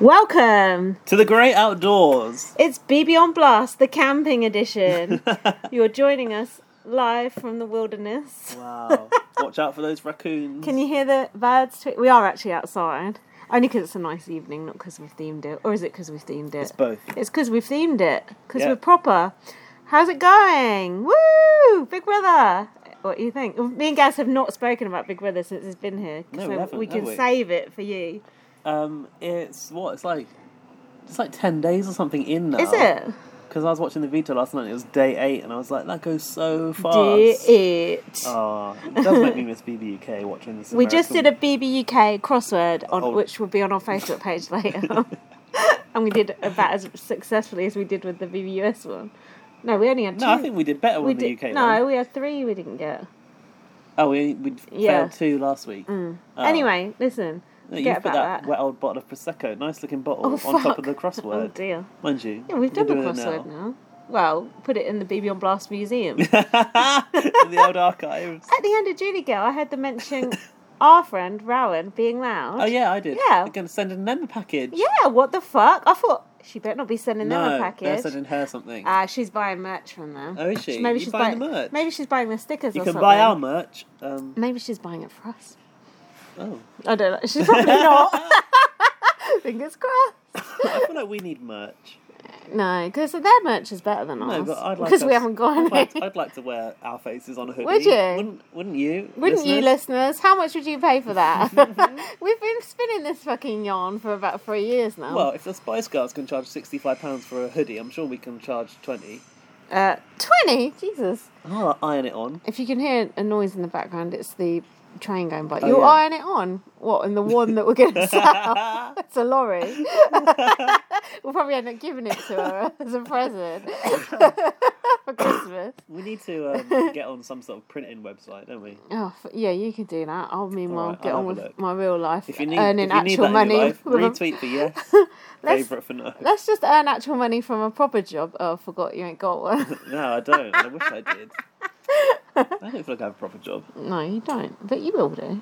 Welcome! to the great outdoors. It's BB on Blast, the camping edition. You're joining us live from the wilderness. Wow. Watch out for those raccoons. Can you hear the birds? Tweet? We are actually outside. Only because it's a nice evening, not because we've themed it. Or is it because we've themed it? It's both. It's because we've themed it. Because Yeah. we're proper. How's it going? Woo! Big Brother! What do you think? Me and Gaz have not spoken about Big Brother since it's been here. 'cause No, we then haven't, we have can we? save it for you. Um, it's what it's like. It's like ten days or something in now. Is it? Because I was watching the video last night. It was day eight, and I was like, that goes so fast. Do it. Aw, it does make me miss BBUK watching this. We just did a American- BBUK crossword on Oh. which will be on our Facebook page later. and we did about as successfully as we did with the BBUS one. No, we only had two. No, I think we did better we with the did- UK. No, one. we had three. We didn't get. Oh, we we Yeah. Mm. failed two last week. Oh. Anyway, listen. No, forget you put about that, that. wet old bottle of prosecco, nice looking bottle, Oh, on fuck. top of the Oh crossword. dear. Mind you, Yeah, we've you're done the doing it crossword now. Well, put it in the BB on Blast Museum. in the old archives. At the end of Judy Girl, I heard them mention our friend Rowan being loud. Oh yeah, I did. Yeah. I'm gonna send in them a package. Yeah. What the fuck? I thought she better not be sending no, them a they're package. sending her something. Ah, she's buying merch from them. Oh, is she? Maybe You she's buying buying, the merch? Maybe she's buying the stickers. you or can something. buy our merch. Um, Maybe she's buying it for us. oh, I don't know. She's probably not. Fingers crossed. I feel like we need merch. No, because their merch is better than No, ours. but I'd like because us- we haven't got I'd like, any. I'd like to wear our faces on a hoodie. Would you? Wouldn't, wouldn't you? Wouldn't you, listeners? listeners? How much would you pay for that? We've been spinning this fucking yarn for about three years now. Well, if the Spice Girls can charge sixty-five pounds for a hoodie, I'm sure we can charge twenty. uh, twenty, Jesus! I'll iron it on. If you can hear a noise in the background, it's the train going by. Oh, You'll yeah. iron it on. What? And the one that we're going to Ah, sell? it's a lorry. we'll probably end up giving it to her as a present for Christmas. We need to um, get on some sort of printing website, don't we? Oh, f- yeah, you can do that. I'll meanwhile Alright, get I'll on have with a look. my real life, If you need, earning if you actual need that in money. your life, with a- retweet for yes, Let's- favorite for no. Let's just earn actual money from a proper job. Oh, I forgot you ain't got one. No, I don't. I wish I did. I don't feel like I have a proper job. no, you don't, but you will do.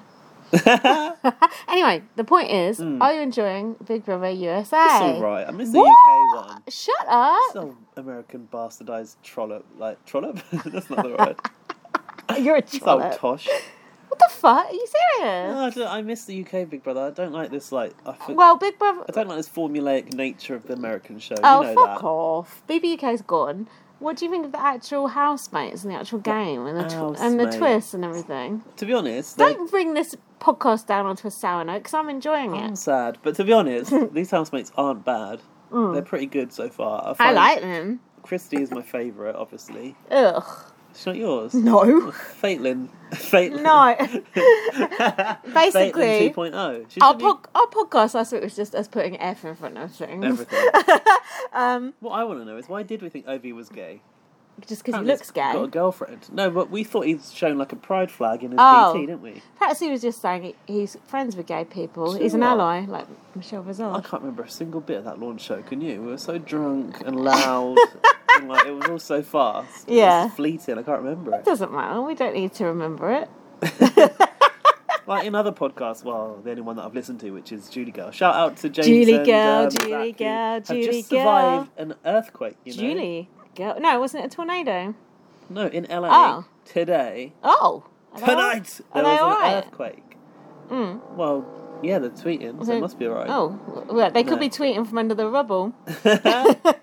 anyway, the point is, are you enjoying Big Brother USA? It's all Hmm. right. I miss the What? UK one. Shut up! So American bastardized trollop, like trollop. That's not the right. You're a It's old trollop. tosh. What the fuck? Are you serious? No, I, don't- I miss the UK Big Brother. I don't like this like. I, f- well, Big Brother. I don't like this formulaic nature of the American show. Oh, you know fuck that. off. BBUK's gone. What do you think of the actual housemates and the actual game and the, tw- and the Housemates. twists and everything? To be honest, they- Don't bring this podcast down onto a sour note because I'm enjoying I'm it. sad. But to be honest, these housemates aren't bad. They're pretty good so far. Mm. I find like them. Christy is my favourite, obviously. Ugh. It's not yours. No. Faitlin. Faitlin. No. Basically, Basically, 2.0. oh. She our, should be pod- our podcast last week was just us putting F in front of things. everything. what I want to know is why did we think Ovi was gay? Just because Um, he Apparently looks he's gay. Got a girlfriend? No, but we thought he'd shown like a pride flag in his Oh. BT, didn't we? Perhaps he was just saying he- he's friends with gay people. Do he's an what? ally, like Michelle I Visage. can't remember a single bit of that launch show. Can you? We were so drunk and loud, and like it was all so fast. It was Yeah. fleeting. I can't remember it. Doesn't matter. We don't need to remember it. Like in other podcasts, well, the only one that I've listened to, which is Julie Girl. Shout out to James. Julie and, Girl, Julie um, Zach, who Girl, have Julie just survived an earthquake. You know? Julie, girl, no, wasn't it a tornado? No, in LA Oh. today. Oh, are they all- Tonight Are they there was an alright? earthquake. Mm. Well, yeah, they're tweeting, so They- it must be alright. Oh, well, they could No. be tweeting from under the rubble. Oh,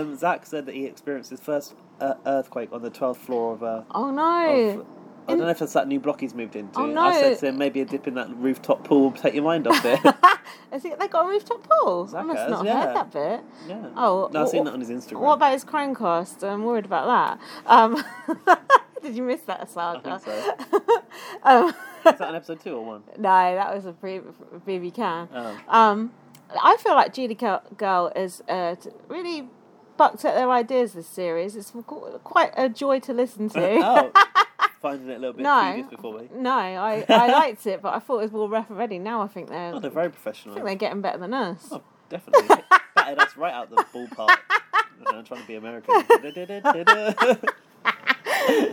um, Zach said that he experienced his first uh, earthquake on the twelfth floor of a. Oh Of, no! I don't know if that's that new block he's moved into. Oh, no. I said to him, maybe a dip in that rooftop pool will take your mind off it. Is it? They got a rooftop pool. I Zach must has, not have yeah. heard that bit. yeah. Oh, no, I've wh- seen that on his Instagram. What about his Chromecast? I'm worried about that. Um, did you miss that I saga? think so. Um, Is that an episode two or one? no, that was a pre- BB can. Oh. Um, I feel like Judy Girl- Girl is uh, t- really bucked at their ideas this series. It's qu- quite a joy to listen to. oh, finding it a little bit no, tedious before we. no, I, I liked it, but I thought it was more rough already. Now I think they're, Oh, I they're think very professional. they're getting better than us. Oh, definitely. Batted us right out the ballpark. I don't know, I'm trying to be American.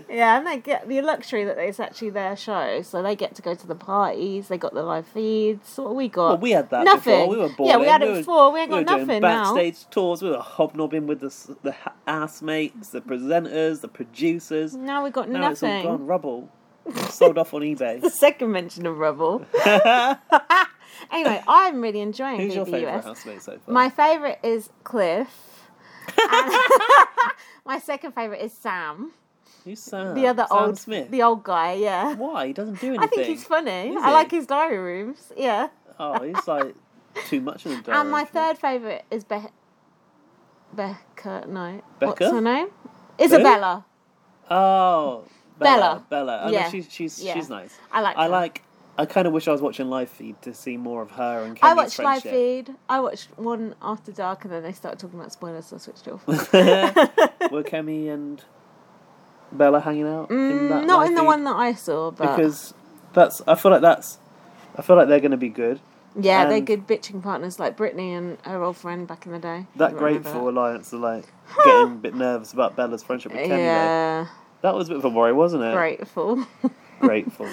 Yeah, and they get the luxury that it's actually their show, so they get to go to the parties. They got the live feeds. What have we got? Well, we had that nothing. before. We were born. Yeah, we had it were- before. We ain't got were nothing doing now. backstage tours. We were hobnobbing with the s- the ha- ass mates, the presenters, the producers. Now we got now it's all nothing. gone rubble. Sold off on the eBay. second mention of rubble. anyway, I'm really enjoying Who's your BBUS. favourite housemate so far? My favourite is Cliff. And my second favourite is Sam. Who's Sam? The other Uh, Sam old Smith. the old guy, yeah. Why he doesn't do anything? I think he's funny. Is I he? like his diary rooms. Yeah. Oh, he's like too much of a diary. and my entry. third favourite is Be- Becca. No. What's Becca? her name? Isabella. Oh, Bella. Bella. Bella. I Yeah. mean, she's she's Yeah. she's nice. I like I her. like. I kind of wish I was watching live feed to see more of her and I Kenny's watched live friendship. feed. I watched one after dark, and then they started talking about spoilers, so I switched off. Were Kemi and Bella hanging out? in that Mm, not live in the feed? one that I saw, but because that's. I feel like that's. I feel like they're going to be good. yeah, they're and- good bitching partners like Brittany and her old friend back in the day. That You remember grateful alliance are like getting a bit nervous about Bella's friendship with that? Kemi. though. Yeah, That was a bit of a worry, wasn't it? grateful Grateful.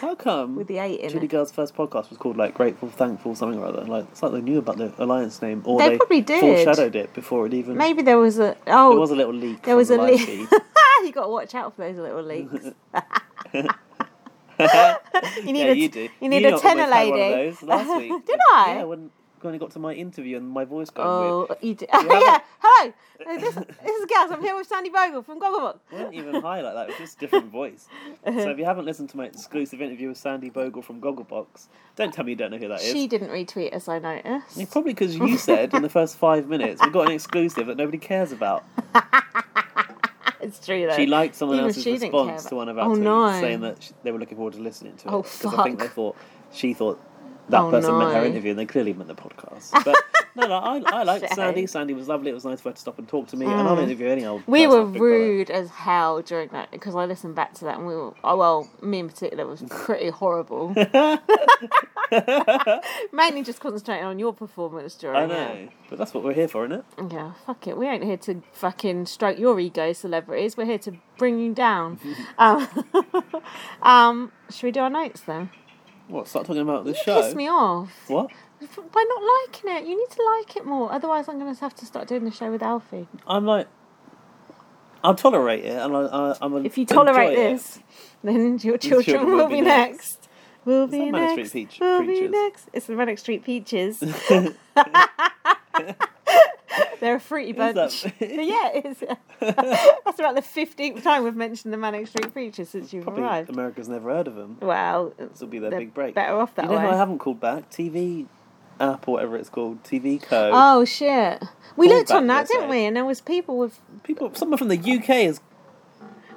How come? with the eight in Judy it. Girl's first podcast was called like Grateful, Thankful, something or other. Like it's like they knew about the alliance name, or They they, probably did. foreshadowed it before it even. Maybe there was a there oh, was a little leak. there was a from the live leak. feed. you got to watch out for those little leaks. You need yeah, a you do. you need a almost tenor had one of lady. those last week. Did I? Yeah, when when I got to my interview and my voice got Oh, you did. haven't- yeah. Hello. Uh, This, this is Gaz. I'm here with Sandy Bogle from Gogglebox. weird. It wasn't even high like that. It was just a different voice. So if you haven't listened to my exclusive interview with Sandy Bogle from Gogglebox, don't tell me you don't know who that is. She didn't retweet us, I noticed. Yeah, probably because you said in the first five minutes we got an exclusive that nobody cares about. It's true though. She liked someone Even else's she didn't care response about- to one of our Oh, tweets, no. saying that sh they were looking forward to listening to it. Oh, I fuck. think they thought she thought that Oh, person meant her no. interview, and they clearly meant the podcast. But no, no, I, I liked Shame. Sandy. Sandy was lovely. It was nice for her to stop and talk to me, and I'll interview any old. Mm. we person were on Big Brother. rude as hell during that because I listened back to that and we were oh well me in particular was pretty horrible. Mainly just concentrating on your performance during I know, but that's what we're here for, isn't it? it. Yeah, fuck it. We ain't here to fucking stroke your ego, celebrities. We're here to bring you down. um, um, should we do our notes then? What? Start talking about the You show. piss me off What? by not liking it. You need to like it more. Otherwise, I'm going to have to start doing the show with Alfie. I'm like, I'll tolerate it, and I, I, I'm. A, If you tolerate enjoy it. this, then your children, will, be next. Will be that Manic next. Street Peach- will be Preachers? next. It's the Manic Street Peaches. They're a fruity that- bunch. yeah, it is. That's about the fifteenth time we've mentioned the Manic Street Preachers since you've Probably arrived. America's never heard of them. Well, This will be their they're big break. Better off that You know way. who I haven't called back? TV app or whatever it's called, TV Co. Oh shit! We Called looked on back that, the other didn't we? day. And there was people with People, someone from the UK is.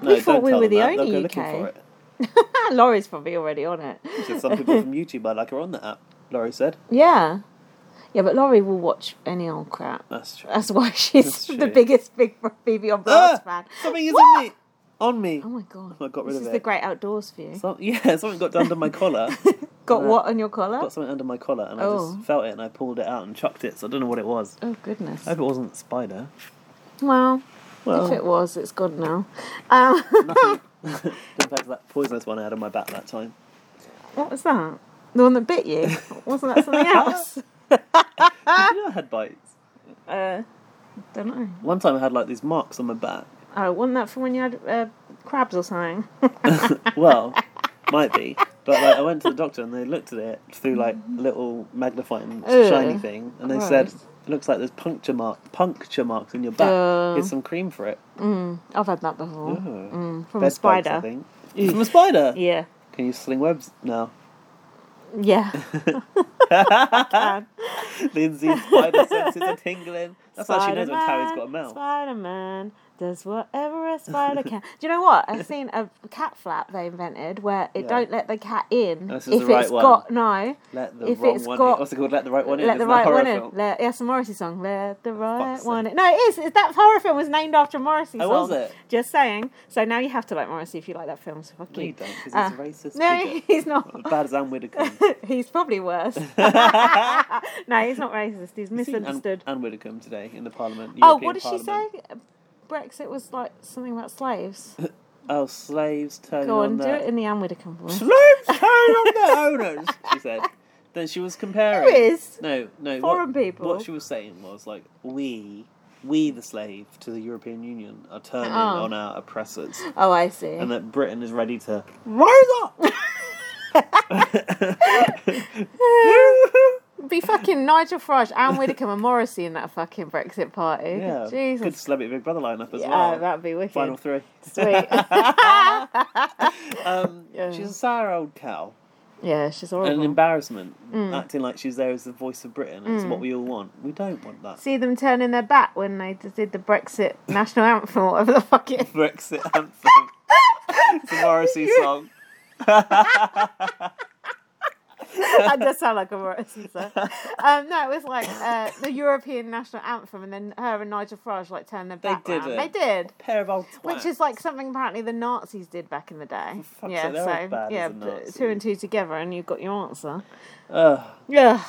We thought we tell were them the that. They'll only go looking UK. for it. ah, Laurie's probably already on it. There's some people from YouTube I like are on that app. Laurie said, Yeah, yeah, but Laurie will watch any old crap. "That's true." That's why she's That's the true. biggest Big Baby on Ah! Blast fan. something is What? on me. On me. Oh my god! I got rid this of is it. the great outdoors for you. Some- yeah, something got under my collar. Got Yeah. what on your collar? got something under my collar, and I Oh. just felt it, and I pulled it out and chucked it. So I don't know what it was. Oh goodness! I hope it wasn't a spider. Well, Well, if it was, it's gone now. Um, nothing compared to that poisonous one I had on my back that time. what was that? The one that bit you? Wasn't that something else? Ah! Did you know I had bites? Uh, don't know. One time I had like these marks on my back. Oh, wasn't that from when you had uh, crabs or something? well, might be. But like, I went to the doctor and they looked at it through like Mm-hmm. a little magnifying Ugh, shiny thing, and they said, gross. "It looks like there's puncture mark, puncture marks in your back. Ugh. Here's some cream for it." I've had that before. Mm, from a Bed bugs, I spider. think. From a spider. yeah. Can you sling webs now? Yeah. Ah. Uh, Lindsay's spider senses are tingling. That's how she knows when Harry's got a mouth. Spider Man does whatever a spider can. Do you know what? I've seen a cat flap they invented where it Yeah. don't let the cat in This is if the right it's one. got no. Let the if wrong it's one in. got- What's it called? Let the right one in. Let the Isn't that right horror one in. film? Let, yeah, it's a Morrissey song. Let the right fuck's one sake. in. No, it is. It's that horror film was named after a Morrissey Oh, song. was it? Just saying. So now you have to like Morrissey if you like that film. So fuck No, you you. don't, because Ah. he's a racist. No, bigot. he's not. Bad as Anne Widdecombe. he's probably worse. no, he's not racist. He's Seen Anne- misunderstood. Anne Widdecombe today in the Parliament. Oh, European what did she say? Parliament. Brexit was like something about slaves? Oh, slaves turning Go on on, do their it in the Anne Whittaker voice. slaves turning on their owners. She said. Then she was comparing. is? No, no. Foreign what, people. What she was saying was like we, we the slave to the European Union are turning Oh. on our oppressors, Oh, I see. and that Britain is ready to rise up. Be fucking Nigel Farage, Anne Widdecombe, and Morrissey in that fucking Brexit party. yeah, good Jesus. celebrity Big Brother lineup as yeah, well. that'd be wicked. Final three. Sweet. Um, Yeah. She's a sour old cow. yeah, she's and horrible. an embarrassment, Mm. acting like she's there as the voice of Britain, and it's what we all want. We don't want that. See them turning their back when they d- did the Brexit national anthem or whatever the fuck it is. Brexit anthem. it's a Morrissey song. that does sound like a Morrissey song. Um, no, it was like uh, the European national anthem, and then her and Nigel Farage like turned their back. did round. it. They did. Pair of old twats. Which is like something apparently the Nazis did back in the day. fuck's yeah, sake, they're as bad as yeah, the but Nazis. two and two together, and you've got your answer. Ugh. Ugh.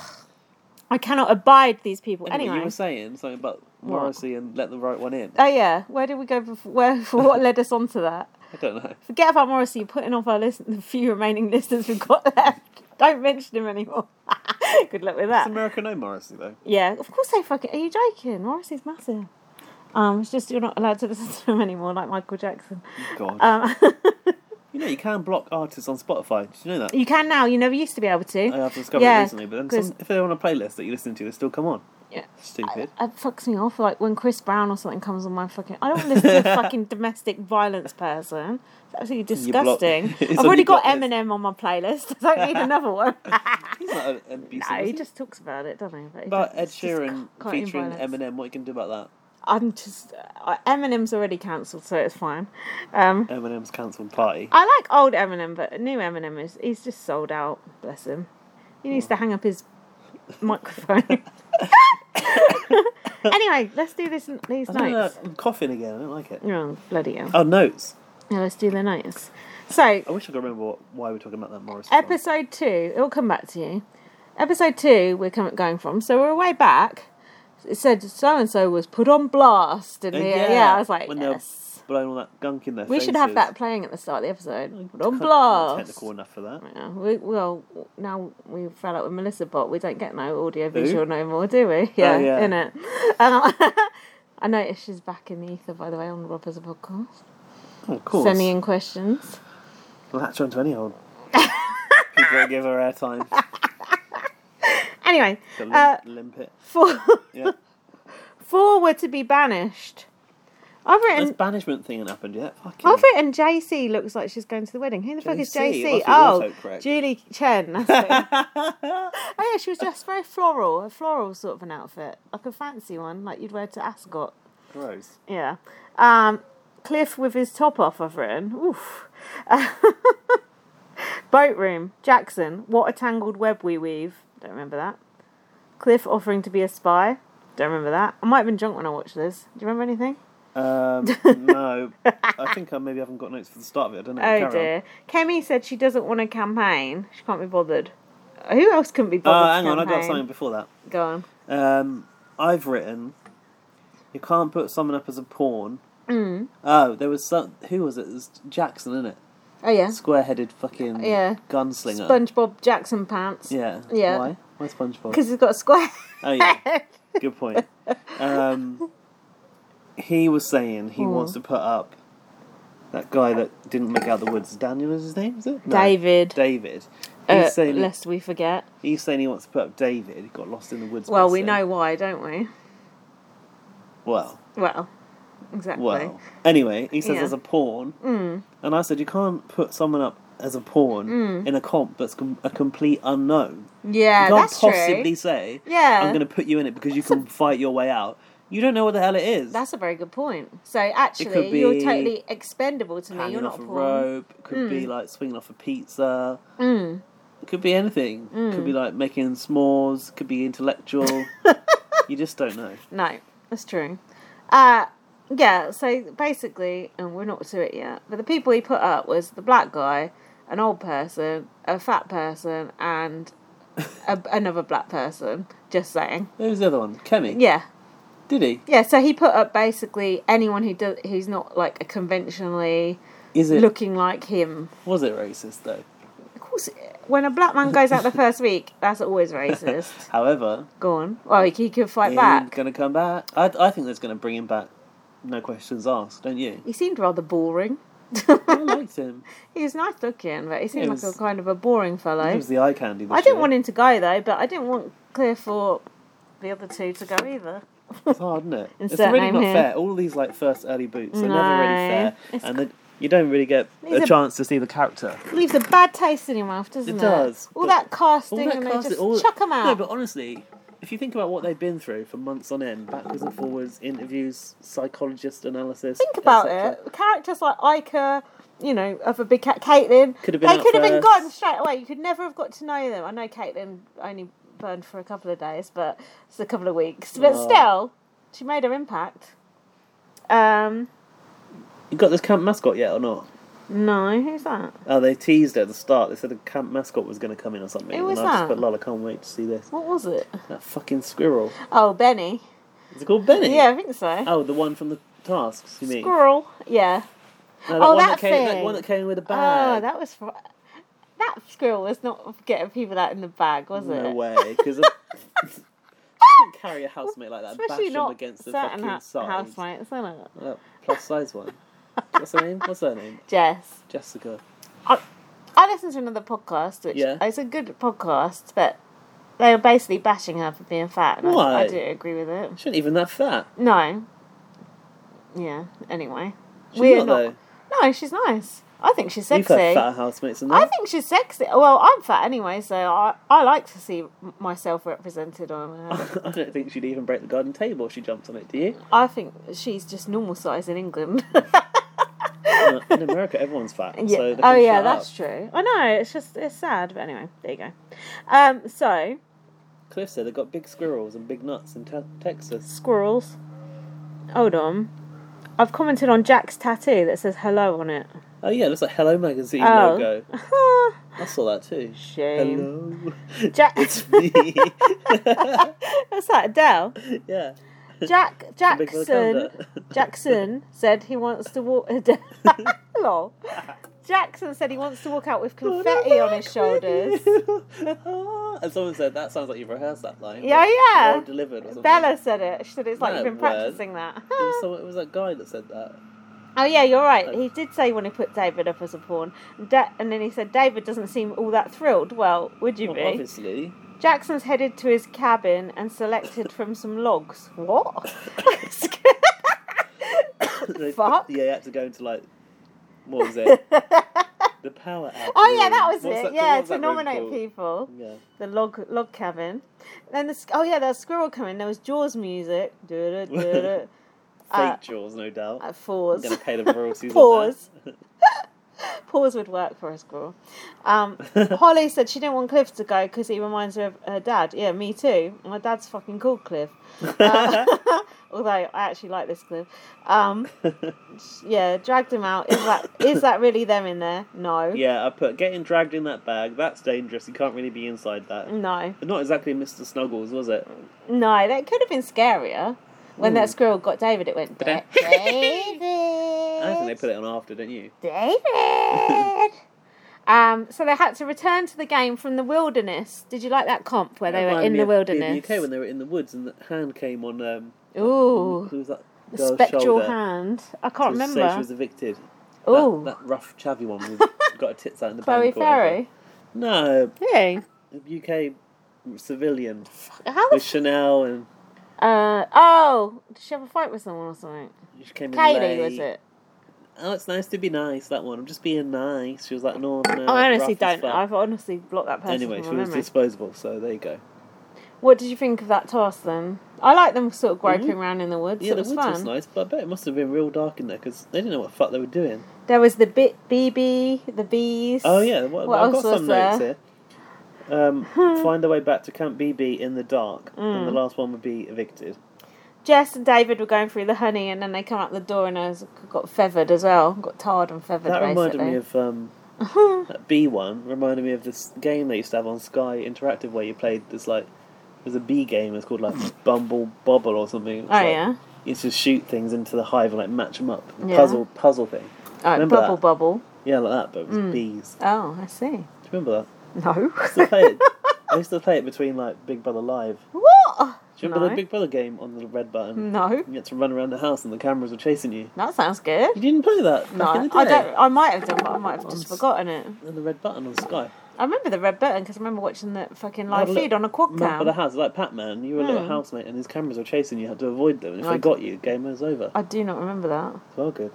I cannot abide these people. Anyway, Anyway. you were saying something about Morrissey and let the right one in. Oh yeah, where did we go? Before, where what led us on to that? I don't know. Forget about Morrissey. You're putting off our listen, the few remaining listeners we've got left. Don't mention him anymore. Good luck with Does that. America know Morrissey though? Yeah, of course they fucking. Are you joking? Morrissey's massive. Um, it's just you're not allowed to listen to him anymore, like Michael Jackson. God, Um, you know you can block artists on Spotify. Did you know that? you can now. You never used to be able to. I have discovered Yeah, it recently, but then 'cause- some, if they're on a playlist that you listen to, they still come on. Yeah. Stupid. It fucks me off. Like when Chris Brown or something comes on my fucking. I don't listen to a fucking domestic violence person. It's absolutely You block- disgusting. It's I've on already your got block list. Eminem on my playlist. I don't need another one. He's not a- abusive. no, is he he? just talks about it, doesn't he? But he About just- Ed it's just Sheeran c- can't even featuring violence. Eminem, what you can do about I'm just. Uh, Eminem's already cancelled, so it's fine. Um, that? Eminem's cancelled party. I like old Eminem, but new Eminem is he's just sold out. Bless him. He needs to hang up his microphone. anyway, let's do this. These I don't know, notes. I'm coughing again. I don't like it. Oh, bloody hell. Oh, notes. Now let's do the notes. So, I wish I could remember what, why we're talking about that Morris. episode two, it'll come back to you. Episode two, we're com- going from. So, we're way back. It said so and so was put on blast. And Uh, we- yeah. yeah, I was like, when they're yes. blowing all that gunk in their We should have faces. that playing at the start of the episode. Put on Not blast. Technical enough for that. Yeah, we, well, now we fell out with Melissa Bot. We don't get no audio Do? Oh, visual no more, do we? Yeah, yeah. innit? And I, I noticed she's back in the ether, by the way, on Rob as a podcast. Oh, of course. Sending in questions. Latch onto any old. People that give her airtime. Anyway, The lim- Uh, limpet. for. Yeah. four were to be banished. I've This written. banishment thing ain't happened yet. Fucking. I've written JC looks like she's going to the wedding. Who the fuck is JC? JC? Must be Oh, autocorrect. Julie Chen. That's it. oh yeah, she was dressed very floral, a floral sort of an outfit, like a fancy one, like you'd wear to Ascot. Gross. Yeah. Um, Cliff with his top off. I've written. Oof. Boat room. Jackson. What a tangled web we weave. Don't remember that. Cliff offering to be a spy. Don't remember that. I might have been drunk when I watched this. Do you remember anything? Um, no. I think I maybe haven't got notes for the start of it. I don't know. Oh Carry dear. Kemi said she doesn't want to campaign. She can't be bothered. Who else couldn't be bothered? On. to Uh, hang on, I got campaign? something before that. Go on. Um, I've written, you can't put someone up as a pawn. Mm. Oh, there was some. Who was it? It was Jackson, innit? it? Oh yeah. Square-headed fucking Yeah. gunslinger. SpongeBob Jackson pants. Yeah. Yeah. Why? Why SpongeBob? Because he's got a square. Oh yeah. Good point. Um, he was saying Hmm. he wants to put up that guy that didn't make out the woods. Daniel is his name, is it? No, David. David. He's Uh, saying lest we forget. he's saying he wants to put up David. He got lost in the woods. by Well, we sin. know why, don't we? Well. Well, exactly. Well, anyway, he says Yeah. Mm. as a pawn, and I said you can't put someone up as a pawn in a comp that's com- a complete unknown. Mm. yeah, you can't that's possibly true. say, Yeah. I'm going to put you in it because you can fight your way out." You don't know what the hell it is. That's a very good point. So actually, be you're totally expendable to me. hanging You're not off a a pawn. Mm. rope. Could be like swinging off a pizza. It could be anything. Could be Mm. like making s'mores. Could be intellectual. you just don't know. No, that's true. Uh, yeah. So basically, and we're not to it yet. But the people he put up was the black guy, an old person, a fat person, and a, another black person. Just saying. Who's the other one? Kemi. Yeah. Did he? Yeah, so he put up basically anyone who does who's not like a conventionally Is it? looking like him. Was it racist though? Of course, when a black man goes out the first week, that's always racist. However, Go on. Well, he, he could fight he's back. gonna come back. I I think that's gonna bring him back. No questions asked, don't you? He seemed rather boring. I liked him. he was nice looking, but he seemed He like was- a kind of a boring fellow. He was the eye candy. This I didn't year. want him to go though, but I didn't want Clear for the other two to go either. It's hard, isn't it? it's Insert really name not here. fair. All these like first early boots are never really No. fair, It's- and then you don't really get These a are- chance to see the character. Leaves a bad taste in your mouth, doesn't it? It does, All but- that casting All that and cast, they just all chuck them out. No, but honestly, if you think about what they've been through for months on end, backwards and forwards, interviews, psychologist analysis. think about etc. it. Characters like Ica, you know, other big cat Caitlin, Could have been they out could have been first. gone straight away. You could never have got to know them. I know Caitlin only burned for a couple of days, but it's a couple of weeks. But Oh. still, she made her impact. Um, You got this camp mascot yet or not? no, who's that? Oh, they teased at the start. They said the camp mascot was going to come in or something. Who was and I just that? put, lol, I can't wait to see this. What was it? That fucking squirrel. Oh, Benny. Is it called Benny? Yeah, I think so. Oh, the one from the tasks, you mean? Squirrel. Yeah. No, Oh, one that came, That thing. one that came with a bag. Oh, that was fr- that squirrel was not getting people out in the bag, was no it? way, because can't carry a housemate like that. and Especially bash not him against the certain fucking ha- side. housemates, isn't it? Oh, plus size one. What's her name? What's her name? Jess. Jessica. I listened to another podcast, which Yeah. is a good podcast, but they were basically bashing her for being fat. And I, Why? I didn't agree with it. She ain't even that fat. No. Yeah. Anyway, She's We're not, not- no, she's nice. I think she's though. You've sexy. had fatter housemates than I that. think she's sexy. Well, I'm fat anyway, so I, I like to see m- myself represented on I, her. don't think she'd even break the garden table if she jumped on it, do you? I think she's just normal size in England. Uh, In America, everyone's fat. Yeah. So they oh can yeah, shut that's up. true. I know. It's just it's sad, but anyway, there you go. Um, so Cliff said they've got big squirrels and big nuts in te- Texas. squirrels. Hold on. I've commented on Jack's tattoo that says hello on it. Oh yeah, it looks like Hello Magazine Oh. logo. I saw that too. Shame. Hello. Jack- it's me. What's that, Adele? yeah. Jack Big Brother Jackson calendar. Jackson said he wants to walk Lol. Jackson said he wants to walk out with confetti on his shoulders. and someone said that sounds like you've rehearsed that line. Yeah, yeah. Well delivered. Or something. Bella said it. She said it's like No, you've been it weren't. practicing that. It was, someone, it was that guy that said that. Oh yeah, you're right. Like- He did say when he put David up as a pawn, da- and then he said David doesn't seem all that thrilled. Well, would you Well, be? obviously. Jackson's headed to his cabin and selected from some logs. What? They- Fuck. Yeah, he had to go into like. What was it? the power app. oh yeah, room. that was What's it. that- yeah, what's to that room nominate called? people, Yeah. the log log cabin. Then the s- oh yeah, there was squirrel coming. There was Jaws music. Du-du-du-du. Uh, Fake jaws, no doubt. At I'm Uh, fours. gonna pay the royalties. Pause. On that. Pause would work for a squirrel. Um, Holly said she didn't want Cliff to go because he reminds her of her dad. Yeah, me too. My dad's fucking called Cliff. Uh, although I actually like this Cliff. Um, yeah, dragged him out. Is that is that really them in there? No. yeah, I put getting dragged in that bag. That's dangerous. You can't really be inside that. No. Not exactly Mr. Snuggles, was it? No, that could have been scarier. When Hmm. that squirrel got David, it went, Da-da. David! I think they put it on after, don't you? David. um, so they had to return to the game from the wilderness. Did you like that comp where they were Reminded in me the of being in wilderness? the UK when they were in the woods and the hand came on. Um, Ooh, who was that? the girl's spectral shoulder hand. I to can't Say she remember. was evicted. Ooh, That, that rough, chavvy one who got her tits out in the Chloe bank or whatever. Ferry. No, Hey, a UK civilian how the with Chanel and uh oh? Did she have a fight with someone or something? she came in Kaylee late. was it? Oh, it's nice to be nice. That one. I'm just being nice. She was like, no, no. I honestly rough don't. as fuck. I've honestly blocked that person Anyway, from she my was memory. disposable. So there you go. What did you think of that task then? I like them sort of groping Mhm. around in the woods. Yeah, it the was woods fun. was nice, but I bet it must have been real dark in there because they didn't know what the fuck they were doing. There was the bit BB, the bees. Oh yeah, what, What I've else got some was there? notes here. Um, find their way back to Camp BB in the dark, and the Mm. last one would be evicted. Jess and David were going through the honey, and then they come out the door, and I was, got feathered as well. Got tarred and feathered. That reminded basically. me of um, that B one. Reminded me of this game they used to have on Sky Interactive where you played this like There's a bee game. It's called like Bumble Bobble or something. It's Oh like- yeah. You just shoot things into the hive and like match them up. Yeah. Puzzle puzzle thing. Oh, Remember bubble that? bubble. Yeah, like that, but with bees. Oh, I see. Do you remember that? No. I used to play it. I used to play it between like Big Brother Live. what? Do you remember No. the Big Brother game on the red button? No. You had to run around the house and the cameras were chasing you. That sounds good. You didn't play that back No, in the day I don't. I might have done, but I might have just Once. forgotten it. on the red button on Sky. I remember the red button because I remember watching the fucking live Have a feed look- on a quad Map of the cam. house, like Pac-Man. You were a little Hmm. housemate, and his cameras were chasing you. You had to avoid them, and if I- they got you, game was over. I do not remember that. It's well good.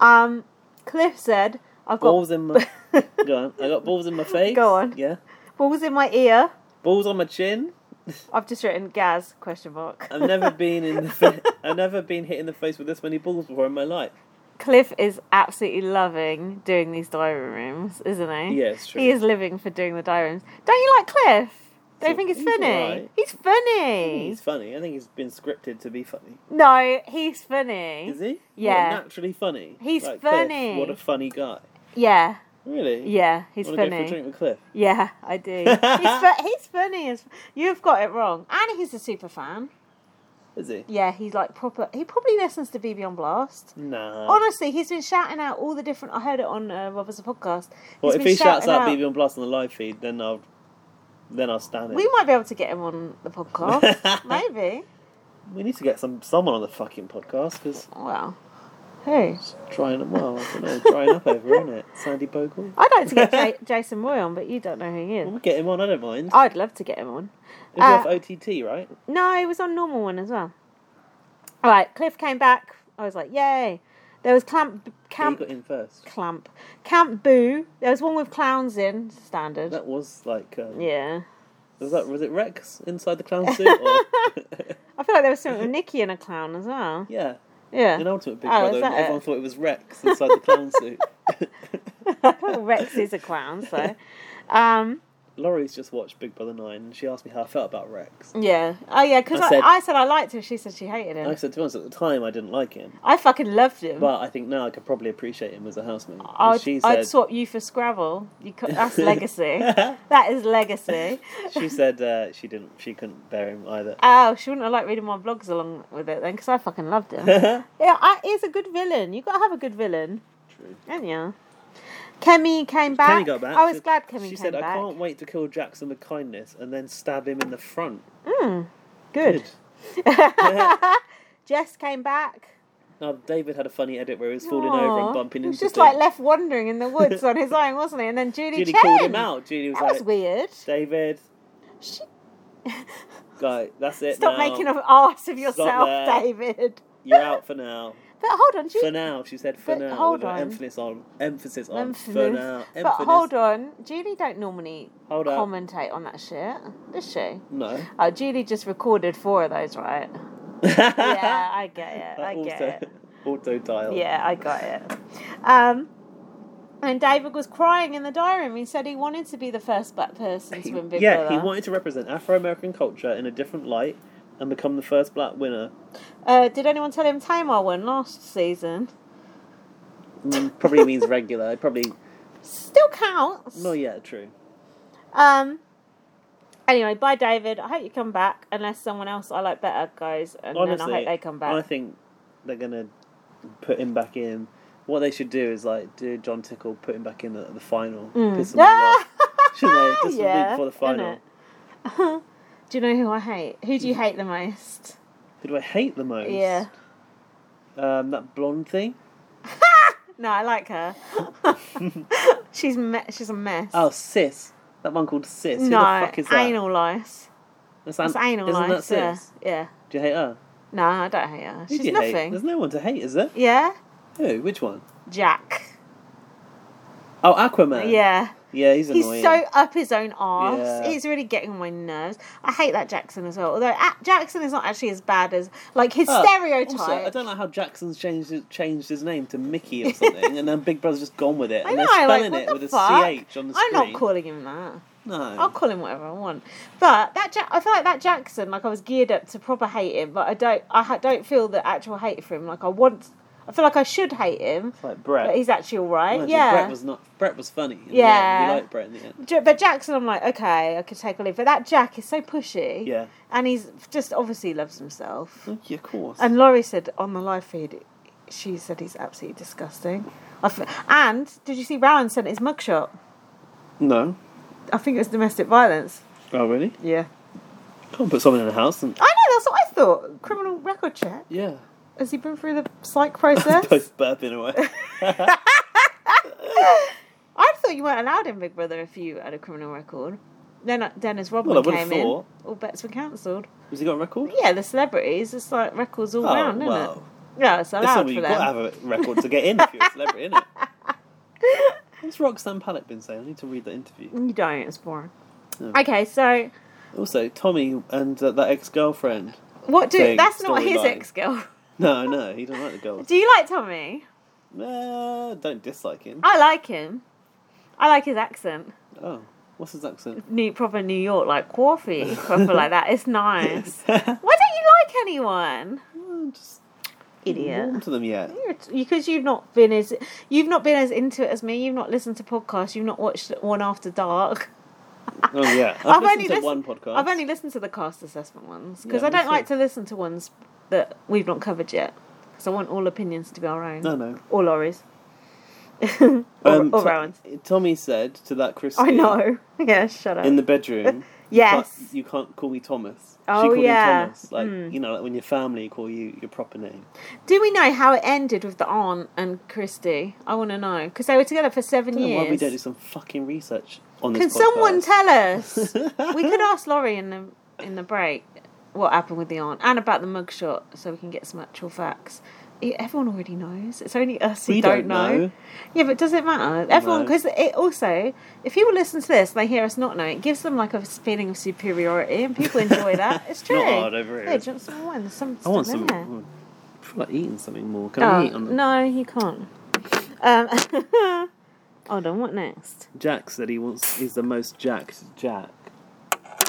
Um, Cliff said, "I've got Balls in my. go on. I got balls in my face. Go on. Yeah. balls in my ear." Balls on my chin. I've just written Gaz question mark. I've never been in the. Fa- I've never been hit in the face with this many balls before in my life. Cliff is absolutely loving doing these diary rooms, isn't he? Yeah, it's true. He is living for doing the diary rooms. Don't you like Cliff? Don't you So- think he's he's funny? alright. He's I think funny. He's funny. I think he's been scripted to be funny. No, he's funny. Is he? What, Yeah. naturally funny. He's Like funny. Cliff, what a funny guy. Yeah, Really. yeah, he's Wanna funny. go for a drink with Cliff? Yeah, I do. he's, fu- he's funny as you've got it wrong, and he's a super fan. Is he? Yeah, he's like proper. He probably listens to BB on Blast. Nah. Honestly, he's been shouting out all the different. I heard it on uh, Robert's podcast. well, He's if been he shouts shouting out BB on Blast on the live feed, then I'll, then I'll stand it. we might be able to get him on the podcast. Maybe. We need to get some someone on the fucking podcast because Well, who? it's drying up well. I don't know, drying up over, isn't it? Sandy Bogle. I'd like to get J- Jason Roy on, but you don't know who he We'll is. get him on. I don't mind. I'd love to get him on. It's off uh, OTT, right? No, it was on normal one as well. All right, Cliff came back. I was like, yay. There was Clamp. Who Camp got in first. Clamp. Camp Boo. There was one with clowns in, standard. That was like, um, Yeah. was that was it Rex inside the clown suit? Or... I feel like there was something with Mm-hmm. Nikki and a clown as well. yeah, in Yeah. Ultimate Big Oh, is Brother, that everyone it? thought it was Rex inside the clown suit. Well, Rex is a clown, so. Um, Laurie's just watched Big Brother Nine. and She asked me how I felt about Rex. yeah. Oh, yeah, because I I, I, said- said I liked him. She said she hated him. I said to be honest, at the time I didn't like him, I, fucking loved him. but I think now I could probably appreciate him as a housemate. And I'd, she I'd said, swap you for Scrabble. You cou- that's legacy. that is legacy. she said uh, she didn't, she couldn't bear him either. Oh, she wouldn't have liked reading my blogs along with it then, because I fucking loved him. yeah, I, he's a good villain. You gotta have a good villain, True. don't you? Kemi came back. Kenny got back. I was She- glad Kemi She came said, back. "I can't wait to kill Jackson with kindness and then stab him in the front." Hmm, Good. Jess came back. Now David had a funny edit where he was falling over Aw. and bumping He into. was just things. like left wandering in the woods on his own, wasn't he? And then Judy, Judy Chen. called him out. Judy was That was like, weird. "David, She... guy, that's it. Stop now. making an ass of yourself, there. David. You're out for now. But hold on, Judy. For now, she said. For But now, hold with an on. emphasis on emphasis on for Emphasis. now. Emphasis. But hold on, Judy don't normally Hold up. commentate on that shit, does she? No. Oh, Judy just recorded four of those, right? yeah, I get it. I get it. Auto dial. Yeah, I got it. Um, and David was crying in the diary room. He said he wanted to be the first black person to He- win Big yeah, Brother. he wanted to represent Afro American culture in a different light and become the first black winner. uh, did anyone tell him Tamar won last season? Mm, probably means regular. It probably Still counts. no, yeah, true. Um. Anyway, bye, David. I hope you come back. Unless someone else I like better goes, and then Honestly, I hope they come back. I think they're gonna put him back in. What they should do is like do John Tickle put him back in at the final. Hmm. Mm. Piss him all off. Ah! Shouldn't they? Just a week before the final. innit? do you know who I hate? Who do you hate the most? Who do I hate the most? Yeah. Um, that blonde thing. No, I like her. she's me- she's a mess. Oh, sis. That one called sis. Who no, the fuck is that? anal lice. That's, It's an- anal Isn't that lice. yeah. sis? yeah. Do you hate her? No, I don't hate her. Who do She's you Hate? nothing. There's no one to hate, is there? Yeah, Who? Which one? Jack. Oh, Aquaman. Yeah, Yeah, he's he's annoying. so up his own arse. Yeah. He's really getting on my nerves. I hate that Jackson as well. Although uh, Jackson is not actually as bad as like his Oh, stereotype. Also, I don't know how Jackson's changed his, changed his name to Mickey or something, and then Big Brother's just gone with it. I and know, they're like, spelling what it the with fuck? a CH on the I'm screen. not calling him that. No. I'll call him whatever I want. But that Jack, I feel like that Jackson, like I was geared up to proper hate him, but I don't. I ha- don't feel the actual hate for him. Like I want, I feel like I should hate him, It's like Brett. but he's actually all right. Imagine yeah. Brett was not. Brett was funny. in the Yeah. end. We liked Brett in the end. J- but Jackson, I'm like, okay, I could take a leave. But that Jack is so pushy. Yeah. And he's just obviously loves himself. Oh, yeah, of course. And Laurie said on the live feed, she said he's absolutely disgusting. I f- and did you see Rowan sent his mugshot? no. I think it was domestic violence. Oh really? Yeah. Can't put someone in a house and I know, that's what I thought. Criminal record check. yeah. Has he been through the psych process? Both burping away. I thought you weren't allowed in Big Brother if you had a criminal record. Then uh, Dennis Rodman Well, I would've came in. thought. All bets were cancelled. Has he got a record? Yeah, the celebrities, it's like records all Oh, round, isn't well. it? Yeah, it's That's allowed something for you've got to them. have a record to get in if you're a celebrity, innit? What's Roxanne Pallet been saying? I need to read that interview. You don't, it's boring. No. Okay, so Also, Tommy and uh, that ex girlfriend. what do Big that's not his storyline. ex girl. No, no, he doesn't like the girls. Do you like Tommy? Uh, don't dislike him. I like him. I like his accent. Oh, what's his accent? New proper New York, like coffee, proper like that. It's nice. I Why don't you like anyone? just Idiot. warm to them yet. because you've not been as you've not been as into it as me. You've not listened to podcasts. You've not watched One After Dark. Oh yeah, I've I've, listened only to listen- one podcast. I've only listened to the cast assessment ones because Yeah, I me don't too. like to listen to ones that we've not covered yet. Because I want all opinions to be our own No, no. or Laurie's or, or To- Rowan's. Tommy said to that Christine I know. Yeah, shut up. in the bedroom. Yes. You can't, you can't call me Thomas. Oh, she called yeah. Hmm. him Thomas. Like you know, like when your family call you your proper name. Do we know how it ended with the aunt and Christy? I want to know because they were together for seven I don't know years. why we don't do some fucking research on Can this. someone podcast. tell us? we could ask Laurie in the in the break what happened with the aunt and about the mugshot, so we can get some actual facts. E- Everyone already knows. It's only us who We don't, don't know. know. Yeah, but does it matter? Everyone, No. because it also, if people listen to this and they hear us not know, it gives them like a feeling of superiority, and people enjoy that. It's true. Not hard over here. Yeah, do you want some more? There's some I want still in some. there. I feel like eating something more. Can Oh, I eat on the... no, you can't. Um, hold on. What next? Jack said he wants. He's the most jacked Jack.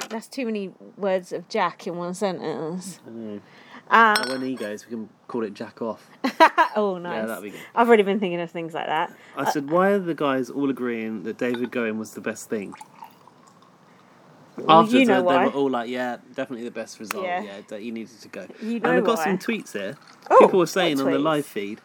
That's too many words of Jack in one sentence. I Um, know. Now, when he goes, we can call it Jack off. oh, nice. that'd be good. I've already been thinking of things like that. I said, why are the guys all agreeing that David Going was the best thing? Well, you Afterwards, know they why. were all like, "Yeah, definitely the best result. Yeah. Yeah, that you needed to go." You know and I've got why. some tweets here. Oh, people were what saying on the tweets? live feed.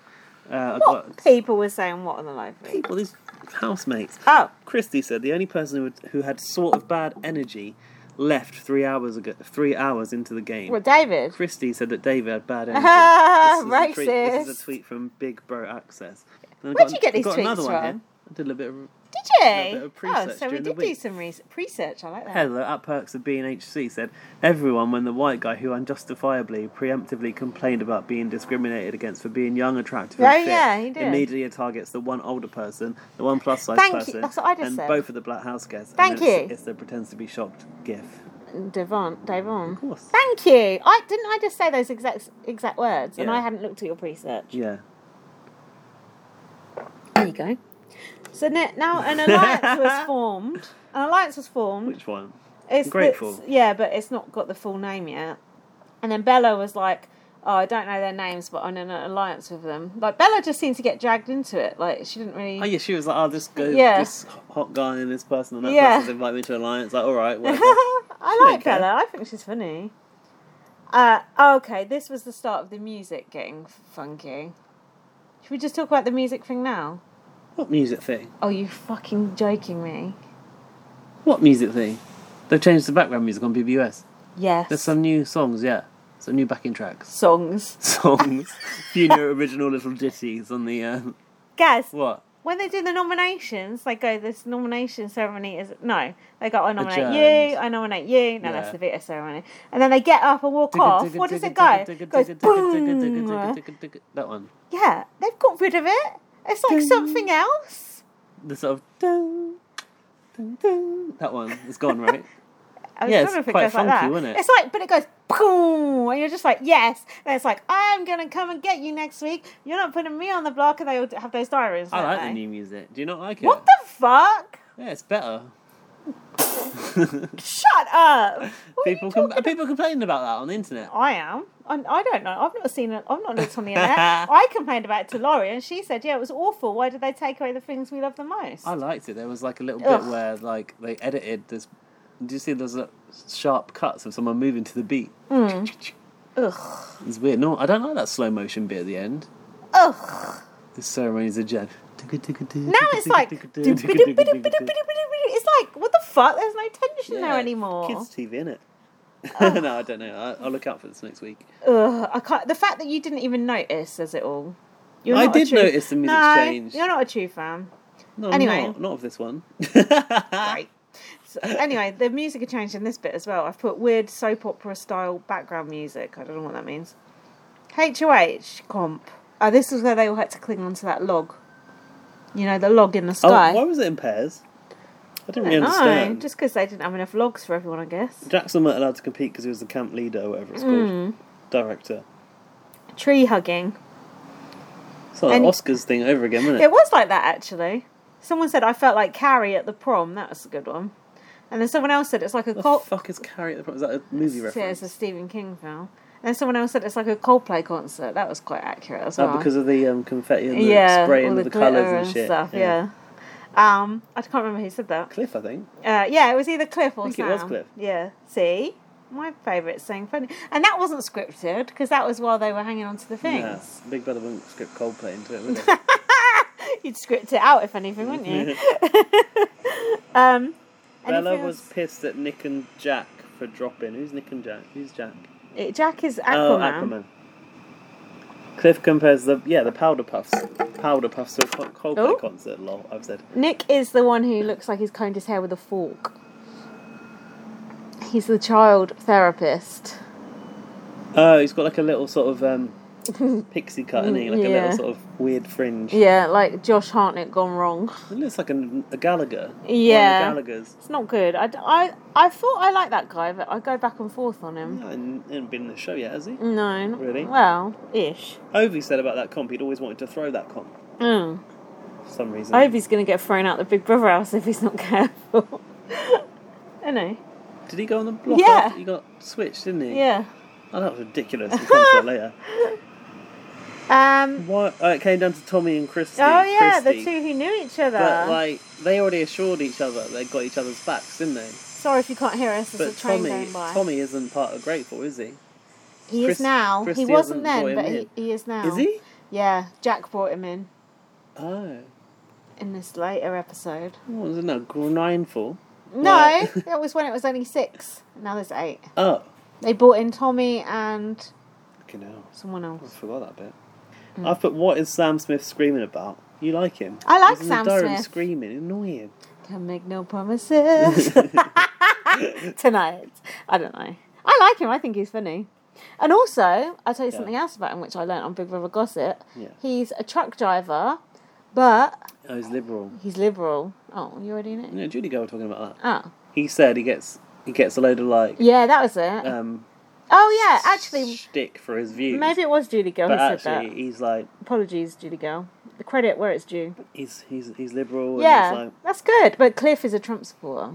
Uh, I What got people were saying what on the live feed? people, these housemates. Oh, Christy said the only person who, would, who had sort of bad energy left three hours ago, three hours into the game. well, David. Christy said that David had bad energy. Ah, this, is a tweet, this is racist. a tweet from Big Bro Access. And I've Where'd got- you get I've these got tweets another one from? here. I did a little bit of Did bit you? of Oh, pre-search so we during the did do week. some research. Pre-search, I like that. Heather at Perks of BNHC said, Everyone, when the white guy who unjustifiably preemptively complained about being discriminated against for being young, attractive, and Oh, fit, yeah, he did. immediately targets the one older person, the one plus size Thank you. person, That's what I just and said. both of the black house guests. And Thank it's- you. It's the pretends to be shocked gif. Devon, Devon. Of course. Thank you. I didn't. I just say those exact exact words, and Yeah. I hadn't looked at your pre-search. Yeah. There you go. So ne- now an alliance was formed. An alliance was formed. Which one? It's Grateful. that's- yeah, but it's not got the full name yet. And then Bella was like, "Oh, I don't know their names, but I'm in an alliance with them." Like Bella just seemed to get dragged into it. Like she didn't really. Oh, yeah, she was like, Oh, this, go, Yeah. this hot guy and this person and that Yeah. person's invited me to an alliance. Like, alright, whatever. I She like don't care. Bella. I think she's funny. Uh, okay, this was the start of the music getting funky. Should we just talk about the music thing now? what music thing? Oh, you fucking joking me? What music thing? They've changed the background music on PBS. Yes. There's some new songs, yeah. Some new backing tracks. songs, Songs. few new original little ditties on the, um, guys. what? when they do the nominations, they go, this nomination ceremony is. No, they go, I nominate Adjourned. you, I nominate you. No, that's Yeah. the veto ceremony. And then they get up and walk off. What does it go? It goes boom. That one. Yeah, they've got rid of it. It's like Ding. something else. The sort of dun, dun, dun. That one. It's gone, right? I was Yeah, wondering it's if it quite goes like funky, that. wasn't it? It's like, but it goes boom, and you're just like, yes. And it's like, I'm going to come and get you next week. You're not putting me on the block, and they all have those diaries. I don't like they? the new music. Do you not like it? What the fuck? Yeah, it's better. Shut up! What are you people com- talking people complaining about that on the internet. I am. I, I don't know. I've not seen it. I've not looked on the internet. I complained about it to Laurie, and she said, "Yeah, it was awful. Why did they take away the things we love the most?" I liked it. There was like a little Ugh. bit where like they edited this. Do you see those uh, sharp cuts of someone moving to the beat? Hmm. Ugh. It's weird. No, I don't like that slow motion bit at the end. Ugh. The ceremonies are jam. Now it's like it's like what the fuck? There's no tension there anymore. Kids TV in it. no, I don't know. I- I'll look out for this next week. Ugh, I can't. The fact that you didn't even notice says it all. You're I not a did true- notice the music's no, changed. You're not a true fan. No, I'm Anyway. not, not of this one. Right. So, anyway, the music had changed in this bit as well. I've put weird soap opera style background music. I don't know what that means. HOH comp. Oh, this is where they all had to cling onto that log. You know, the log in the Oh, sky. why was it in pairs? I didn't really No, understand. just because they didn't have enough logs for everyone, I guess. Jackson weren't allowed to compete because he was the camp leader or whatever it's Hmm. called. Director. Tree hugging. It's like And- the Oscars thing over again, wasn't it? It was like that actually. Someone said I felt like Carrie at the prom. That was a good one. And then someone else said it's like a the cult. fuck is Carrie at the Prom? Is that a movie Yeah, it's reference? a Stephen King film. And then someone else said it's like a Coldplay concert. That was quite accurate as well. Oh, because of the um, confetti and the yeah, spray all and the, the, colours glitter and, and shit. stuff. Yeah. Um, I can't remember who said that. Cliff, I think. Uh, yeah, it was either Cliff or think Sam. it was Cliff. Yeah. See, my favourite saying funny, and that wasn't scripted because that was while they were hanging on to the things. Yeah. Big Brother wouldn't script Coldplay into it, would it? You'd script it out if anything, wouldn't you? um, anything Bella else? was pissed at Nick and Jack for dropping. Who's Nick and Jack? Who's Jack? Eh, Jack is Oh, Aquaman. Aquaman. Cliff compares the yeah the powder puffs powder puffs to a co- Coldplay Oh. concert. Lol, I've said. Nick is the one who looks like he's combed his hair with a fork. He's the child therapist. Oh, he's got like a little sort of um, pixie cut, isn't he? Like a Yeah. little sort of weird fringe. Yeah, like Josh Hartnett gone wrong. It looks like a, a Gallagher. Yeah. One of the Gallaghers. It's not good. I, d- I, I thought I liked that guy, but I go back and forth on him. Yeah, and he hasn't been in the show yet, has he? No. not- Really? Well, ish. Ovi said about that comp, he'd always wanted to throw that comp Mm. for some reason. I hope he's going to get thrown out the Big Brother house if he's not careful. I know. Did he go on the block Yeah. after he got switched, didn't he? Yeah. Oh, that was ridiculous. We'll come to that later. Um. What? Oh, it came down to Tommy and Christy. Oh yeah, the Christy. two who knew each other. But, like, they already assured each other they got each other's backs, didn't they? Sorry if you can't hear us. There's But a train Tommy going by. Tommy isn't part of Grateful, is he? he Chris- is now. Christy he wasn't hasn't then, brought but him he, in. he is now. Is he? Yeah. Jack brought him in Oh. in this later episode. What was it now? Grindful? No, that was when it was only six. Now there's eight. Oh. They brought in Tommy and Fucking hell. someone I else. forgot that bit. I've put what is Sam Smith screaming about? You like him? Hmm. I like He's in Sam the Durham Smith. screaming, annoying. Oh, Can make no promises tonight. I don't know. I like him. I think he's funny. And also, I'll tell you Yeah. something else about him, which I learnt on Big Brother Gossip. Yeah. He's a truck driver, but Oh, he's liberal. he's liberal. Oh, you already know. You know, Judy Girl were talking about that. Oh, He said he gets he gets a load of like yeah, that was it. um oh yeah, actually, shtick for his views. maybe it was Judy Girl but who said actually that. he's like Apologies, Judy Girl. The credit where it's due. he's he's he's liberal yeah, and he's like that's good. But Cliff is a Trump supporter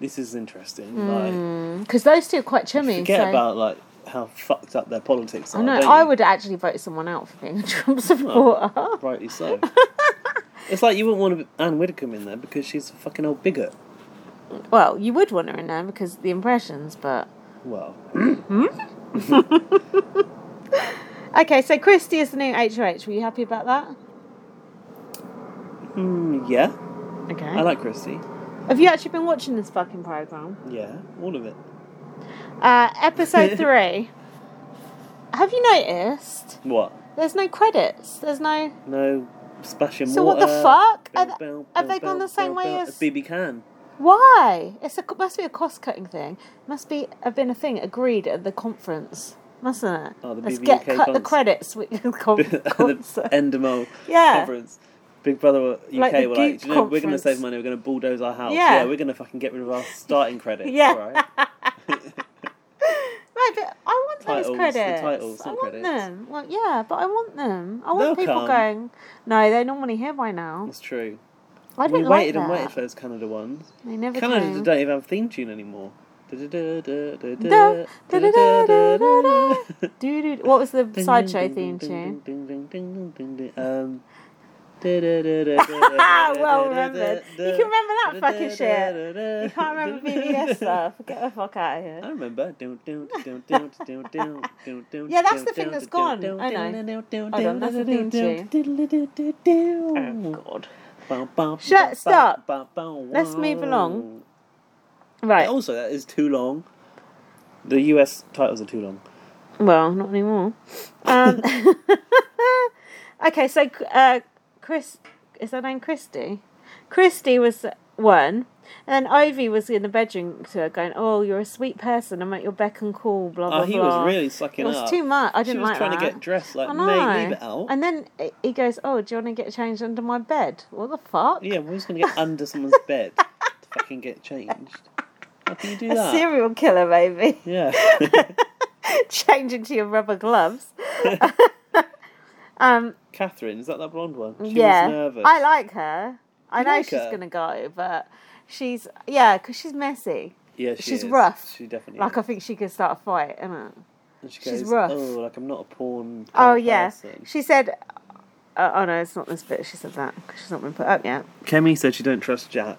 this is interesting. because those two are quite Like chummy. forget Hmm. so. about like how fucked up their politics are. I know. don't I you? would actually vote someone out for being a Trump supporter. rightly so. it's like you wouldn't want Anne Widdecombe in there because she's a fucking old bigot. Well, you would want her in there because of the impressions, but Well, okay. So Christy is the new HOH. Were you happy about that? Hmm. mm, yeah, Okay. I like Christy. Have you actually been watching this fucking program? Yeah, all of it. Uh, episode three. Have you noticed? What? There's no credits. There's no. No splashing So what water. the fuck? Bell, Are th- bell, have they bell, gone the bell, same way bell. as- BB Can? Why? It's a must be a cost cutting thing. Must be have been a thing agreed at the conference, mustn't it? Oh, the Let's BBUK get cut the cons- credits. With the con- the concert. Endemol Yeah. conference. Big Brother were- UK Like the were like, Goop "Do you know, we're going to conference. save money. We're going to bulldoze our house. Yeah. Yeah. we're going to fucking get rid of our starting credits. Yeah. Right? Right, but I want Titles, those the credits. titles, I not want credits. them. Well, yeah, but I want them. I want They'll people come. going. No, they're normally here by now. That's true. I we don't like waited that. and waited for those Canada ones. They never Canada came. don't even have a theme tune anymore. Da-da-da-da-da, Da, da-da-da-da-da-da. da-da-da-da-da. Doo-doo. What was the Ding, sideshow ding, theme tune? ding, ding, ding, ding, ding, ding, ding, ding. Um, well well remembered. You can remember that fucking shit. You can't remember BBS stuff. Get the fuck out of I here. remember. yeah, Yeah, that's the thing that's gone. I know. Hold on, that's the theme Oh, God. God. Shut- stop. Let's move along. Right. Also, that is too long. The US titles are too long. Well, not anymore. Um, okay, so uh, Chris is her name Christy. Christy was one, and then Ivy was in the bedroom to her going, "Oh, you're a sweet person. I'm at your beck and call." Blah blah Oh, he blah. was really sucking It was up. too much. I she didn't was like trying that. to get dressed. I Like, know. mate, leave it out. And then he- he goes, "Oh, do you want to get changed under my bed?" What the fuck? Yeah, we're just gonna get under someone's bed to fucking get changed. How can you do a that? serial killer, maybe. yeah. Change into your rubber gloves. um, Catherine, is that that blonde one? She yeah, was nervous. I like her. I You know like she's her? gonna go, but she's yeah, because she's messy. yeah, she she's is. rough. She definitely Like I is. think she could start a fight, innit? And she she's goes, rough. Oh, like I'm not a porn. kind Oh of yeah, person." she said. Uh, oh no, it's not this bit. She said that 'cause she's not been put up yet. Kemi said she don't trust Jack.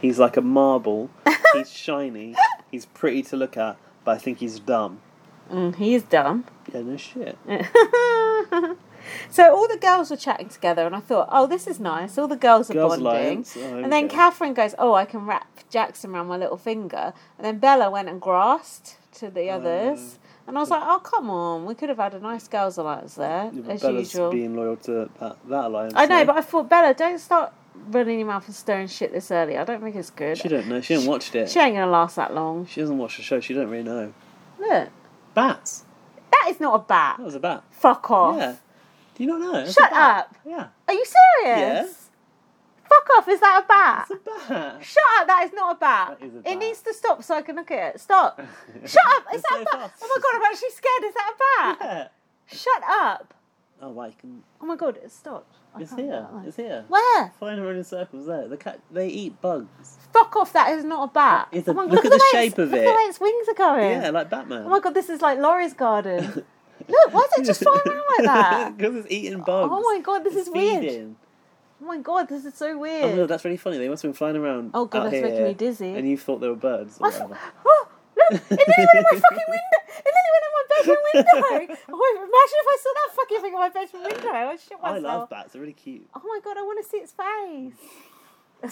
He's like a marble. he's shiny. He's pretty to look at, but I think he's dumb. Mm, he is dumb. Yeah, no shit. so all the girls were chatting together, and I thought, oh, this is nice. All the girls are Girls bonding. alliance. Oh, And then okay. Catherine goes, oh, I can wrap Jackson around my little finger. And then Bella went and grasped to Oh, the others. And I was like, oh, come on, we could have had a nice girls' alliance there, Yeah, but as Bella's usual. being loyal to that, that alliance. I know, now. but I thought, Bella, don't start running your mouth and stirring shit this early. I don't think it's good. she don't know. She hasn't watched it. She ain't going to last that long. She doesn't watch the show. She don't really know. Look, Bats. that is not a bat. That was a bat. Fuck off. Oh. Yeah. Do you not know? It's a Oh. Shut bat. up. Yeah. Are you serious? Fuck off, is that a bat? It's a bat. Shut up, that is not a bat. That is a It bat. needs to stop so I can look at it. Stop. Shut up, is It's that a so bat? fast. Oh my god, I'm actually scared. Is that a bat? Yeah. Shut up. Oh, wow, you can... Oh my god, it stopped. I It's can't do here. that. It's here. Where? Find her in circles there. The cat, they eat bugs. Fuck off, that is not a bat. It's a- oh my, look at the way shape its- of look it. at the way its wings are going. Yeah, like Batman. Oh my god, this is like Laurie's garden. Look, why is it just flying around like that? Because it's eating bugs. Oh my god, this It's is weird. feeding. Oh my god, this is so Oh no, weird. that's really funny. They must have been flying around. Oh god, out that's making here, me dizzy. And you thought they were birds. Or I thought, whatever. oh, look, it nearly went in my fucking window. It nearly went in my bedroom window. Oh, imagine if I saw that fucking thing in my bedroom window. I would shit I myself. love bats. They're really cute. Oh my god, I want to see its face.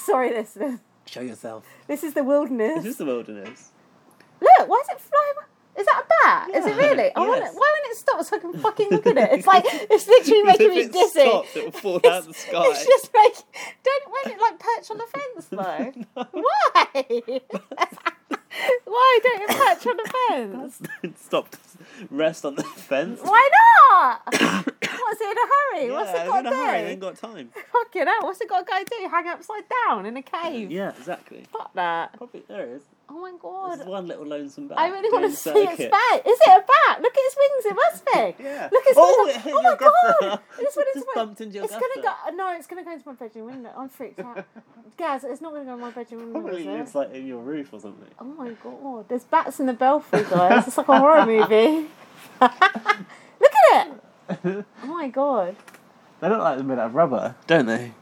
Sorry, listeners. Show yourself. This is the This wilderness. is the wilderness. Look, why is it flying? Is that a bat? Is it Yeah, really? I want it. yes. Why won't it stop so I can fucking look at it? It's like it's literally making me if it dizzy. stopped, it would fall out of the It's- sky. It's just like don't won't it like perch on the fence though? Why? Why don't it perch on the fence? Stop. Rest on the fence. Why not? What's it in a hurry? What's Yeah, it I'm got in a hurry. I to ain't do? got time. Fucking hell, what's it got to go do? Hang upside down in a cave? Yeah, exactly. Fuck that. Probably there is. Oh my There's god. one little lonesome bat. I really want doing to see its circuit. back. Is it a bat? Look at its wings, it must be. Yeah. Look, it's oh, gonna- it hit oh your my God, guffer. this one is just my- bumped into your It's guffer. gonna go. No, it's gonna go into my bedroom window. I'm freaked out. Gaz, it's not gonna go in my bedroom window. Probably Is lives it? like in your roof or something. Oh my god, there's bats in the belfry, guys. It's like a horror movie. Look at it. Oh my god. They look like they're made out of rubber, don't they?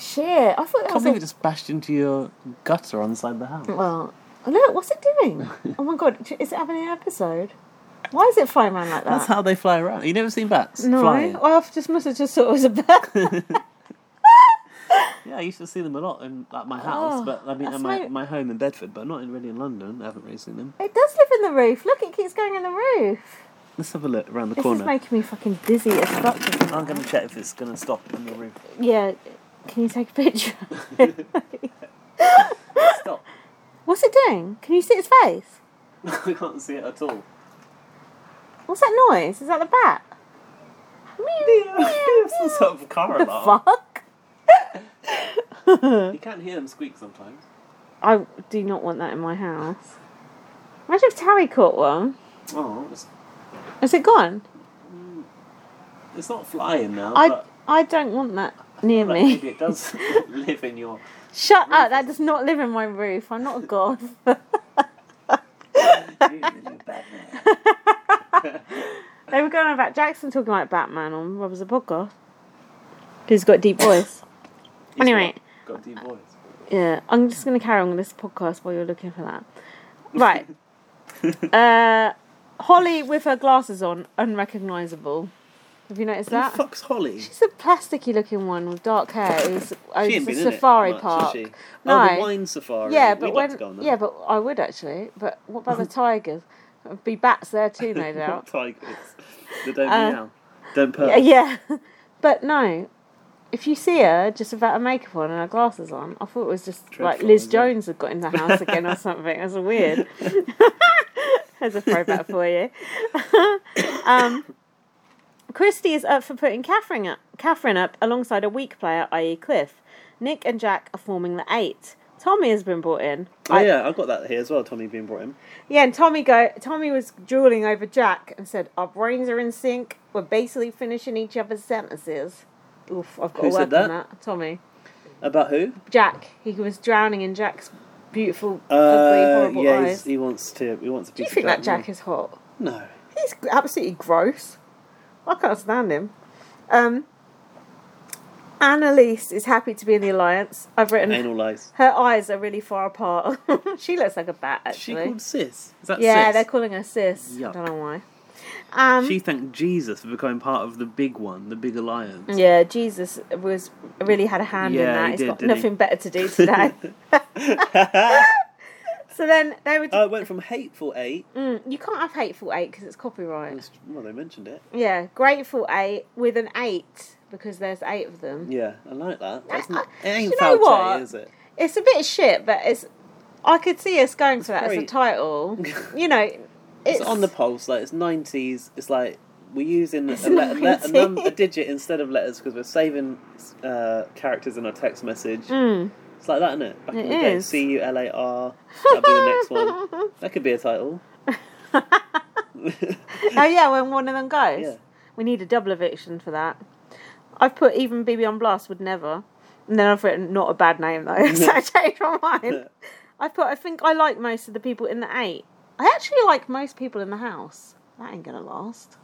Shit, I thought that I can't was. believe A... it just bashed into your gutter on the side of the house. Well, look, what's it doing? Oh my god, is it having an episode? Why is it flying around like that? That's how they fly around. You never seen bats no, flying? well, I just must have just thought it was a bat. Yeah, I used to see them a lot in at my house, Oh, but I mean at that's my, my- my home in Bedford, but not in, really in London. I haven't really seen them. It does live in the roof. Look, it keeps going in the roof. Let's have a look around the This corner. is making me fucking dizzy as fuck. isn't it? I'm going to check if it's going to stop in the roof. Yeah, can you take a picture? Stop. What's it doing? Can you see its face? I can't see it at all. What's that noise? Is that the bat? Meow, meow, Some sort of car meow. alarm. Fuck. You can hear them squeak sometimes. I do not want that in my house. Imagine if Terry caught one. Oh, it's, Is it gone? it's not flying now. I but I don't want that. near Well, me. maybe it does live in your. Shut up! That does not live in my roof. I'm not a god. you little Batman. they were going on about Jackson talking about Batman on Rob's the podcast. Who's got deep voice? He's Anyway. Got, got deep voice. Yeah, I'm just going to carry on with this podcast while you're looking for that. Right. uh, Holly with her glasses on, unrecognisable. Have you noticed Who the that? fuck's Holly? She's a plasticky looking one with dark hair. It was, She owns ain't a been in safari it much, has park. she? No. Oh, the wine safari. Yeah, We'd but like when to go on that. yeah, but I would actually. But what about the tigers? There'd be bats there too, no doubt. Tigers. They don't Uh, meow. Don't purr. yeah, yeah. but no. If you see her just without her makeup on and her glasses on, I thought it was just like Dreadful, Liz isn't it? Jones had got in the house again or something. It was weird. There's a throwback for you. um, Christie is up for putting Catherine up, Catherine up alongside a weak player, i.e., Cliff. Nick and Jack are forming the eight. Tommy has been brought in. Oh I- yeah, I've got that here as well. Tommy being brought in. Yeah, and Tommy go. Tommy was drooling over Jack and said, "Our brains are in sync. We're basically finishing each other's sentences." Oof, I've got Who to work said on that? that. Tommy, About who? Jack. He was drowning in Jack's beautiful, ugly, Uh, horrible yeah, he's- eyes. he wants to. He wants to. Do you think that Jack is hot? No. He's g- absolutely gross. I can't stand him. Um, Annalise is happy to be in the alliance. I've written Anal lies. her eyes are really far apart. she looks like a bat, Is She actually. called sis. Is that yeah, sis? they're calling her sis. I Yuck. don't know why. Um, She thanked Jesus for becoming part of the big one, the big alliance. Yeah, Jesus was really had a hand in Yeah, that. he He's did, got didn't he? nothing better to do today. so then they were. oh, it went from hateful eight. mm, you can't have hateful eight because it's copyright. Well, they mentioned it. Yeah, grateful eight with an eight because there's eight of them. Yeah, I like that. That's I- not, it I- ain't you know Falche, what? is it? It's a bit of shit, but it's. I could see us going to that as a very- title. You know, it's, It's, on the pulse. Like it's nineties. It's like we're using a, It's le- a, le- a, 90s. num- a digit instead of letters because we're saving uh, characters in our text message. Mm. It's like that, isn't it? Back It in the day, is. C U L A R. That'd be the next one. mm. That could be a title. oh yeah, when one of them goes. Yeah. We need a double eviction for that. I've put even BB on blast would never. And then I've written not a bad name though, so I changed my mind. I put I think I like most of the people in the eight. I actually like most people in the house. That ain't gonna last.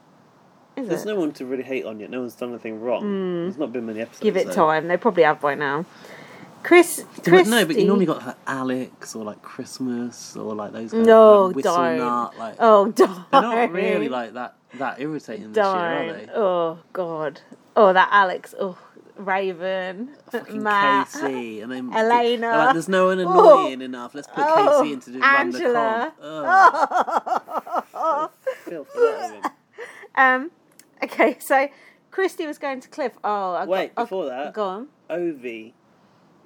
Is There's it? no one to really hate on yet. No one's done anything wrong. There's not been many episodes. Mm. Give it though. time. They probably have by now. Chris But Christy, no, but you normally got like Alex or like Christmas or like those guys. No, like, Whistle don't. Nut, like, Oh darn. They're not really like that that irritating this year, are Darn. they? Oh god. Oh that Alex. Oh Raven. Fucking Matt. Casey and then Elena. they're like, There's no one annoying enough. Let's put Oh, Casey into the run the Angela. comp. Ugh, filth, that woman. um, okay, so Christy was going to Cliff. Oh, I Wait, got, before I, that, go on. Ovi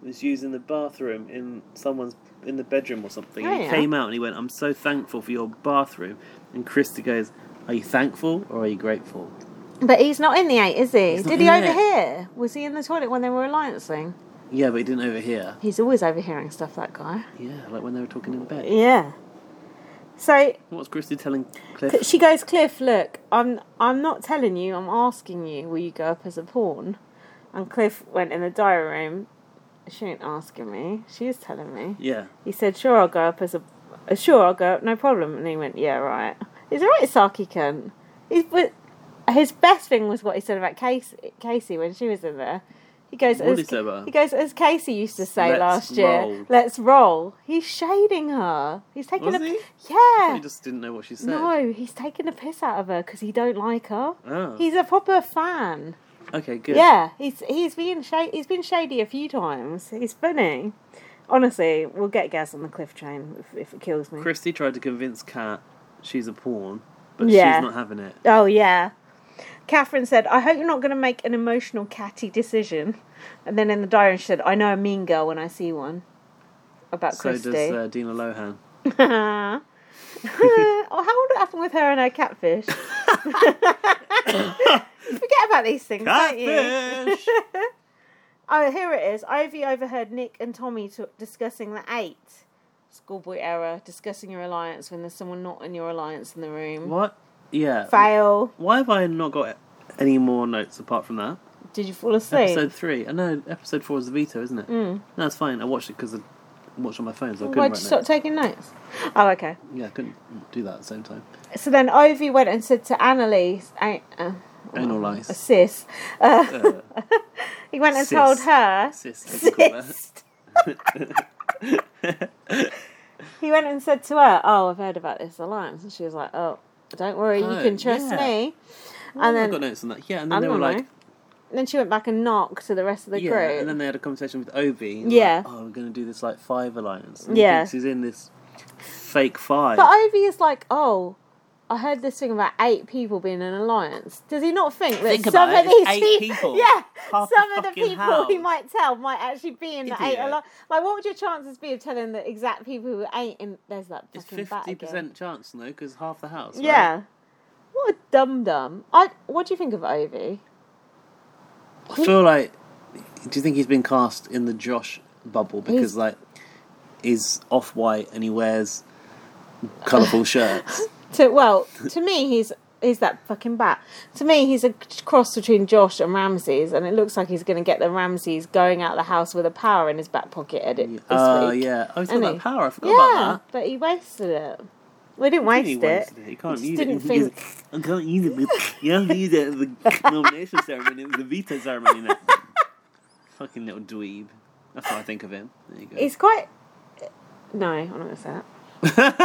was using the bathroom in someone's in the bedroom or something. Oh, and he yeah. came out and he went, "I'm so thankful for your bathroom." And Krista goes, "Are you thankful or are you grateful?" But he's not in the eight, is he? He's not Did he in the eight. overhear? Was he in the toilet when they were alliancing? Yeah, but he didn't overhear. He's always overhearing stuff, that guy. Yeah, like when they were talking in bed. Yeah. So What's Christy telling Cliff? she goes, Cliff, look, I'm I'm not telling you, I'm asking you, will you go up as a pawn? And Cliff went in the diary room. She ain't asking me. She is telling me. Yeah. He said, "Sure, I'll go up as a, uh, sure, I'll go up, no problem." And he went, "Yeah, right." He's all right, Saki cunt. He's but his best thing was what he said about Casey, Casey when she was in there. He goes, What did as, he say about her? he goes as Casey used to say Let's last year, roll. "Let's roll." He's shading her. He's taking Was a he? yeah. He just didn't know what she said. No, he's taking a piss out of her because he don't like her. Oh. He's a proper fan. Okay, good. Yeah, he's he's been shady. He's been shady a few times. He's funny. Honestly, we'll get Gaz on the cliff train if, if it kills me. Christy tried to convince Kat she's a pawn, but Yeah. she's not having it. Oh yeah. Catherine said, "I hope you're not going to make an emotional catty decision." And then in the diary, she said, "I know a mean girl when I see one." About So Christy. does uh, Dina Lohan. oh, how would it happen with her and her catfish? Forget about these things, don't you? Catfish! Oh, here it is. Ivy overheard Nick and Tommy t- discussing the eight. Schoolboy error, discussing your alliance when there's someone not in your alliance in the room. what? Yeah. Fail. Why have I not got any more notes apart from that? Did you fall asleep? Episode three. I know episode four is the veto, isn't it? Mm. No, it's fine. I watched it because I watched on my phone, so I couldn't. Why'd you write stop notes. taking notes? Oh, okay. Yeah, I couldn't do that at the same time. So then Ovi went and said to Annalise, I- uh, Anal lice. a sis. Uh, Uh, he went and Sis. told her. sis, as you call her. Sis. he went and said to her, "Oh, I've heard about this alliance," and she was like, "Oh, don't worry, you Oh, can trust yeah. me." Oh, And I then, got and notes on that. Yeah, and then they I were dunno. like, then she went back and knocked to the rest of the yeah, group. and then they had a conversation with Obi. and Yeah. like, oh, we're going to do this like five alliance. And he Yeah. thinks he's in this fake five. But Ovi is like, "Oh." I heard this thing about eight people being in an alliance. Does he not think that Think some about of it, these it's eight people. yeah, Half the some of the fucking people he house. might tell might actually be in the eight Idiot. alliance? Like, what would your chances be of telling the exact people who ain't in? There's that it's fucking bat fifty again. percent chance, no, because half the house. right? Yeah. What a dum dum. I. What do you think of Ovi? I feel like. Do you think he's been cast in the Josh bubble because He's- like he's off white and he wears colourful shirts? To well, to me, he's he's that fucking bat. To me, he's a cross between Josh and Ramses, and it looks like he's going to get the Ramses going out the house with a power in his back pocket at it this Oh week. yeah, oh he's got Isn't that he? power. I forgot Yeah, about but he wasted it. We didn't that. waste He it. wasted He can't He use just it. didn't He's- I can't use it. but- You have to use it at the nomination ceremony, the veto ceremony. Now. Fucking little dweeb. That's what I think of him. There you go. He's quite. No, I'm not going to say that.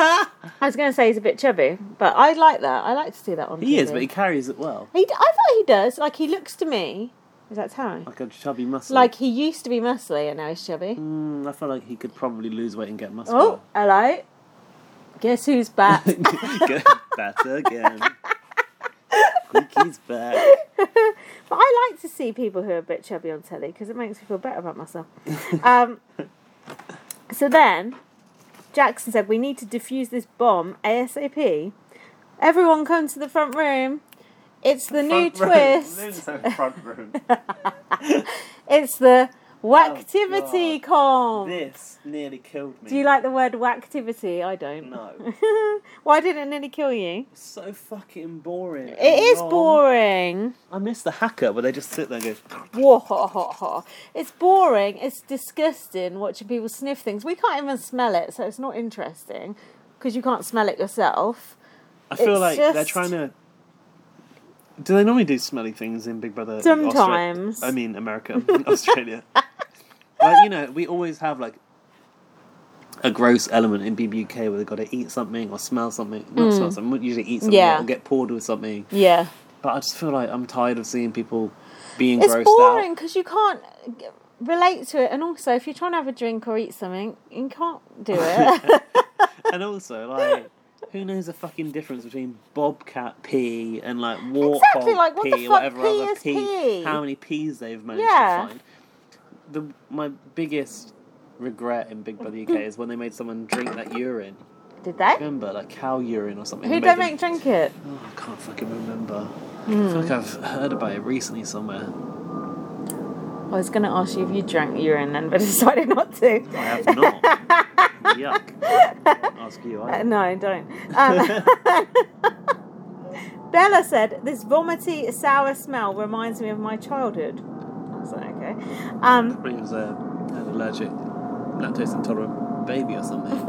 I was going to say he's a bit chubby, but I like that. I like to see that on. he is, TV. but he carries it well, He, d- I thought he does. Like he looks to me. Is that Taro? like a chubby muscle. Like he used to be muscly and now he's chubby. Mm, I feel like he could probably lose weight and get muscular. Oh, hello. Guess who's back? Go back again. Squeaky's back. but I like to see people who are a bit chubby on telly because it makes me feel better about myself. Um, so then, Jackson said, We need to defuse this bomb ASAP. Everyone come to the front room. It's the, new twist. front room. It's the Wactivity com. Oh, this nearly killed me. Do you like the word wactivity? I don't. No. Why did it nearly kill you? so fucking boring. It is boring. I miss the hacker where they just sit there and go. Whoa. It's boring. It's disgusting watching people sniff things. We can't even smell it, so it's not interesting because you can't smell it yourself. I feel It's like they're just- trying to. Do they normally do smelly things in Big Brother? Austra- Sometimes. I mean, America, Australia. like you know, we always have like a gross element in BBUK where they've got to eat something or smell something. Not smell something. Usually eat something Mm. Yeah. or get poured with something. Yeah. But I just feel like I'm tired of seeing people being It's grossed boring out. because you can't g- relate to it. And also, if you're trying to have a drink or eat something, you can't do it. And also, like, who knows the fucking difference between bobcat pee and like warthog Exactly, like, what pee, the or fuck whatever pee other is pee? How many peas they've managed Yeah. to find? The my biggest regret in Big Brother UK is when they made someone drink that urine. Did they? Remember, like cow urine or something. Who made did they them- make Hmm. drink it? Oh, I can't fucking remember. I feel like I've heard about it recently somewhere. I was going to ask you if you drank urine then, but I decided not to. I have not. Yuck. Ask you. I Uh, no, don't. Um, Bella said, "This vomity, sour smell reminds me of my childhood." I was like, "Okay." Um, Probably was a, an allergic, lactose intolerant baby or something.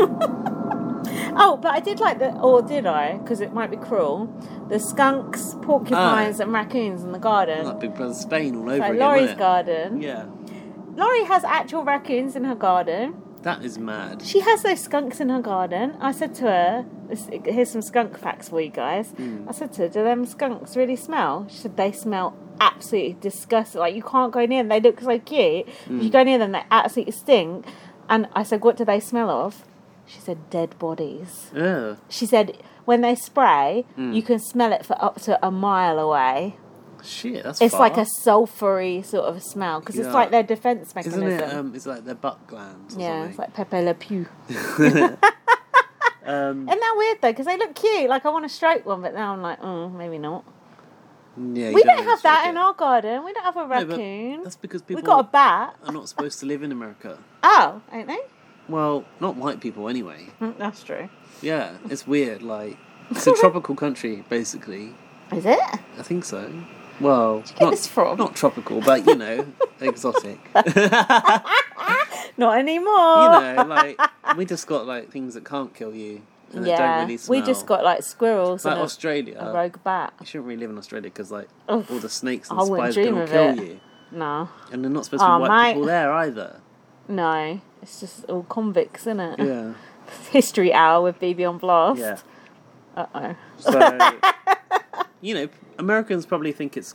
oh, but I did like the, or did I? Because it might be cruel. The skunks, porcupines, and raccoons in the garden. like Big Brother Spain all Ah. over Like again. Laurie's wasn't garden. it? Yeah, Laurie has actual raccoons in her garden. that is mad. She has those skunks in her garden. I said to her, this- "Here's some skunk facts for you guys." Hmm. I said to her, "Do them skunks really smell?" She said, "They smell absolutely disgusting. Like you can't go near them. They look so cute. If Hmm. you go near them, they absolutely stink." And I said, "What do they smell of?" She said, "Dead bodies." Yeah, She said, "When they spray, Hmm. you can smell it for up to a mile away. shit, that's It's far. like a sulphury sort of smell because Yeah. it's like their defense Isn't mechanism." it? Um, it's like their butt glands. Or yeah, it's like something. Pepe Le Pew. um, Isn't that weird though? Because they look cute. Like I want to stroke one, but now I'm like, oh, maybe not. yeah. you we don't really have that stroke in it. our garden. We don't have a No, but raccoon. that's because we people got a bat. are um, not supposed to live in America. Oh, ain't they? Hmm, Well, not white people anyway. That's true. Yeah, it's weird. Like it's a tropical country, basically. Is it? I think so. Well, you get not, this from? not tropical, but you know, exotic. you Not anymore. know, like we just got like things that can't kill you and that yeah, don't really smell. we just got like squirrels like and a, Australia. a rogue bat. You shouldn't really live in Australia because like Oof. all the snakes and I wouldn't spiders dream will of it. kill you, No, and they're not supposed to Oh, be white mate. people there either. no, it's just all convicts, isn't it? Yeah, History hour with BB on blast. yeah. Uh oh. So you know, Americans probably think it's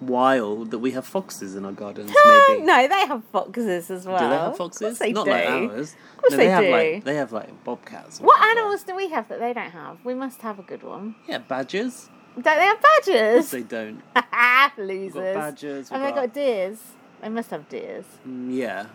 wild that we have foxes in our gardens. Maybe No, they have foxes as well. do they have Of course foxes? they Not do. like ours. course no, they have do. like they have like bobcats. or What whatever. animals do we have that they don't have? We must have a good one. Yeah, badgers. Don't they have badgers? They don't. Losers. We've got badgers. We've and they got, got deers. They must have deers. Mm, yeah.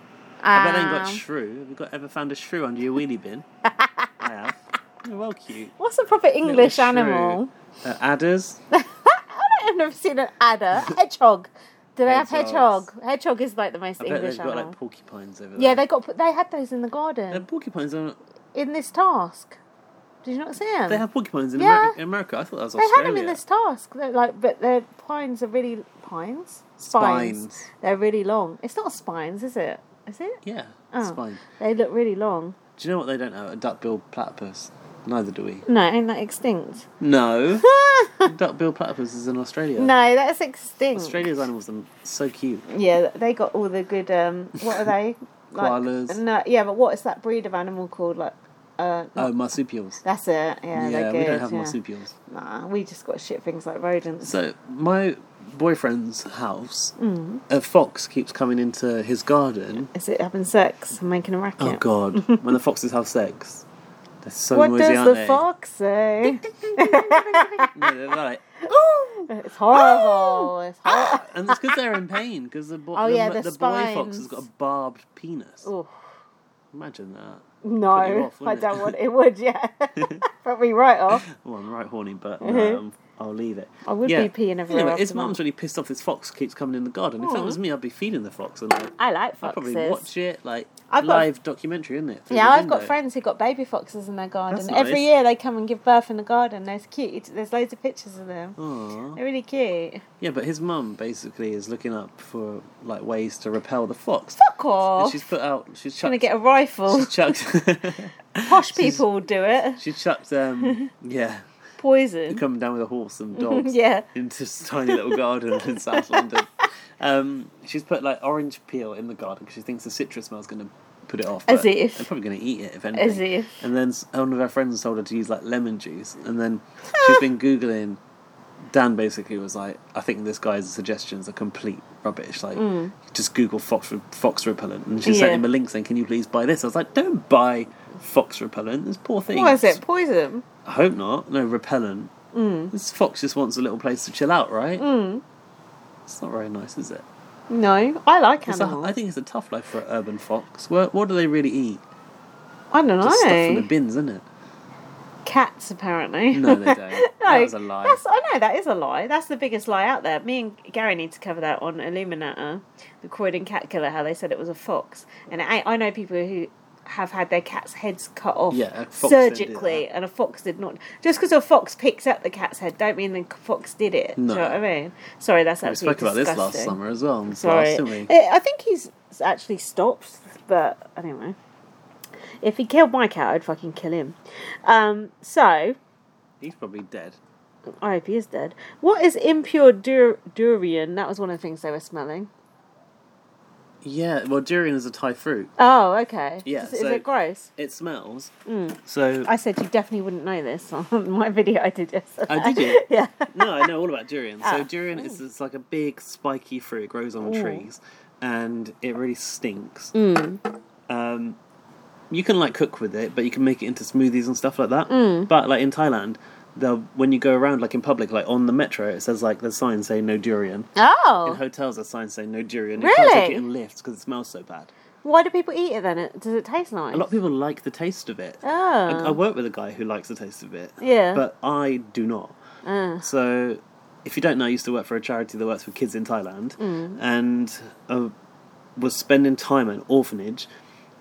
I bet they ain't got Um, shrew. Have you got, ever found a shrew under your wheelie bin? I have. They're well cute. What's a proper Little English shrew. animal? Uh, adders. I've never seen an adder. A hedgehog. Do they have Hedgehogs. hedgehog? Hedgehog is like the most I bet English they've got animal. like porcupines over there. yeah, they Um, got. They had those in the They have garden porcupines. On, in this task. Did you not see them? they have porcupines in, Yeah. Ameri- in America. I thought that was They had Australia. them in this task. They're like, but their pines are really pines. Spines. Spines. They're really long. It's not spines, is it? Is it? Yeah, Oh. it's fine. They look really long. Do you know what they don't have? A duck-billed platypus. Neither do we. No, ain't that extinct? No, duck-billed platypus is in Australia. No, that's extinct. Australia's animals are so cute. Yeah, they got all the good. Um, what are they? Koalas. No, yeah, but what is that breed of animal called? Like, uh, Oh, marsupials. that's it. Yeah, Yeah, they're good. we don't have yeah. marsupials. Nah, we just got shit things like rodents. So my boyfriend's house, Mm. a fox keeps coming into his garden. Is it having sex and making a racket? Oh God! when the foxes have sex, they're so What noisy, does aren't the they? fox say? No, they're like, it's Oh! horrible. It's horrible. and it's because they're in pain because the, bo- Oh, the, yeah, the, the boy fox has spines. got a barbed penis. Oof. Imagine that. Put you No, off, I wouldn't it? don't want it. Would yeah, put me right off. Well, I'm right horny, but Mhm. no, um, I'll leave it. I would Yeah. be peeing everywhere. Anyway, after his that. mum's really pissed off. This fox keeps coming in the garden. If that Aw. was me, I'd be feeding the fox and like, I like I'd foxes. probably watch it like I've got- live documentary, isn't it? through Yeah, the I've got window. friends who got baby foxes in their garden. That's Every nice. year they come and give birth in the garden. They're cute. There's loads of pictures of them. Aw. They're really cute. Yeah, but his mum basically is looking up for like ways to repel the fox. Fuck off. And She's she's put out. She's gonna chucked. get a rifle. she's chucked. Posh people will do it. she chucked. Um, yeah, Poison. coming down with a horse and dogs. Yeah. Into this tiny little garden in South London. Um, she's put like orange peel in the garden because she thinks the citrus smell's going to put it off. As but if. They're probably going to eat it if anything. As if. And then s- one of her friends told her to use like lemon juice, and then she's been googling. Dan basically was like, "I think this guy's suggestions are complete rubbish. Like, just Google fox re- fox repellent." And she sent Mm. Yeah. him a link saying, "Can you please buy this?" I was like, "Don't buy fox repellent. This poor thing. What is it? Poison. I hope not. No repellent. Mm. This fox just wants a little place to chill out, right? It's not very nice, is it? Hmm. No, I like It's a, animals. I think it's a tough life for an urban fox. What, what do they really eat? I don't Just stuff from the know. bins, isn't it? Cats apparently. No, they don't. that was a lie. That's, I know that is a lie. That's the biggest lie out there. Me and Gary need to cover that on Illuminata, the Croydon cat killer. How they said it was a fox, and I, I know people who have had their cat's heads cut off Yeah, a fox didn't do surgically, and a fox did not. Just because a fox picks up the cat's head, don't mean the fox did it. Do No. you know what I mean? Sorry, that's We spoke absolutely about this disgusting. last summer as well. on the Sorry, blast, didn't we? Eh, I think he's actually stopped, but anyway. If he killed my cat, I'd fucking kill him. Um, so, He's probably dead. I hope he is dead. What is impure dur- durian? That was one of the things they were smelling. Yeah, well, durian is a Thai fruit. Oh, okay. Yeah, Is, is so- it gross? It smells. Mm. So I said you definitely wouldn't know this on my video I did yesterday. Oh, did you? yeah. no, I know all about durian. So Ah. durian is it's like a big spiky fruit. It grows on Ooh. Mm. trees, and it really stinks. Um, you can like cook with it, but you can make it into smoothies and stuff like that. Mm. But like in Thailand, they'll when you go around like in public, like on the metro, it says like the signs say no durian. In Oh, hotels, there's signs saying no durian. You can't take Really? it in lifts because it smells so bad. why do people eat it then? It- Does it taste nice? A lot of people like the taste of it. I, I Oh, work with a guy who likes the taste of it. Yeah. But I do not. So, if you don't know, I used to work for a charity that works with kids in Thailand, and I was spending time at an orphanage.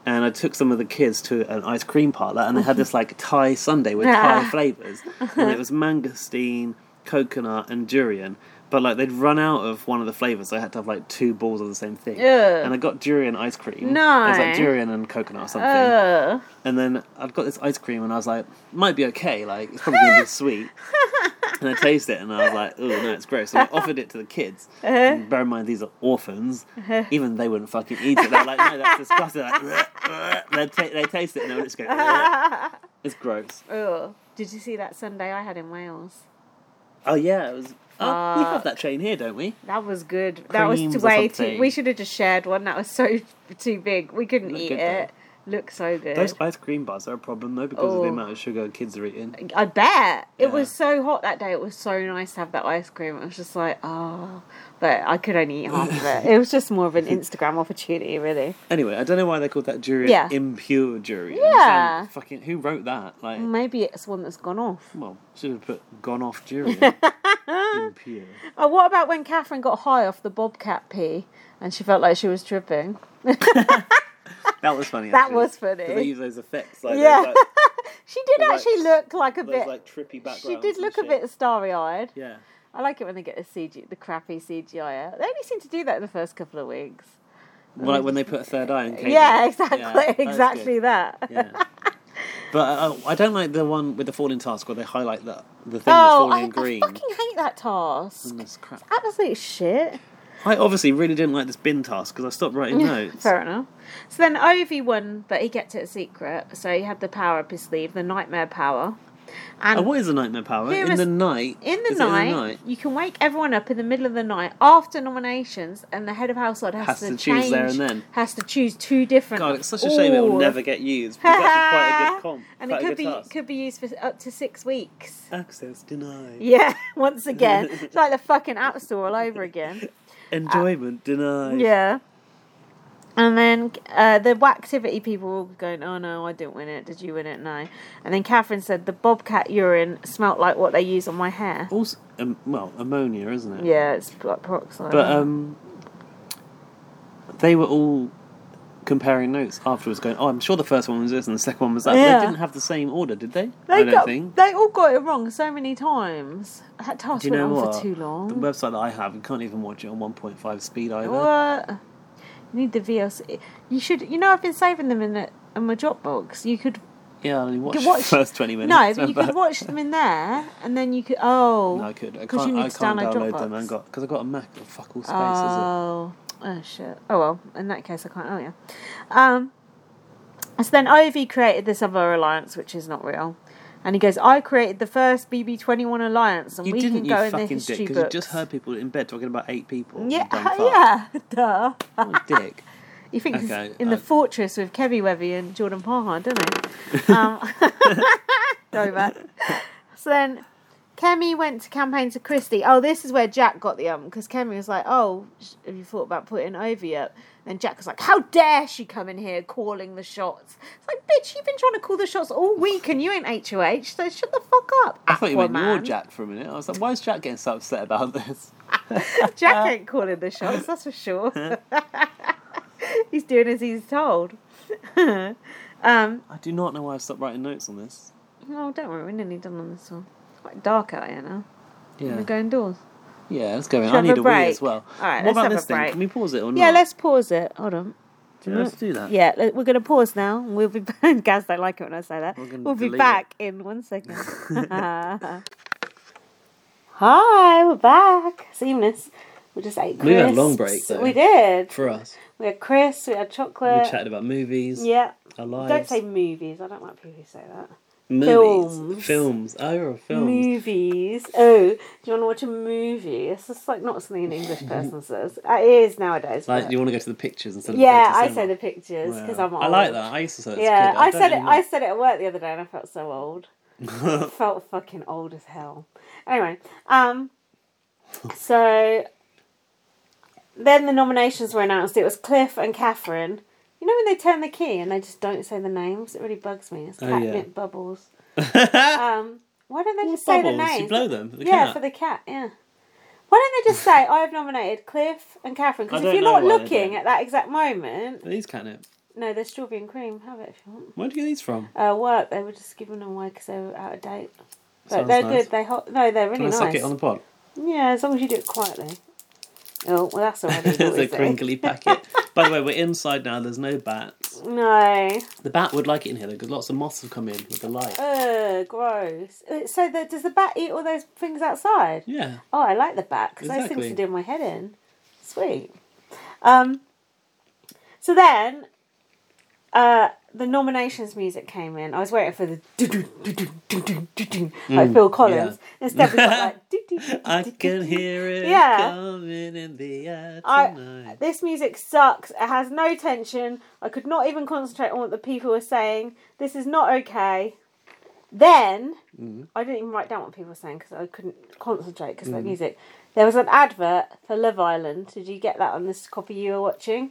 And I took some of the kids to an ice cream parlor, and they had this like Thai sundae with Thai Ah. flavors, and it was mangosteen, coconut, and durian. But like they'd run out of one of the flavors, so I had to have like two balls of the same thing. Ugh. And I got durian ice cream. It was No. like durian and coconut or something. Ugh. And then I've got this ice cream, and I was like, might be okay, like it's probably gonna be sweet. And I tasted it, and I was like, oh no, it's gross. And I offered it to the kids. Uh-huh. And bear in mind, these are orphans. Even they wouldn't fucking eat it. They're like, no, that's disgusting. Like, they ta- they taste it, and they just go, "Ugh." it's gross. Ugh. Did you see that Sunday I had in Wales? Oh yeah, it was. Oh, we Fuck. have that chain here, don't we? That was good. That was Creams t- or way too. something. We should have just shared one. That was so too big. We couldn't Looked eat good, it. Looked so good. Those ice cream bars are a problem though because of uh, Oh. the amount of sugar kids are eating. I bet it Yeah. was so hot that day. It was so nice to have that ice cream. I was just like, oh, but I could only eat half of it. It was just more of an Instagram opportunity, really. Anyway, I don't know why they called that durian Yeah. impure durian. Yeah. So fucking who wrote that? Like, Maybe it's one that's gone off. well, should have put gone off durian. impure. Oh, what about when Catherine got high off the bobcat pee and she felt like she was tripping? That was funny. That actually, was funny. 'cause They use those effects. Like, Yeah. yeah. Those, like, She did Like, actually look like a those, bit. like, trippy backgrounds. she did and look a shit. bit starry-eyed. Yeah. I like it when they get the CG, the crappy CGI. out. They only seem to do that in the first couple of weeks. Well, like when they put a third eye in. Kate. yeah, that exactly, was good. exactly that. Yeah. But uh, I don't like the one with the falling task where they highlight the the thing Oh, that's falling I, I in green. Mm. fucking hate that task. Goodness, crap. Absolute shit. I obviously really didn't like this bin task because I stopped writing notes. Fair enough. So then Ovi won, but he kept it a secret. So he had the power up his sleeve, the nightmare power. And And what is a nightmare power? Here In is- the night. in the, is it night, you can wake everyone up in the middle of the night after nominations, and the head of household has, Has to change, choose there and then. Has to choose two different. God, it's such a shame it Ooh. will never get used. But it's actually quite a good comp. and quite it a could good be task. could be used for up to six weeks. Access denied. Yeah, once again, it's like the fucking app store all over again. Enjoyment denied. Yeah. And then uh, the Whacktivity people were going, oh no, I didn't win it. Did you win it? No. And then Catherine said, the bobcat urine smelt like what they use on my hair. Also, um, well, ammonia, isn't it? Yeah, it's like peroxide. But um, they were all comparing notes afterwards, going, "Oh, I'm sure the first one was this and the second one was that." Yeah. They didn't have the same order, did they? they, I don't got, think. they all got it wrong so many times. That task Do you went know on what? for too long. The website that I have, you can't even watch it on 1.5 speed either. What? You need the VLC. You should. You know, I've been saving them in, a, in my Dropbox. You could. Yeah, I only you watched could the watch first 20 minutes. No, but you could remember? watch them in there, and then you could. Oh. No, I could. I 'Cause can't. you need I to can't download download, Dropbox. them. And got because I got a Mac. Got fuck all space. is Oh, oh shit. Oh well, in that case, I can't. Oh yeah. Um, so then Ivy created this other alliance, which is not real. And he goes, I created the first BB21 alliance, and it? You we didn't, can you go in the fucking history dick, because books. you just heard people in bed talking about eight people. you yeah, dumb fuck. yeah, duh. What a dick. You think it's Okay, in the uh, fortress with Kevy Webby and Jordan Parhard, don't they? um, sorry, man. So then Kemi went to campaign to Christie. Oh, this is where Jack got the um, because Kemi was like, "Oh, sh- have you thought about putting Ovi up?" And Jack was like, "How dare she come in here calling the shots?" It's like, bitch, you've been trying to call the shots all week, and you ain't HOH, so shut the fuck up. I thought you meant your Aquaman. Jack for a minute. I was like, why is Jack getting so upset about this? Jack ain't calling the shots, that's for sure. he's doing as he's told. um, I do not know why I stopped writing notes on this. oh, don't worry, we're nearly done on this one. It's quite dark out here now. Yeah, We're going doors. yeah. Let's go. In. Should I we need have a a wee as break? well. All right, let's What have about a this thing? break. Can we pause it or not? Yeah, let's pause it. Hold on. Yeah, let's do that. Yeah, let, we're going to pause now. and We'll be back. Guys don't like it when I say that. We're gonna We'll be delete it. back in one second. Hi, we're back. Seamless. We just ate crisps. We had a long break, though. We did. For us, We had crisps, we had we chocolate. chatted about movies. Uh, Yeah. Our lives. Don't say movies. I don't like people who say that. movies. films. Films. Oh, you're a films. Movies. Oh, do you want to watch a movie? It's just like not something an English person says. It is nowadays. Like but- you want to go to the pictures instead of yeah, go I to say cinema. the pictures because Wow. I'm old. I like that. I used to say that as a Yeah, kid. I, don't said it. anymore. I said it at work the other day, and I felt so old. I felt fucking old as hell. Anyway, um, so then the nominations were announced. It was Cliff and Catherine. You know when they turn the key and they just don't say the names? It really bugs me. It's Oh, yeah. catnip bubbles. Um, why don't they just say the Bubbles. names? You blow them. The yeah, cat. for the cat. Yeah. Why don't they just say I have nominated Cliff and Catherine? Because I if don't you're know not why they looking don't. at that exact moment, These catnip. no, there's strawberry and cream. Have it if you want Where do you get these from? uh, work, they were just giving them away because they were out of date. But Sounds they're nice. good. They hot. No, they're really Can nice. I suck it on the pod? Yeah, as long as you do it quietly. Oh, well, that's already There's a noisy. crinkly packet. By the way, we're inside now. There's no bats. No. The bat would like it in here because lots of moths have come in with the light. Ugh, gross. Uh, So the, does the bat eat all those things outside? Yeah. Oh, I like the bat because those Exactly. things are doing my head in. Sweet. Um, so then, uh, the nominations music came in. I was waiting for the like Phil Collins. Instead, we got like doo-doo-doo-doo-doo-doo. Mm, I can hear it Yeah. coming in the air I- tonight. This music sucks. It has no tension. I could not even concentrate on what the people were saying. This is not okay. Then I didn't even write down what people were saying because I couldn't concentrate because of the music. There was an advert for Love Island. Did you get that on this copy you were watching?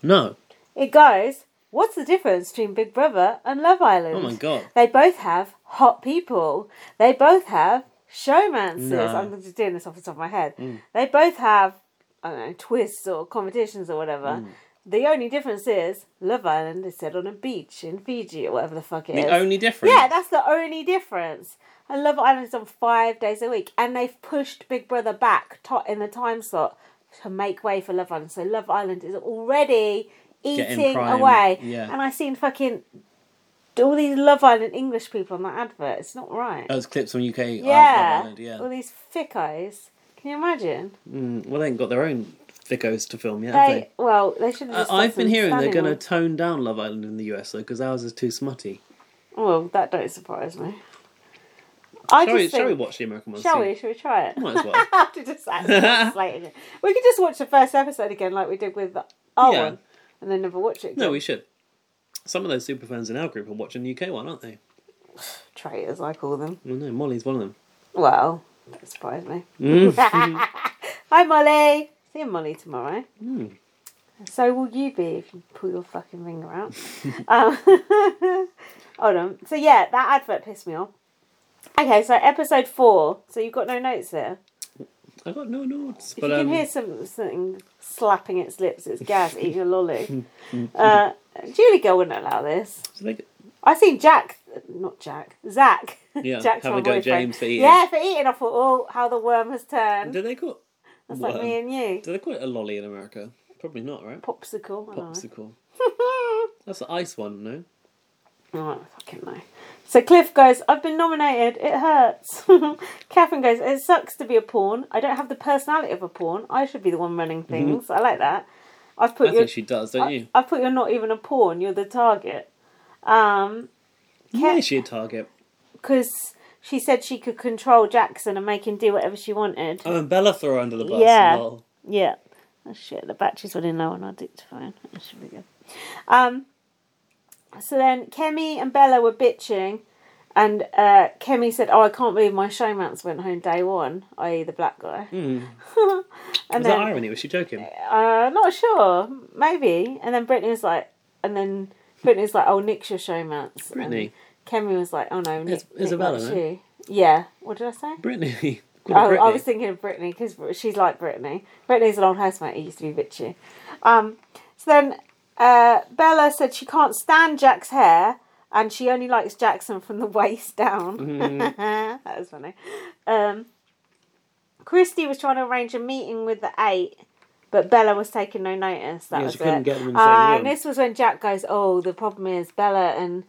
No. It goes, "What's the difference between Big Brother and Love Island?" Oh my god. They both have hot people. They both have showmances. No. Mm. I'm just doing this off the top of my head. They both have, I don't know, twists or competitions or whatever. Mm. The only difference is Love Island is set on a beach in Fiji or whatever the fuck it is. The only difference. yeah, that's the only difference. And Love Island is on five days a week, and they've pushed Big Brother back to- in the time slot to make way for Love Island. So Love Island is already Getting eating prime, away. yeah. And I seen fucking all these Love Island English people on that advert. It's not right. Those clips from UK. Oh, Love yeah. Island, yeah. All these thick eyes. Can you imagine? Mm, well, they ain't got their own thickos to film yet, have They they? well, they should. I- have I've been hearing they're going to tone down Love Island in the US though, because ours is too smutty. Well, that don't surprise me. I Shall we, just shall we think, watch the American one? shall soon? we? Shall we try it? Might as well. After just slating it, we could just watch the first episode again, like we did with our Yeah. one, and then never watch it. No, again. we should. Some of those superfans in our group are watching the UK one, aren't they? traitors, I call them. Well, Oh, no, Molly's one of them. Well, that surprised me. Hmm. Hi, Molly. See you, Molly, tomorrow. Hmm. So will you be if you pull your fucking finger out. um, hold on. So, yeah, that advert pissed me off. Okay, so episode four. So you've got no notes there. I got no notes, If but you can um, hear some, something slapping its lips, it's Gaz eating a lolly. uh, Julie Girl wouldn't allow this. so they- I seen Jack, not Jack, Zach. Yeah, Jack's having my a go at boyfriend. James for eating. Yeah, for eating. I thought, oh, how the worm has turned. do they call? That's like me and you. Do they call it a lolly in America? Probably not, right? Popsicle. I don't know. Popsicle. That's the ice one, no? Oh, I fucking know. So Cliff goes, I've been nominated. It hurts. Catherine goes, it sucks to be a pawn. I don't have the personality of a pawn. I should be the one Mm-hmm. running things. I like that. I've put I your, think she does, don't you? I, have put you're not even a pawn. You're the target. Um, Yeah, she a target. because she said she could control Jackson and make him do whatever she wanted. Oh, and Bella threw her under the bus. Yeah. lol. Yeah. Oh shit, the batteries running low on our dictaphone. That should be good. Um, so then Kemi and Bella were bitching, and uh, Kemi said, Oh, I can't believe my showmance went home day one, i.e., the black guy. and Was that irony? Was she joking? uh, not sure. Maybe. And then Brittany was like, and then Brittany was like, oh, Nick's your showmance. Brittany. And Kemi was like, oh no, Nick, It's- Nick Isabella, likes no? you. Yeah. What did I say? Brittany. Called Oh, her I Brittany. was thinking of Brittany because she's like Brittany. Brittany's an old housemate. It used to be bitchy. Um, so then uh, Bella said she can't stand Jack's hair and she only likes Jackson from the waist down. Mm-hmm. that was funny. Um, Christy was trying to arrange a meeting with the eight. But Bella was taking no notice. That Yeah, she was couldn't it. get them in the same Uh, room. And this was when Jack goes, "Oh, the problem is Bella and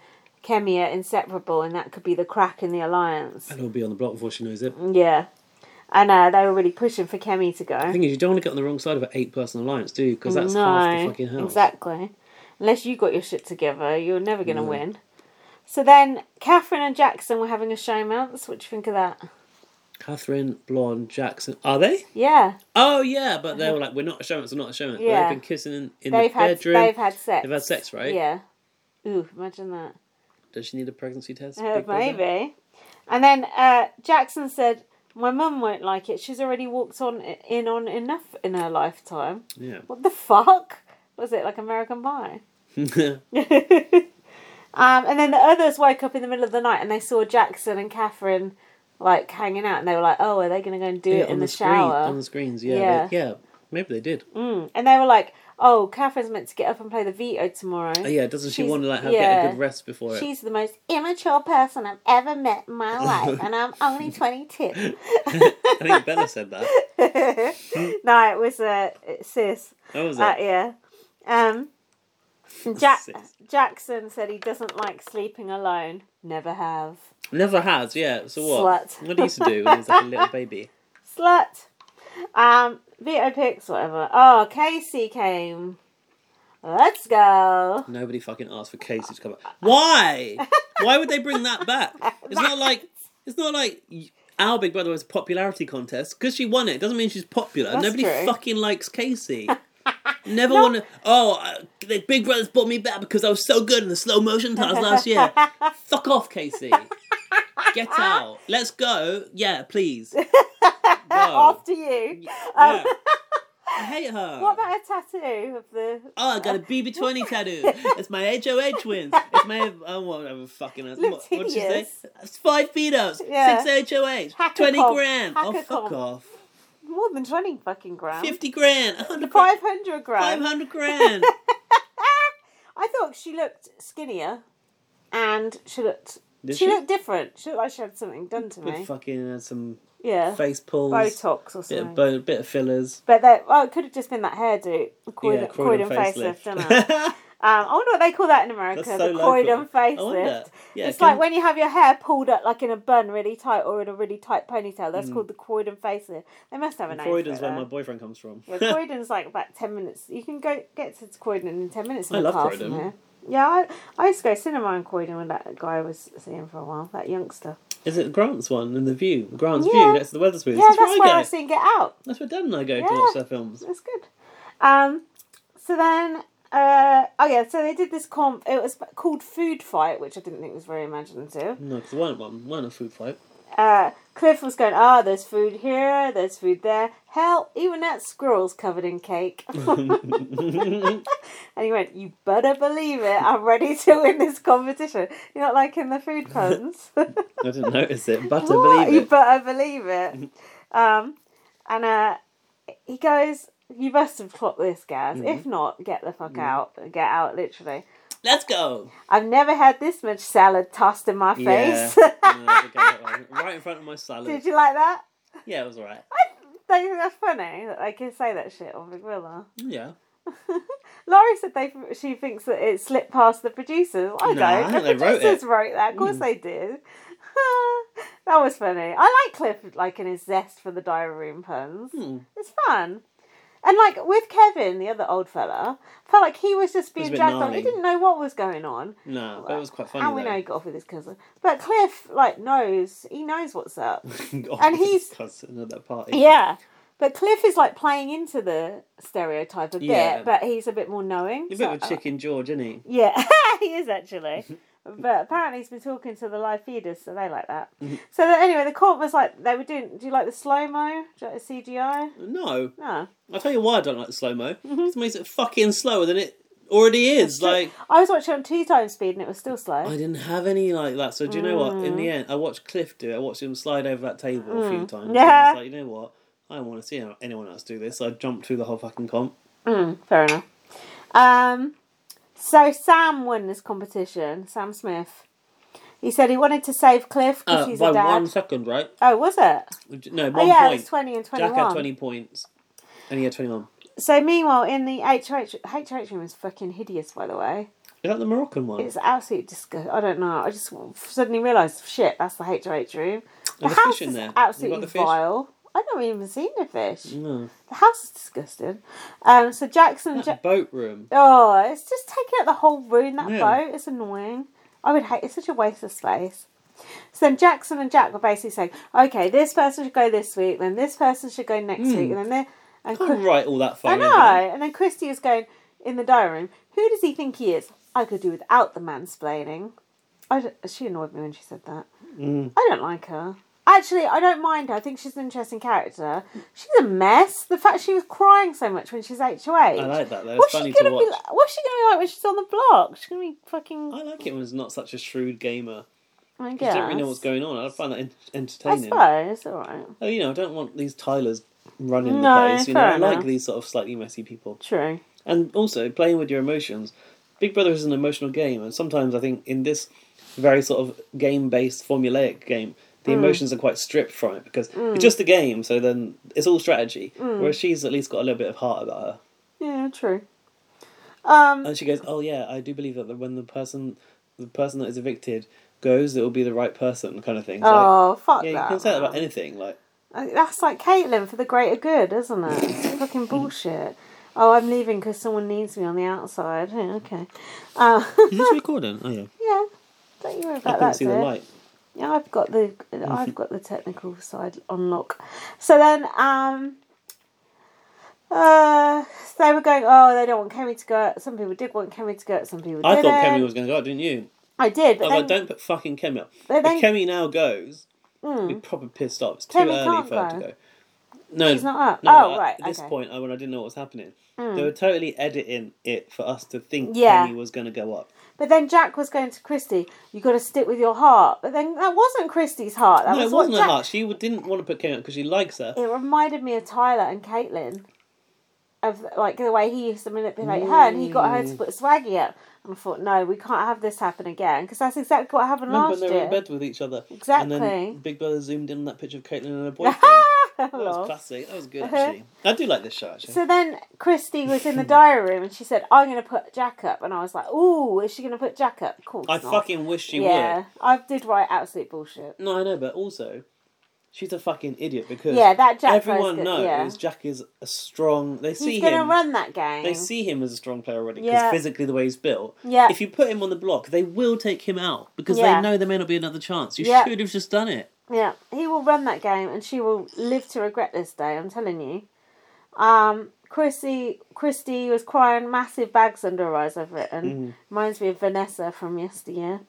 Kemi are inseparable, and that could be the crack in the alliance." Bella will be on the block before she knows it. Yeah. And uh, they were really pushing for Kemi to The go. thing is, you don't want to get on the wrong side of an eight-person alliance, do you? Because that's half the fucking house. exactly. Unless you got your shit together, you're never going to win. So then Catherine and Jackson were having a showmance. What do you think of that? Catherine, Blonde, Jackson. Are they? Yeah. Oh yeah, but they were like, "We're not a showmance. We're not a showmance." Uh-huh. But Yeah. They've been kissing in, in They've the had bedroom. they've had sex. They've had sex, right? Yeah. Ooh, imagine that. Does she need a pregnancy test? Uh, Big brother? maybe. And then uh, Jackson said, "My mum won't like it. She's already walked on in on enough in her lifetime." What the fuck? Was it like American Pie? Yeah. Um, and then the others woke up in the middle of the night and they saw Jackson and Catherine like hanging out, and they were like, "Oh, are they going to go and do Yeah, it in the, screen, uh, shower?" on the screens. Yeah, Yeah. they- yeah. Maybe they did. Mm. And they were like, oh, Catherine's meant to get up and play the veto tomorrow. Oh, yeah, doesn't she She's- want to like have get yeah. a good rest before it? She's the most immature person I've ever met in my life, and I'm only 22. I think Bella said that. no, it was uh, sis. That was it. Uh, yeah. Um, Jack- Sis. Jackson said he doesn't like sleeping alone. Never have. Never has, yeah. So what? Slut. What do you used to do when he was like a little baby? Slut. Um, Veto Picks, whatever. Oh, Casey came. Let's go. Nobody fucking asked for Casey to come back. Why? Why would they bring that back? It's not like it's not like our Big Brother was a popularity contest because she won it. Doesn't mean she's popular. That's Nobody true. fucking likes Casey. Never want to. Oh, uh, the Big Brother's brought me back because I was so good in the slow motion task last year. Fuck off, Casey. Get out. Let's go. Yeah, please. Go. After you. Yeah. I hate her. Um, What about a tattoo of the. Oh, I got a BB20 tattoo. It's my HOA twins. It's my oh, whatever fucking. What, what did she say? Litigious. It's five pedos, Yeah. six HOAs, Hacker twenty comp. grand. Oh, Hacker fuck comp. off. More than 20 fucking grams. Fifty grand, hundred grand, 500 five grams. hundred grand. I thought she looked skinnier and she looked. Did she, she? looked different. She looked like she had something done to With me. fucking uh, some Yeah. face pulls, Botox or bit something. of bo- bit of fillers. but that, oh, it could have just been that hairdo. Croydon, yeah, Croydon, Croydon facelift, facelift. don't I? Um, I wonder what they call that in America, That's so the local. Croydon I wonder. facelift. Yeah, it's can- like when you have your hair pulled up like in a bun really tight or in a really tight ponytail. That's called the Croydon facelift. They must have a name. Mm. Croydon's for it, where my though. boyfriend comes from. yeah, Croydon's like about 10 minutes. You can go get to Croydon in 10 minutes. In I a love car from Croydon. Here. Yeah, I, I used to go cinema in Croydon when that guy I was seeing for a while, that youngster. Is it Grant's one in the View? Grant's Yeah. View. That's the Weatherspoons. yeah, that's where where I I go. seen Get Out. That's where Dad and I go Yeah. to watch their films. That's good. Um, so then, uh, oh yeah, so they did this comp. It was called Food Fight, which I didn't think was very imaginative. No, because one, one, one a food fight. uh, Cliff was going, ah, there's food here, there's food there. Hell, even that squirrel's covered in cake. and he went, you better believe it, I'm ready to win this competition. You're not like in the food puns. I didn't notice it. Butter, What? believe You it. Mm-hmm. better believe it. Um, and uh, he goes, you must have clocked this, Gaz. Mm-hmm. If not, get the fuck out. Get out, literally. Let's go. I've never had this much salad tossed in my Yeah. face. No, I think I got one. right in front of my salad. Did you like that? Yeah, it was alright. Don't you think that's funny that they can say that shit on Big Brother? Yeah. Laurie said they she thinks that it slipped past the producers. I Nah, I don't. think the they wrote Mm. producers wrote, that. Of course they did. that was funny. I like Cliff like in his zest for the diary room puns. Hmm. It's fun. And like with Kevin, the other old fella, felt like he was just was being a bit dragged on. He gnarly. didn't know what was going on. No, but it was quite funny. and we know he though. got off with his cousin. But Cliff like knows he knows what's up. God, And he's- cousin at that party. yeah. But Cliff is like playing into the stereotype a bit, Yeah. but he's a bit more knowing. He's a bit of so- uh, a chicken George, isn't he? yeah, he is actually. But apparently he's been talking to the live feeders, so they like that. Mm-hmm. so that, anyway, the court was like they were doing. Do you like the slow mo? Do you like the CGI? No. No. I'll tell you why I don't like the slow mo. Mm-hmm. It makes it fucking slower than it already is. Like, I was watching it on two times speed and it was still slow. I didn't have any like that. So, do you know what? Mm. In the end, I watched Cliff do it. I watched him slide over that table a few times. and I Yeah. was like, you know what? I don't want to see anyone else do this. So I jumped through the whole fucking comp. Fair enough. Um, so Sam won this competition. Sam Smith. He said he wanted to save Cliff because Uh, he's by a dad. one second, right? Oh, was it? No, Oh one yeah, it point. was twenty and Jack twenty-one. had 20 points. And he had 21. Is So meanwhile, in the HH HH room is fucking hideous, by the way. that the Moroccan one? It's absolute disgust. I don't know. I just suddenly realised, shit, that's the HH room. The There's a house fish in is there. You got absolutely the fish? vile. I've not even seen the fish. No. The house is disgusting. Um, so Jackson, That Ja- boat room. oh, it's just taking up the whole room. That Yeah. boat, it's annoying. I would hate. It's such a waste of space. So then Jackson and Jack were basically saying, okay, this person should go this week, then this person should go next week, and then they and Hmm. Can't write all that far. I in, know. And then Christy was going in the diary room. Who does he think he is? I could do without the mansplaining. I don't- she annoyed me when she said that. Mm. I don't like her. Actually, I don't mind her. I think she's an interesting character. She's a mess. The fact she was crying so much when she's HOH. I like that though. It's What's she funny gonna to be? watch. Like, what's she gonna be like when she's on the block? She's gonna be fucking. I like it when it's not such a shrewd gamer. I You guess. don't really know what's going on. I find that en- I entertaining. suppose. All right. Oh, you know, I don't want these Tylers running No, the place. You know, fair I like enough. these sort of slightly messy people. True. And also playing with your emotions. Big Brother is an emotional game, and sometimes I think in this very sort of game-based formulaic game, the Hmm. emotions are quite stripped from it because it's just a game. So then it's all strategy. Hmm. Whereas she's at least got a little bit of heart about her, Yeah, true. Um, and she goes, "Oh yeah, I do believe that when the person, the person that is evicted goes, it will be the right person," kind of thing. It's like, oh, fuck yeah, that. you can say that man. about anything. Like, Uh, That's like Caitlyn for the greater good, isn't it? It's fucking bullshit. Oh, I'm leaving because someone needs me on the outside. Yeah, okay. Uh, is this recording? Oh yeah, yeah, don't you worry I about couldn't that. see the dear. light. Mm-hmm. Yeah, I've got the I've got the technical side on lock. So then, um, uh, they were going. Oh, they don't want Kemi to go. out." Some people did want Kemi to go. out, Some people I didn't. thought Kemi was Oh, going to go, out, didn't you? I did, but I was like, then don't put fucking Kemi up. But if then- Hmm. Kemi now goes, we're probably pissed off. It's too Kemi early can't for her to go. go. No, she's not up. no, oh, no, right. At this okay. Hmm. point, I, when I didn't know what was happening, they were totally editing it for us to think Yeah. Kemi was going to go up. But then Jack was going to Christy. You got to stick with your heart. But then that wasn't Christy's heart. That no, was it wasn't what her Jack. heart. She w- didn't want to put Kemi up because she likes her. It reminded me of Tyler and Caitlin, of like the way he used to manipulate her, and he got her Mm. to put Swaggy up. And I thought, no, we can't have this happen again because that's exactly what happened Remember when last they were in year. bed with each other? And Exactly. then Big Brother zoomed in on that picture of Caitlin and her boyfriend. that was Lol. classic. That was good, Uh-huh. actually. I do like this show, actually. So then Christy was in the diary room and she said, "I'm going to put Jack up," and I was like, "Ooh, is she going to put Jack up?" Of course I not. fucking wish she yeah, would. I did write absolute bullshit. No, I know, but also, she's a fucking idiot because Yeah, that Jack guy's everyone good, knows yeah. Jack is a strong. They see He's going to him. run that game. They see him as a strong player already because Yeah. physically the way he's built. Yeah. If you put him on the block, they will take him out because Yeah. they know there may not be another chance. You Yeah. should have just done it. Yeah, he will run that game, and she will live to regret this day. I'm telling you. Um, Chrissy, Christy was crying massive bags under her eyes over it, and reminds me of Vanessa from yesteryear.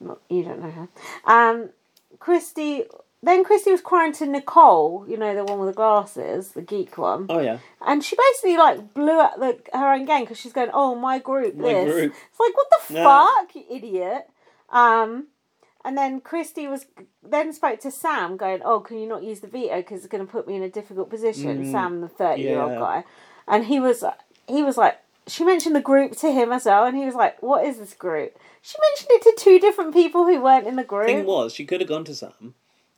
Not you don't know her. Um, Christy. Then Christy was crying to Nicole, you know the one with the glasses, the geek one, Oh yeah. and she basically like blew out the, her own game because she's going, "Oh my group, My this." group. It's like what the Yeah. fuck, you idiot. Um, and then Christy was then spoke to Sam, going, "Oh, can you not use the veto because it's going to put me in a difficult position?" Sam, the thirty-year-old Mm, Yeah. guy, and he was he was like, she mentioned the group to him as well, and he was like, "What is this group?" She mentioned it to two different people who weren't in the group. Thing was, she could have gone to Sam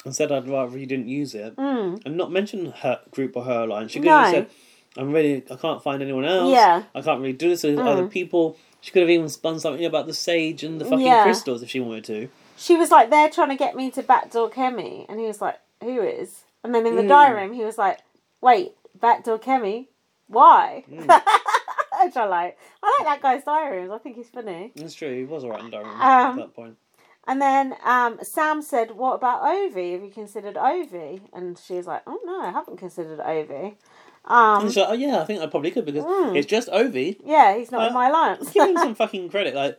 and said, "I'd rather you didn't use it," and not mention her group or her line. She could have Hmm. No. said, "I'm really. I can't find anyone else. Yeah. Hmm. I can't really do this with other people." She could have even spun something about the sage and the fucking Yeah. crystals if she wanted to. she was like, "They're trying to get me to backdoor Kemi," and he was like, "Who is?" And then in the diary room, he was like, "Wait, backdoor Kemi? Why?" Which I like. I like that guy's diary rooms. I think he's funny. That's true. He was alright in Durham Um, at that point. And then um, Sam said, "What about Ovi? Have you considered Ovi?" And she was like, "Oh no, I haven't considered Ovi. And Um, she's like, "Oh yeah, I think I probably could because Hmm. it's just Ovi. yeah, he's not in Uh, my alliance." Give him some fucking credit. Like,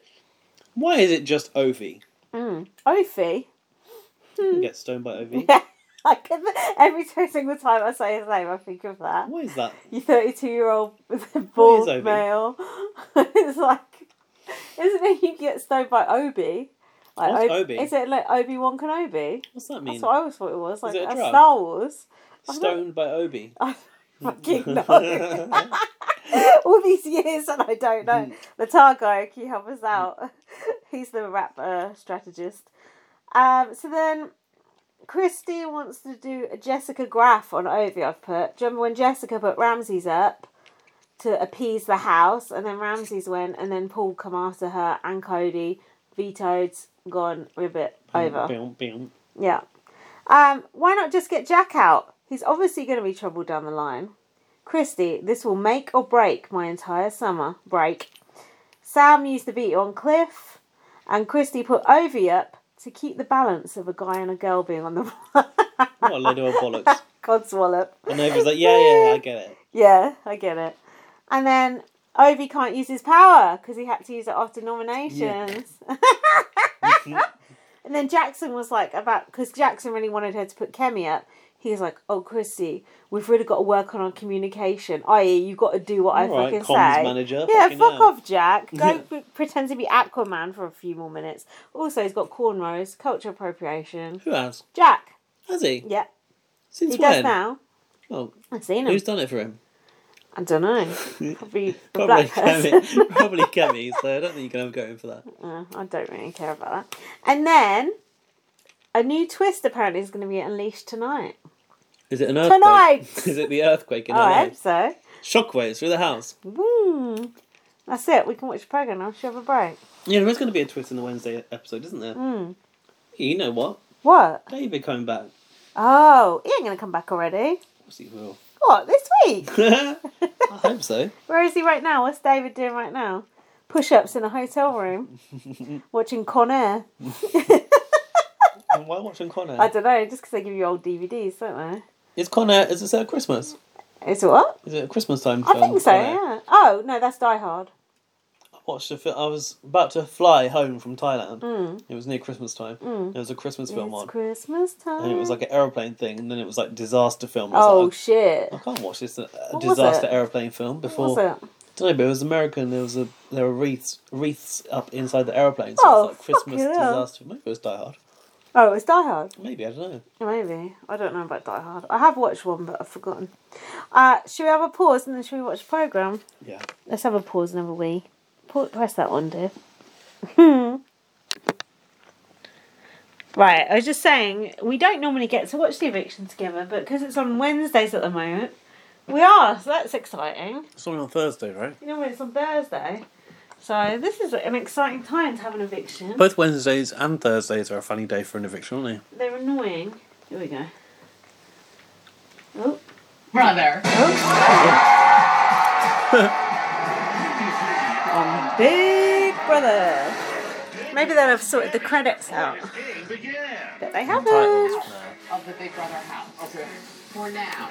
why is it just Ovi? Mm. Ovi. Get stoned by Ovi. Like every single time I say his name, I think of that. Why is that? You 32 year old bald Obi? male. it's like, isn't it you get stoned by Obi? Like What's Ob- Obi? Is it like Obi Wan Kenobi? What's that mean? That's what I always thought it was. Like it a that's drug? Star Wars. I don't- Stoned by Obi. I fucking know. All these years and I don't know. The tar guy, can you help us out? He's the rap uh, strategist. Um, so then Christy wants to do a Jessica Graff on Ovi, I've put. Do you remember when Jessica put Ramses up to appease the house and then Ramses went and then Paul come after her and Cody, vetoed, gone, ribbit, Mm. over. Boom, boom. Yeah. Um, why not just get Jack out? He's obviously going to be trouble down the line. Christy, this will make or break my entire summer. Break. Sam used the beat on Cliff, and Christy put Ovi up to keep the balance of a guy and a girl being on the What a load of bollocks. Codswallop. And Ovi's like, yeah, yeah, I get it. Yeah, I get it. And then Ovi can't use his power because he had to use it after nominations. and then Jackson was like about because Jackson really wanted her to put Kemi up. He was like, "Oh, Chrissy, we've really got to work on our communication. I.e., you got to do what I All right, fucking comms say." manager, yeah, fucking fuck hell. off, Jack. Go p- pretend to be Aquaman for a few more minutes. Also, he's got cornrows, culture appropriation. Who has? Jack, Has he? yeah, Since he when? does now. Oh, I've seen him. who's done it for him? I don't know. Probably the Probably black person. Kemi. Probably Kemi, so I don't think you can have a go at him for that. Uh, I don't really care about that. And then a new twist apparently is going to be unleashed tonight. Is it an earthquake? Tonight! Is it the earthquake in Oh, I LA? hope so. Shockwaves through the house. Mm. That's it. We can watch the program now. Should we have a break? Yeah, there is going to be a twist in the Wednesday episode, isn't there? Mm. You know what? What? David coming back. Oh, he ain't going to come back already. Of course he will. What this week? I hope so. Where is he right now? What's David doing right now? Push-ups in a hotel room, watching Con Air. And why watching I Connor? don't know, just because they give you old DVDs, don't Is Connor, is it set at Christmas? they? It's what? Is it a Christmas time I film? think so. Con Air? Yeah. Oh no, that's Die Hard. I watched a film. I was about to fly home from Thailand. It was near Christmas time. There was a Christmas film Hmm. It's on. Christmas time. And it was like an aeroplane thing, and then it was like disaster film. I was oh like, shit. I can't watch this uh, What was disaster it? aeroplane film What before. was it? don't know, but it was American. There was a there were wreaths wreaths up inside the aeroplane, so Oh, it was like Christmas fucking hell. disaster. Maybe it was Die Hard. Oh, it's Die Hard. Maybe I don't know. Maybe I don't know about Die Hard. I have watched one, but I've forgotten. Uh, should we have a pause and then should we watch the program? Yeah. Let's have a pause and have a wee. Pa- Press that one, dear. right, I was just saying, we don't normally get to watch The Eviction together, but because it's on Wednesdays at the moment, we are, so that's exciting. It's on Thursday, right? You know, when it's on Thursday. So this is an exciting time to have an eviction. Both Wednesdays and Thursdays are a funny day for an eviction, aren't they? They're annoying. Here we go. Oh, Brother. on Big Brother. Maybe they'll have sorted the credits out. But they haven't. Of the Big Brother house. For now.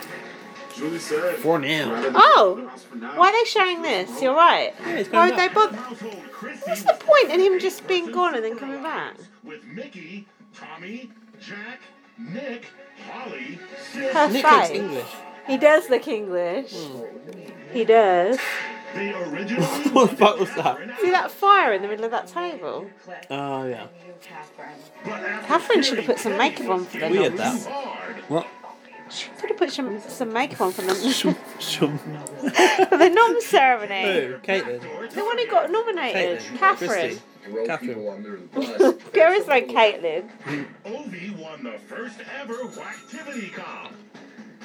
Julie said, For now. Oh, why are they showing this? You're right. it's Why going would they back. bother? What's the point in him just being gone and then coming back? With Mickey, Tommy, Jack, Nick, Holly, Sid, Her Nick face. looks English. He does look English. He does. the original. What the fuck was that? See that fire in the middle of that table? Oh, yeah. But after Catherine should have put some hearing makeup on for them. Weird that. hard, What? She could have put some, some makeup on for them. Shum, shum. for the nom ceremony. Who? Caitlin. The one who got nominated, Caitlin. Catherine. Throw Catherine. people under the bus. There is no Caitlin. Ovi won the first ever Whacktivity Cop,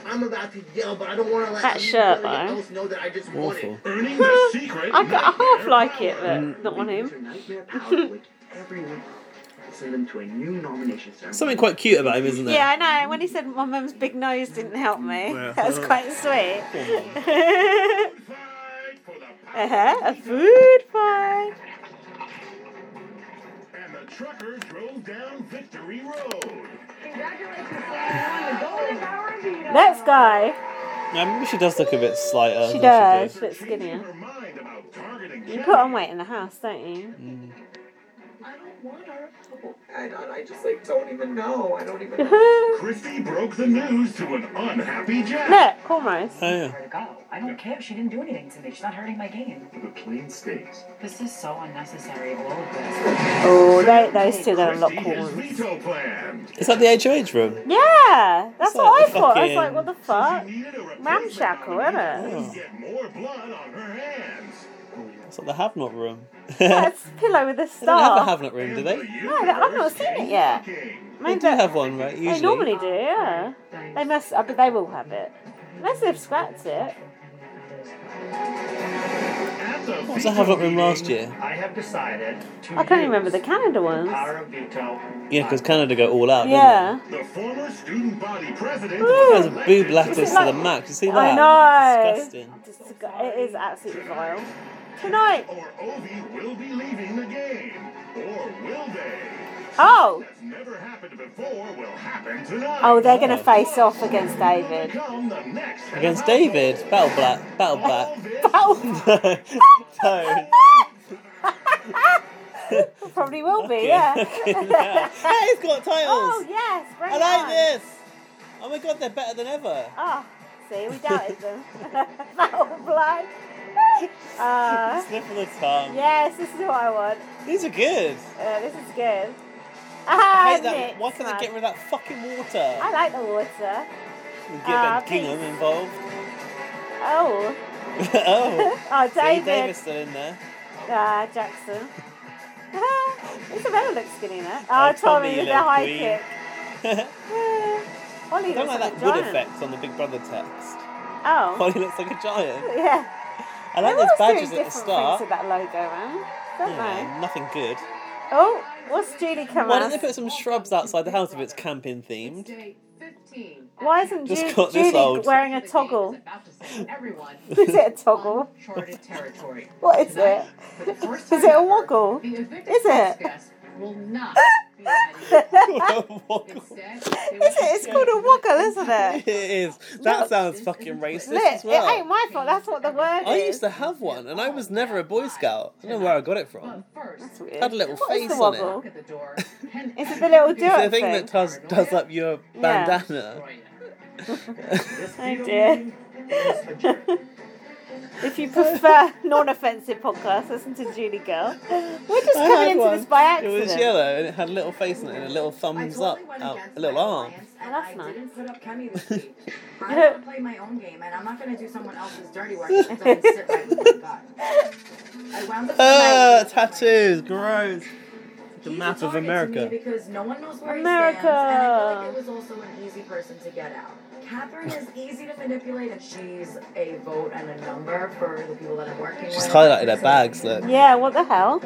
I'm about to yell, but I don't want to let That anybody shirt, though. else know that I just want Awful. it. earning the secret. I, got, I half Nightmare like it, Power. but not on him. Your nightmare power with everyone. Send them to a new nomination ceremony. Something quite cute about him, isn't there? Yeah, I know. When he said my mum's big nose didn't help me, Yeah. that was quite sweet. Fight for the power. uh huh. A food fight. And the trucker drove down Victory Road. Let's go. I mean, she does look a bit slighter. She than does, but Changing skinnier. her mind about targeting You Jack. put on weight in the house, don't you? I don't want her. I don't. I just like don't even know. I don't even. Mm. know. Look, Christy broke the news to an unhappy Jack. cornrows. Oh, yeah. Where to go? I don't care. She didn't do anything to me. She's not hurting my game. The plain states. This is so unnecessary. All of this. Oh, they, those two, they're a lot Christie has corners. veto plan. Is that the HOH room? Yeah, that's It's like what I the thought. I was fucking- like, what the fuck? She needed a replacement Ramshackle, nominee isn't to Get more blood on her hands. It's like the have not room. That's pillow with a They don't have a star. have not room, do they? No, I've not seen it yet. They do have one, right? Usually. They normally do, yeah. They must, I bet they will have it. Unless they've scrapped it. What was the Havelock room last year? I have decided to I can't use remember the Canada the ones. power of veto. Yeah, because Canada go all out. Yeah. The former student body president. Ooh. There's boob Is latters it like- to the max. You see that? I know. Disgusting. Disgu- It is absolutely vile. Tonight. Or Ovi will be leaving the game. Or will they? Oh. That's never happened before will happen tonight. Oh, they're going to face off against David. Become the next Against David, battle black, battle All black. this Oh, no, no. probably will be, yeah. Hey, it's got Oh, titles. yes. Bring I it like on. this. Oh my god, they're better than ever. Oh, see, we doubted them. Battle Blood. Uh, Slip of the tongue. yes, this is what I want. These are good. Uh, this is good. I Ah, hate that. Nick's Why can't one. they get rid of that fucking water? I like the water. and get Ah, that gingham please. involved. Oh, oh, Oh, Dave David Davis still in there. uh, Jackson. Isabella looks skinny now. Oh, Oh, Tommy with Tommy the look high weak. kick. Yeah. Ollie I don't looks like like that a wood giant. effect on the Big Brother text. Oh, Polly looks like a giant. yeah. I like They're those always doing badges at the different Things start. with that logo, man. Don't Yeah, nothing good. they? Oh, what's Julie come Why Why, don't they put some shrubs outside the house if it's camping themed? Day 15. Why isn't Just Ju- got this Julie old. wearing a The game toggle? is about to send everyone Is it a toggle? uncharted territory. What is it? For the first Is time it a ever, woggle? the evicted Is it? guest will not be it? added. it Instead, they will It's called a woggle, isn't it? is. That Look. sounds fucking racist Look, as well. it ain't my fault. That's what the word I is. used to have one, and I was never a Boy Scout. I don't know where I got it Oh. from. But first, That's weird. Had a little What is face the on it. woggle? knock at the door. and Is it the little everyone do-it The thing that does does up your Yeah. bandana. destroy it. Oh dear. if you prefer non-offensive podcasts, listen to Julie Girl. We're just I coming had into one. this by accident. It was yellow, and it had a little face on it, and a little I thumbs up, totally went out, against a little my arm. alliance, Oh, and that's I nice. didn't put up Kemi this week. I'm gonna play my own game, and I'm not gonna do someone else's dirty work. It doesn't sit right with my gut. I wound up Ah, tattoos, gross. The He's map a of target to me America. Because no one knows where America. he stands, and I feel like it was also an easy person to get out. Catherine is easy to manipulate, and she's a vote and a number for the people that I'm working She's with. highlighted her bags. Look. Yeah, what the hell?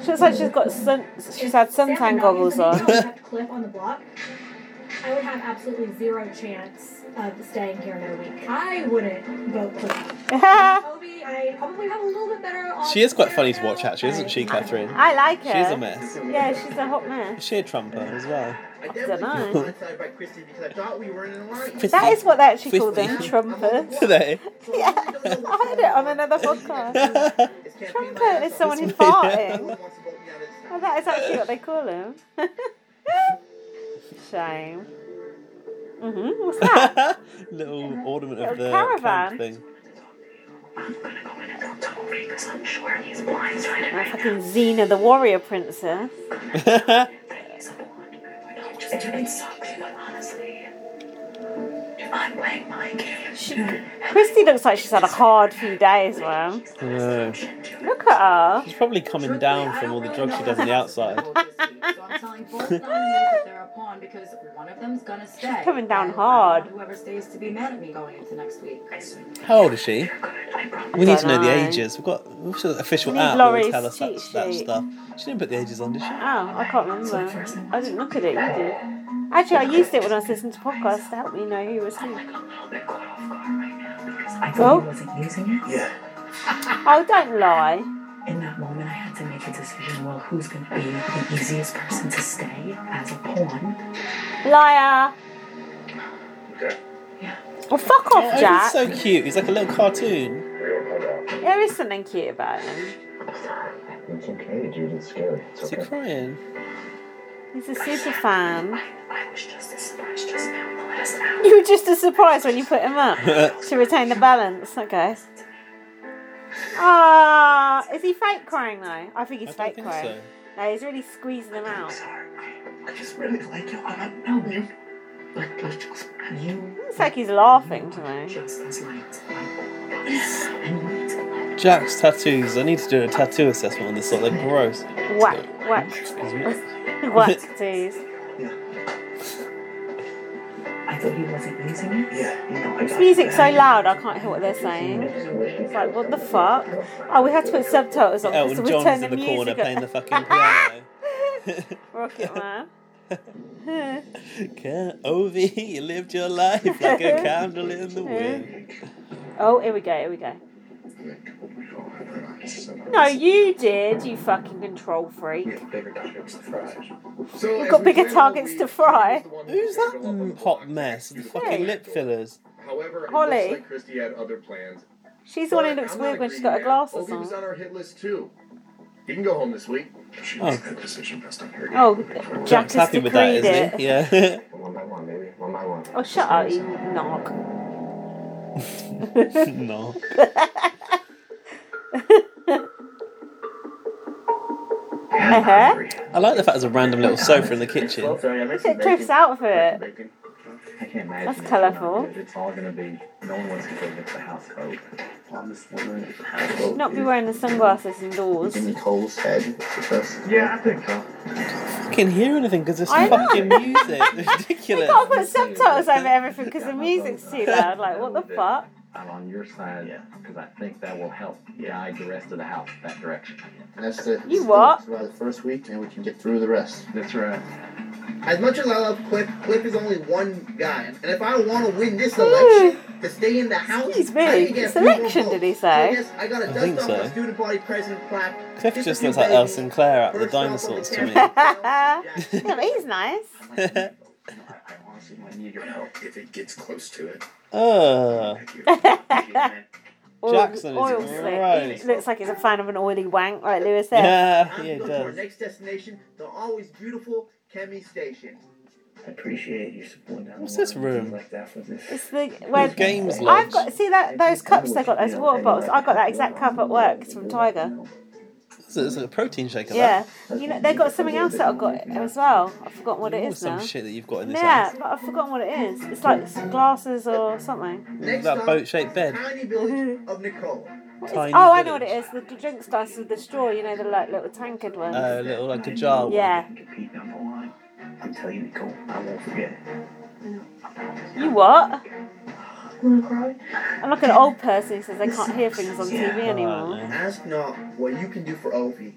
She looks like she's got sun. She's had suntan goggles on. Cliff on the block. I would have absolutely zero chance of staying here another week. I wouldn't vote Cliff. I Toby, I probably have a little bit better. odds She is quite there funny to now. watch, actually, isn't she, Catherine? like her. She is a mess. Yeah, she's a hot mess. Is she a trumper as well? I definitely dunno. was blindsided by Christy because I thought we were in an alliance. That is what they actually call them, Fifty. trumpers. Today. Yeah, I heard it on another podcast. That's It's campaign Trumpet by is us. someone who's Yeah. No farting. one wants to vote me out of this Oh, town. that is actually what they call them. Shame. Mhm. What's that? little Little ornament of the caravan. camp thing. That fucking Xena the warrior princess. She, Christy looks like she's had a hard few days, man. No. Look at her. Oh, She's probably coming down from all the drugs she does on the outside. So I'm telling both nominees that they're a pawn because one of them's gonna stay. She's coming down And I hard. want Whoever stays to be mad at me going into next week. How old is she? We need to know the Dunno. ages. We've got we've got an We official need app that will Laurie's tell us that, cheat that sheet. stuff. She didn't put the ages on, did she? Oh, I can't remember. I didn't look at it, you did. Actually, I used it when I was listening to podcasts to help me know who was who. I thought he wasn't using it. Yeah. Oh, don't lie. In that moment, I had to make a decision. Well, who's going to be the easiest person to stay as a pawn? Liar. Okay. Well, fuck Oh, off, he's Jack. so cute. He's like a little cartoon. We don't hold out. There is something cute about him. It's okay, dude. It's scary. It's Is he crying? He's a super fan. I was just as surprised just now in the last hour. You were just as surprised when you put him up to retain the balance. Okay. Ah, is he fake crying though? I think he's I fake don't think crying. so. No, he's really squeezing him out. I just really like you. I don't know you. Like, like, you. Looks like he's laughing to me. Just as light. And light. Jack's tattoos. I need to do a tattoo assessment on this sort. They're gross. Whack, whack, Excuse me. whack, tease. I thought he wasn't using it. Yeah, you know, I This music's so loud, I can't hear what they're saying. It's like, what the fuck? Oh, we had to put subtitles on because Elton we John's turned the in the corner music playing the up. fucking piano. Rocket Man. Count Ovi, you lived your life like a candle in the wind. Oh, here we go, here we go. No, you did, you fucking control freak. So We've got bigger targets to fry. Who's that mm, hot mess? The fucking lip fillers. However, it Holly. looks like Christy had other plans. She's the one who But looks I'm weird not when she's got agreeing her yet. glasses Ovi was on. on our hit list too. You can go home this week. She makes that decision best on her. Oh, Jack Jack's has happy with that, decreed isn't it. he? Yeah. One by one, baby. One by one. Oh, shut up, you knock. no. Uh-huh. Uh-huh. I like the fact there's a random little sofa in the kitchen. sorry, I made It drifts out of it. I can't imagine. That's it. colourful. It's all gonna be. No one wants to go against the house coat. I'm just wondering if the house coat Not be is wearing the sunglasses indoors. Jimmy Cole's head. It's just- Yeah, I think so. I can hear anything because there's I know. fucking music. It's ridiculous. Can't put subtitles over everything because the music's too loud. Like, what the fuck? I'm on your side Yeah. because I think that will help guide the rest of the house that direction. And that's it. You what? By the first week, and we can get through the rest. That's right. As much as I love Cliff, Cliff is only one guy, and if I want to win this election to stay in the house, Excuse I need me. to get a It's few more election, did votes. he So say? yes, I got to I dust think off so. my student body president plaque. Cliff This just is looks like baby. El Sinclair out of the First off on dinosaurs to camera. me. Yeah, but he's nice. I I honestly might need your help. If it gets close to it, Ugh. thank you. Yeah, Oil- Jackson is oil slick. gross. He looks like he's a fan of an oily wank, like Lewis said. Yeah, I'm yeah, it going to our does. next destination, the always beautiful Kemi Station. I appreciate your support. down What's the this line, room? things Like that for this. It's the where Games I've lodge. got see that those cups they got those water bottles. I got that exact cup at work. It's from Tiger. It's a, it's a protein shake. Yeah, you know they got something else that I got as well. I've forgotten what it is some now. shit that you've got in this Yeah, house. but I've forgotten what it is. It's like some glasses or something. Next that stop boat-shaped is bed. The tiny village of Nicole. What is- Tiny oh, I know what it village. Oh. is. The drinks glasses with the straw. You know the like little tankard ones. A Uh, little like a jar. yeah, Compete down the line. I'm telling you, Nicole, I won't forget. you what? Wanna cry? I'm like an old person who says they can't hear things on TV anymore. Alright, Ask not what you can do for Ovi,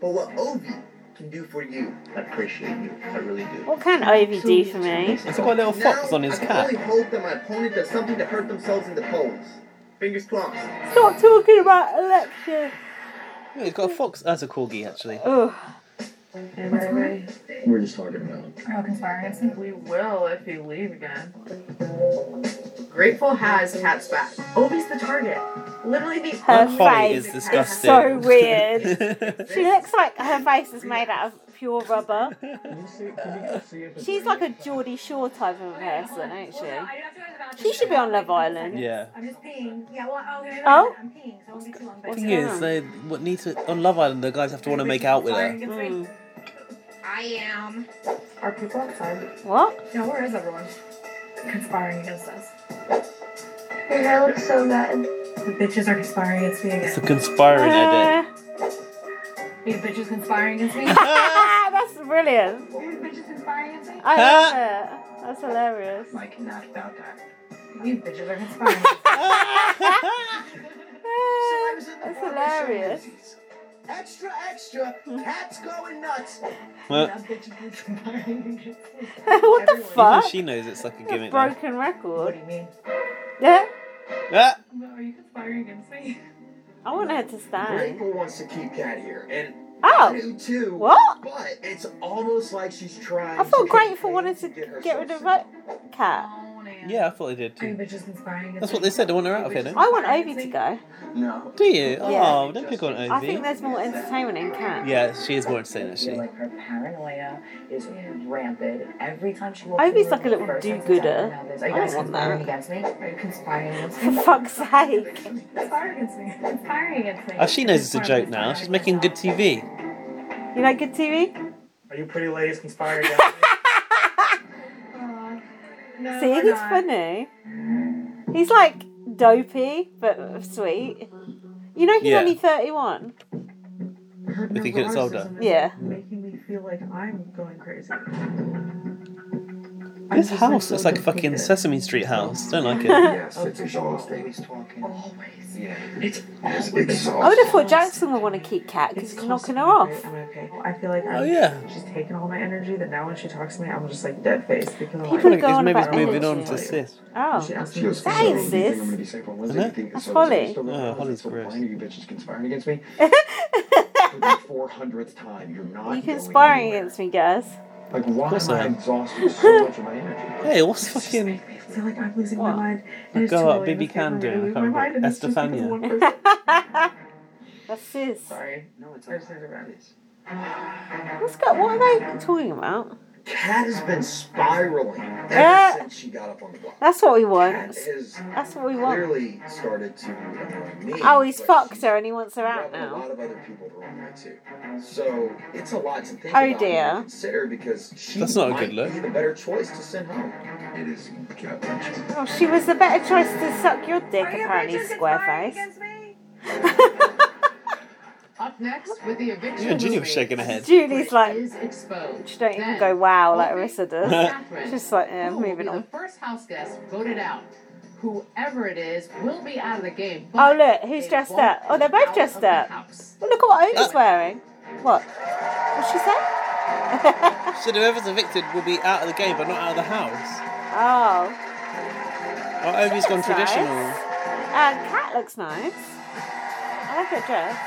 but what Ovi can do for you. I appreciate you. I really do. What can Ovi do for me? It's got a little fox now, on his I can cap. only hope that my opponent does something to hurt themselves in the polls. Fingers crossed. Stop talking about election. Yeah, he's got a fox. That's a corgi, actually. Ugh. We're just talking about. We're all conspiring. We will if you leave again. Grateful has Cat's back. Obi's the target. Literally the Her only Holly face is is disgusting. so weird. She looks like her face is made out of pure rubber. Can you see? Can you see if She's like a Geordie Shore type of a person, ain't Well, no, I she? have to go to the bathroom. She should be on Love Island. yeah. I'm just peeing. Yeah, well, oh, okay, Oh? I'm peeing, so it won't be too long. The But thing is, they what need to on Love Island. The guys have to want to make out with her. Mm. I am. Are people outside? What? Now, where is everyone? Conspiring against us. Your hair looks so bad. The bitches are conspiring against me It's again. a conspiring Uh, edit. These bitches conspiring against me. Ah, that's brilliant. These bitches conspiring against me. I love it. That's hilarious. Mike not about that. These bitches are conspiring. against me. Ah, That's hilarious. Extra, extra, cats going nuts. Well, These bitches are conspiring against me. what the even fuck? she knows it's like a gimmick. though. Broken What do record. you mean? Yeah. Ah! Are you conspiring against me? I want her to stand. Grateful wants to keep Cat here, and I Oh, do too. what? But it's almost like she's trying. I thought to campaign Grateful wanted to herself get rid of some- her cat. Oh, man. Yeah, I thought they did Are you too. bitches conspiring against That's what me? they said. They want her out of here, don't? I want Ovi to go. No. Do you? Yeah. Oh, don't pick on I think Ovi. there's more entertainment in cat. Yeah, she is more insane I feel actually. like her paranoia is rampant. Every time she looks Ovi's in the like a room, little first thing do-gooder. comes out of her mouth is, Are you I guys don't want conspiring that. against me? Are you conspiring against For me? fuck's sake. Conspiring against me. Conspiring against me. Oh, she knows it's a joke now. She's making good TV. You like good TV? Are you pretty ladies conspiring against me? Aw. Oh No, See, we're he's not. funny. He's like dopey but sweet. You know he's Yeah. only thirty-one. If he gets older. Yeah. Making me feel like I'm going crazy. This house looks like a fucking Sesame Street house. Don't like it. yes, it's exhausting. He's talking. Always. Yeah. It's It's I would have exhausting. thought Jackson would want to keep Cat because he's knocking her off. I'm okay. I feel like I'm, Oh yeah. she's taking all my energy. That now when she talks to me, I'm just like dead face because I'm I People like, Keep feel like it's going maybe it's about moving on energy. to Sith. she Oh. asked She me. goes, That ain't so, you think sis. I'm gonna be safe on Isn't Wednesday? it? You think That's so- Holly. so- so- Oh, Holly's so- gross. Why are you bitches conspiring against me? For the 400th time, you're not You going conspiring anywhere. against me, guys. Like, why course am I I am. exhausting so much of my energy? Hey, what's fucking? I feel like I'm losing What? my mind. I It's go too out, early baby this time, can I'm do, gonna I lose can't my remember. mind, and it's just because Estefania. of one person. That's sis. Sorry. No, it's There's no rabbits. What's go- what are they talking about? Cat has been spiraling ever Yeah. since she got up on the block. That's what we want. Cat has That's what we want. clearly started to annoy me. Oh, he's but fucked she's her and he wants her out rubbed A now. lot of other people the wrong way too. So it's a lot to think Oh, about and dear. consider because she That's not a might good look. be the better choice to send home. It is Oh, she was the better choice to suck your dick, Are you apparently, bitches conspiring Squareface. against me? Up next with the eviction. Even Ginny was shaking her head. Julie's like, Is exposed. she don't even Then, go wow like Opie, Arissa does. Catherine, She's like, yeah, who will moving be on. The first house guest voted out. Whoever it is will be out of the game. Oh, but look, who's they dressed won't up? Oh, they're be both out dressed of the up. house. Oh, look at what Oda's wearing. What? What's she say? So whoever's evicted will be out of the game, but not out of the house. Oh, Oh, Obi's gone That's nice. traditional. and cat looks nice. I like her dress.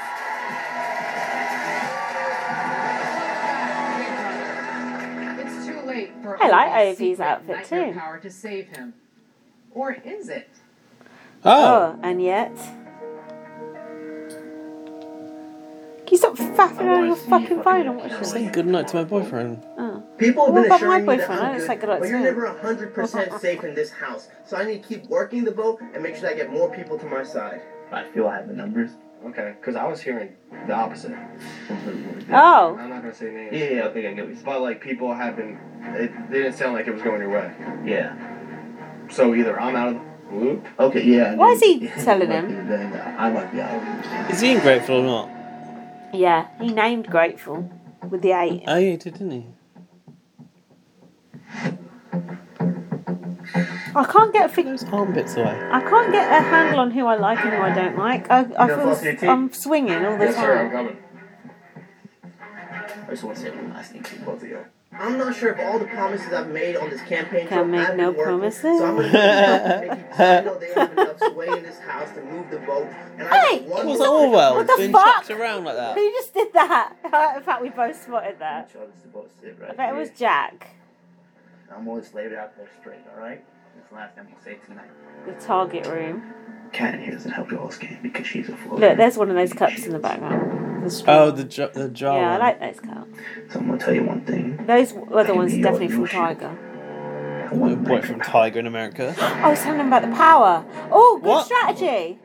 It's too late for I like Obi's Obi's secret outfit nightmare too. Power to save him, or is it? Oh, Oh, and yet. Can you stop faffing on your fucking phone and watch I'm this? saying goodnight to my boyfriend. Oh. People have What been about my assuring me that boyfriend? I I'm just good, like it like but you're that. never 100% safe in this house. So I need to keep working the boat and make sure I get more people to my side. I feel I have the numbers. Okay, because I was hearing the opposite. Oh. I'm not gonna say names. Yeah, yeah, I think I get it. But like people have been, it didn't sound like it was going your way. Yeah. So either I'm out of the loop. Okay, yeah. Why is he telling him? Then I might be out. Is he ungrateful or not? Yeah, he named Grateful with the eight. Oh, yeah, he did, didn't he? I can't get a fig- Those arm bits away. I can't get a handle on who I like and who I don't like. I, I You feel don't s- fucking I'm swinging all the Yes, sir, time. I'm coming. I just want to say one last thing to both of you. I'm not sure if all the promises I've made on this campaign Can't make have no been working, promises. So I'm going to make you I know they have enough sway in this house to move the boat. And I Hey! just want What was to- that Orwell? What the being fuck? chucked around like that. Who just did that? In fact, we both spotted that. Sure, this is supposed to sit right I bet it was here. Jack, I'm always laid out there straight, alright? That's the last thing I'm gonna say tonight. the target room. Cat here doesn't help y'all's game because she's a floater. Look, there's one of those cups in the background. The straw. Oh, the jar. The jar yeah, I one. like those cups. So I'm gonna tell you one thing. Those other ones are definitely from Tiger. I The want boy from Tiger in America. Oh, it's telling him about the power. Oh, good What? strategy.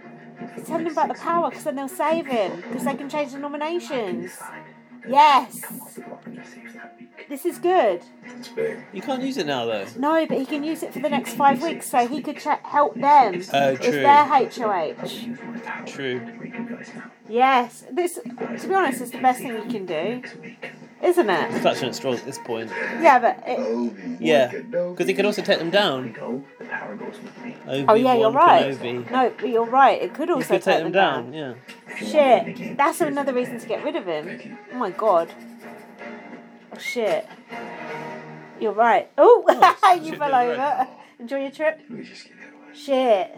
It's telling him about the power because then they'll save him because they can change the nominations. Yes. This is good. You can't use it now though. No, but he can use it for the next five weeks, so he could tra- help them Oh, with true. their HOH. True. Yes, this, to be honest, is the best thing you can do, isn't It's it? clutching at straws at this point. Yeah, but it, Yeah, because he could also take them down. oh yeah, you're Obi-Wan right. Kenobi. No, but you're right. It could You also could take them down. Yeah. Shit, that's another reason to get rid of him. Oh my god. Oh shit. You're right. Oh, Oh, you shit, fell you're over. right. Enjoy your trip. Shit.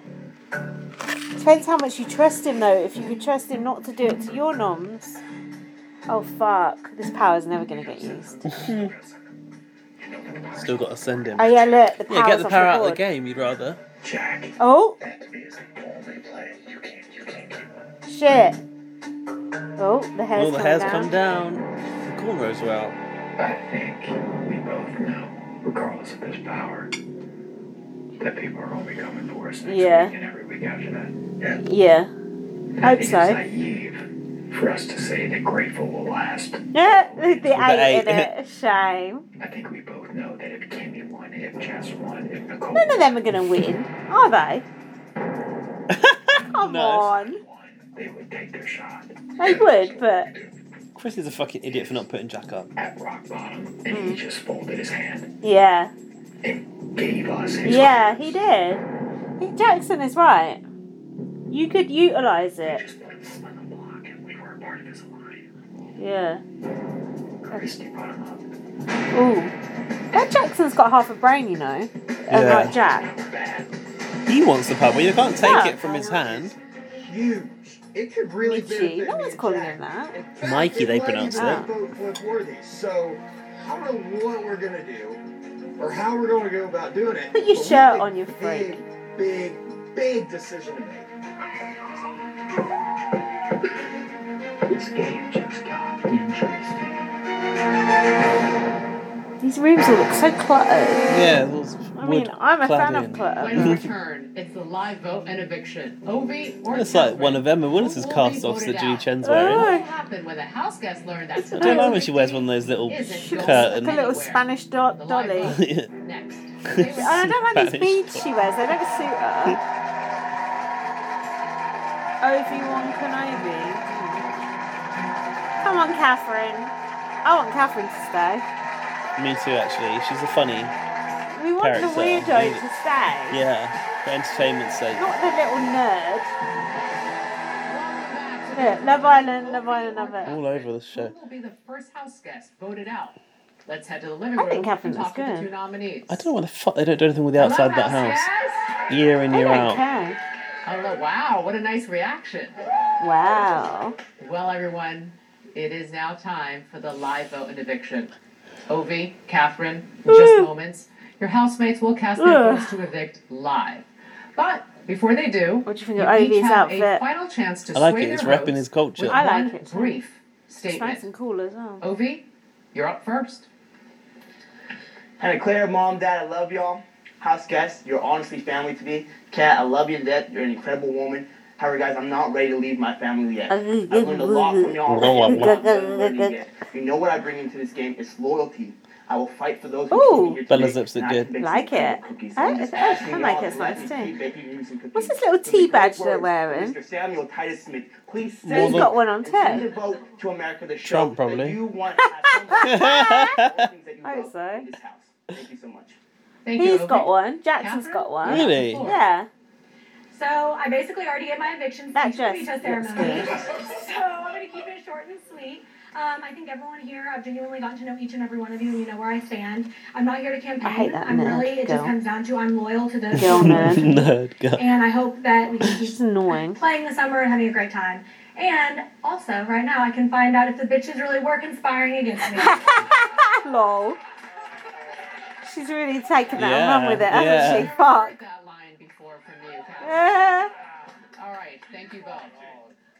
Depends how much you trust him though. If you could trust him not to do it to your noms. Oh fuck. This power's never gonna get used. Still got to send him. Oh yeah, look, the power's yeah, get the off power out of the board. game. You'd rather. Jack, Oh that music only play. You can't, you can't keep up. shit. Oh, the hair's, All the coming hairs down. come down. The cornrows were out. I think we both know, regardless of this power, that people are only coming for us next Yeah. week and every week after that. Yeah. Yeah. I Hope think so. it's naive for us to say that grateful will last. Yeah, with the eight in eight. it. Shame. I think we both know that if Kimmy won, if Jess won, if Nicole None of them are gonna win, are they? Come No. on. won, they would take their shot They would, but Chris is a fucking idiot for not putting Jack up. at rock bottom. And Mm. he just folded his hand yeah. and gave us his. Yeah, he did. He- Jackson is right. You could utilise He it. just put us on the block and we were a part of his line. Yeah. Christy put him up. Ooh. That Jackson's got half a brain, you know. Yeah. Yeah. Like Jack. He wants the power. but You can't take Yeah. it from his hand. Huge. It could really Gee, benefit no me one's and calling Jack. him that. In fact, Mikey, they it might pronounce even it. be both look worthy. So I don't know what we're gonna do or how we're gonna go about doing it. Put your but we shirt have a on, you freak. Big, big, big decision to make. This game just got interesting. Yeah. These rooms all look so cluttered. Yeah, those I mean, I'm a fan of When we clutter. return, it's the live vote and eviction. Ovi or It's like Catherine. one of Emma Willis's Who will be cast offs voted that Judy out? Chen's What Oh, wearing. will happen when the house guest learned that I don't mind when she wears one of those little curtain. Like a little Spanish do- dolly. Yeah. I don't mind these Spanish beads she wears, they don't suit uh, her. Obi-Wan Kenobi. Come on, Catherine. I want Catherine to stay. Me too, actually. She's a funny. We want the Character. weirdo to stay. Yeah, for entertainment's sake. Not the little nerd. Look, Love Island, Love Island, Love Island. All over the show. Who will be the first house guest voted out? Let's head to the living I room think Catherine and talk looks to the good. two nominees. I don't know what the fuck they don't do anything with the outside of that house. Year in, year out. Oh, no, wow, what a nice reaction. Wow. Well, everyone, it is now time for the live vote and eviction. Ovi, Catherine, in just moments, your housemates will cast their Ugh. votes to evict live. But before they do, what do you think you of each Ovi's have a outfit? final chance to I like sway it, it's their repping votes his culture. with I like one it, too. Brief It's statement. nice and cool as well. Ovi, you're up first. And I Claire, mom, dad, I love y'all. House guests, you're honestly family to me. Kat, I love you to death. You're an incredible woman. However, guys, I'm not ready to leave my family yet. I've learned a lot from y'all. and I'm not done learning yet. You know what I bring into this game? It's loyalty. I will fight for those who keep me here today. Bella's lips look good. Like it. I, I, I like it, it's nice too. What's this little tea badge they're wearing? Mr. Samuel Titus Smith, please Who's send got one on and send too? the vote to America the show Trump, that probably. you want to have all the things that you love in this house. Thank you so much. Thank He's you, got one. Jackson's got one. Really? Yeah. So I basically already did my eviction That speech for the dress veto looks ceremony. good. so I'm going to keep it short and sweet. Um, I think everyone here, I've genuinely gotten to know each and every one of you, and you know where I stand. I'm not here to campaign. I hate that am nerd really, it just girl. comes down to I'm loyal to those. Girl who- nerd. Nerd girl. And I hope that we can She's keep annoying. playing the summer and having a great time. And also, right now, I can find out if the bitches really were conspiring against me. Lol. She's really taken that and Yeah, run with it, hasn't yeah. she? Fuck. Eh. Yeah. All right, thank you both.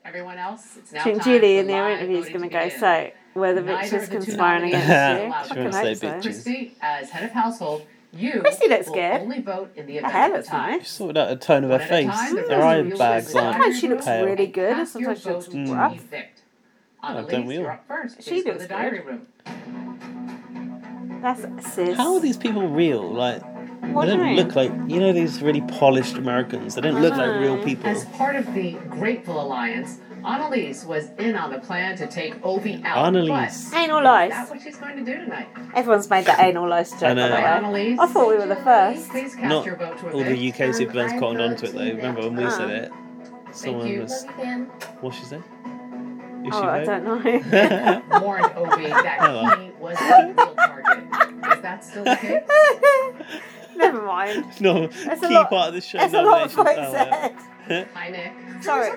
Everyone else, it's now I think time Julie for in the live interview is voting going to to go, begin. so where the Neither bitches of the two conspiring nominees against you. will Fucking allow hope it. so. Christy, as head of household, you Christy looks will good. only vote in the Her event hair of looks nice. Sort out the tone of her at a face. time, the Her rest eye of the bags real aren't. Sometimes she looks pale. really good, and your sometimes she looks vote to rough. evict. Oh, Annalise, don't we all? you're up first. She Please go to looks the diary good. room. That's sis. How are these people real? Like, What they do you don't mean? look like you know these really polished Americans. They don't look like Uh-huh. real people. As part of the Grateful Alliance, Annalise was in on the plan to take Ovi out. Annalise. but Ain't no lies. Is that what she's going to do tonight? Everyone's made that anal lice joke. I by know. the way. I thought we were the first. Please cast Uh, Not your vote to all evict. the UK superbands I cottoned onto vote it though. Remember when we Uh-huh. said it? Someone you. was what she say? Is Oh, she I vote? don't know. warned Obi that Oh, he was the real target. Is that still the case? Never mind. no, That's key a lot. part of the show. That's a lot of folks nominations. said. Oh, well. Hi, Nick. Sorry.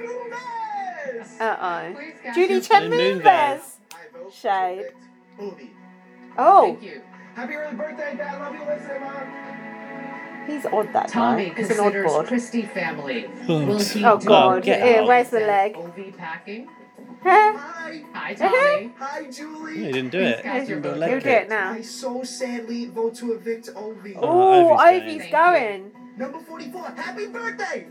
Uh Please, oh. guys, Judy your- Chen The moon Moonves. Shade. Oh, Thank you. Happy early birthday, Dad. Love you, Wednesday, Mom. he's odd that Tommy guy. He's an odd considers board. Christie family. Oh, Will t- he Oh do god. get Yeah, out. where's the leg? Ovi packing? Huh? Hi. Hi, Tommy. Hi, No, Julie. you didn't do Please it. cast your Didn't do a vote. leg He'll do kick. it now. I so sadly vote to evict Ovi. Oh, Ivy's Ivy's going. going. Number 44, happy birthday!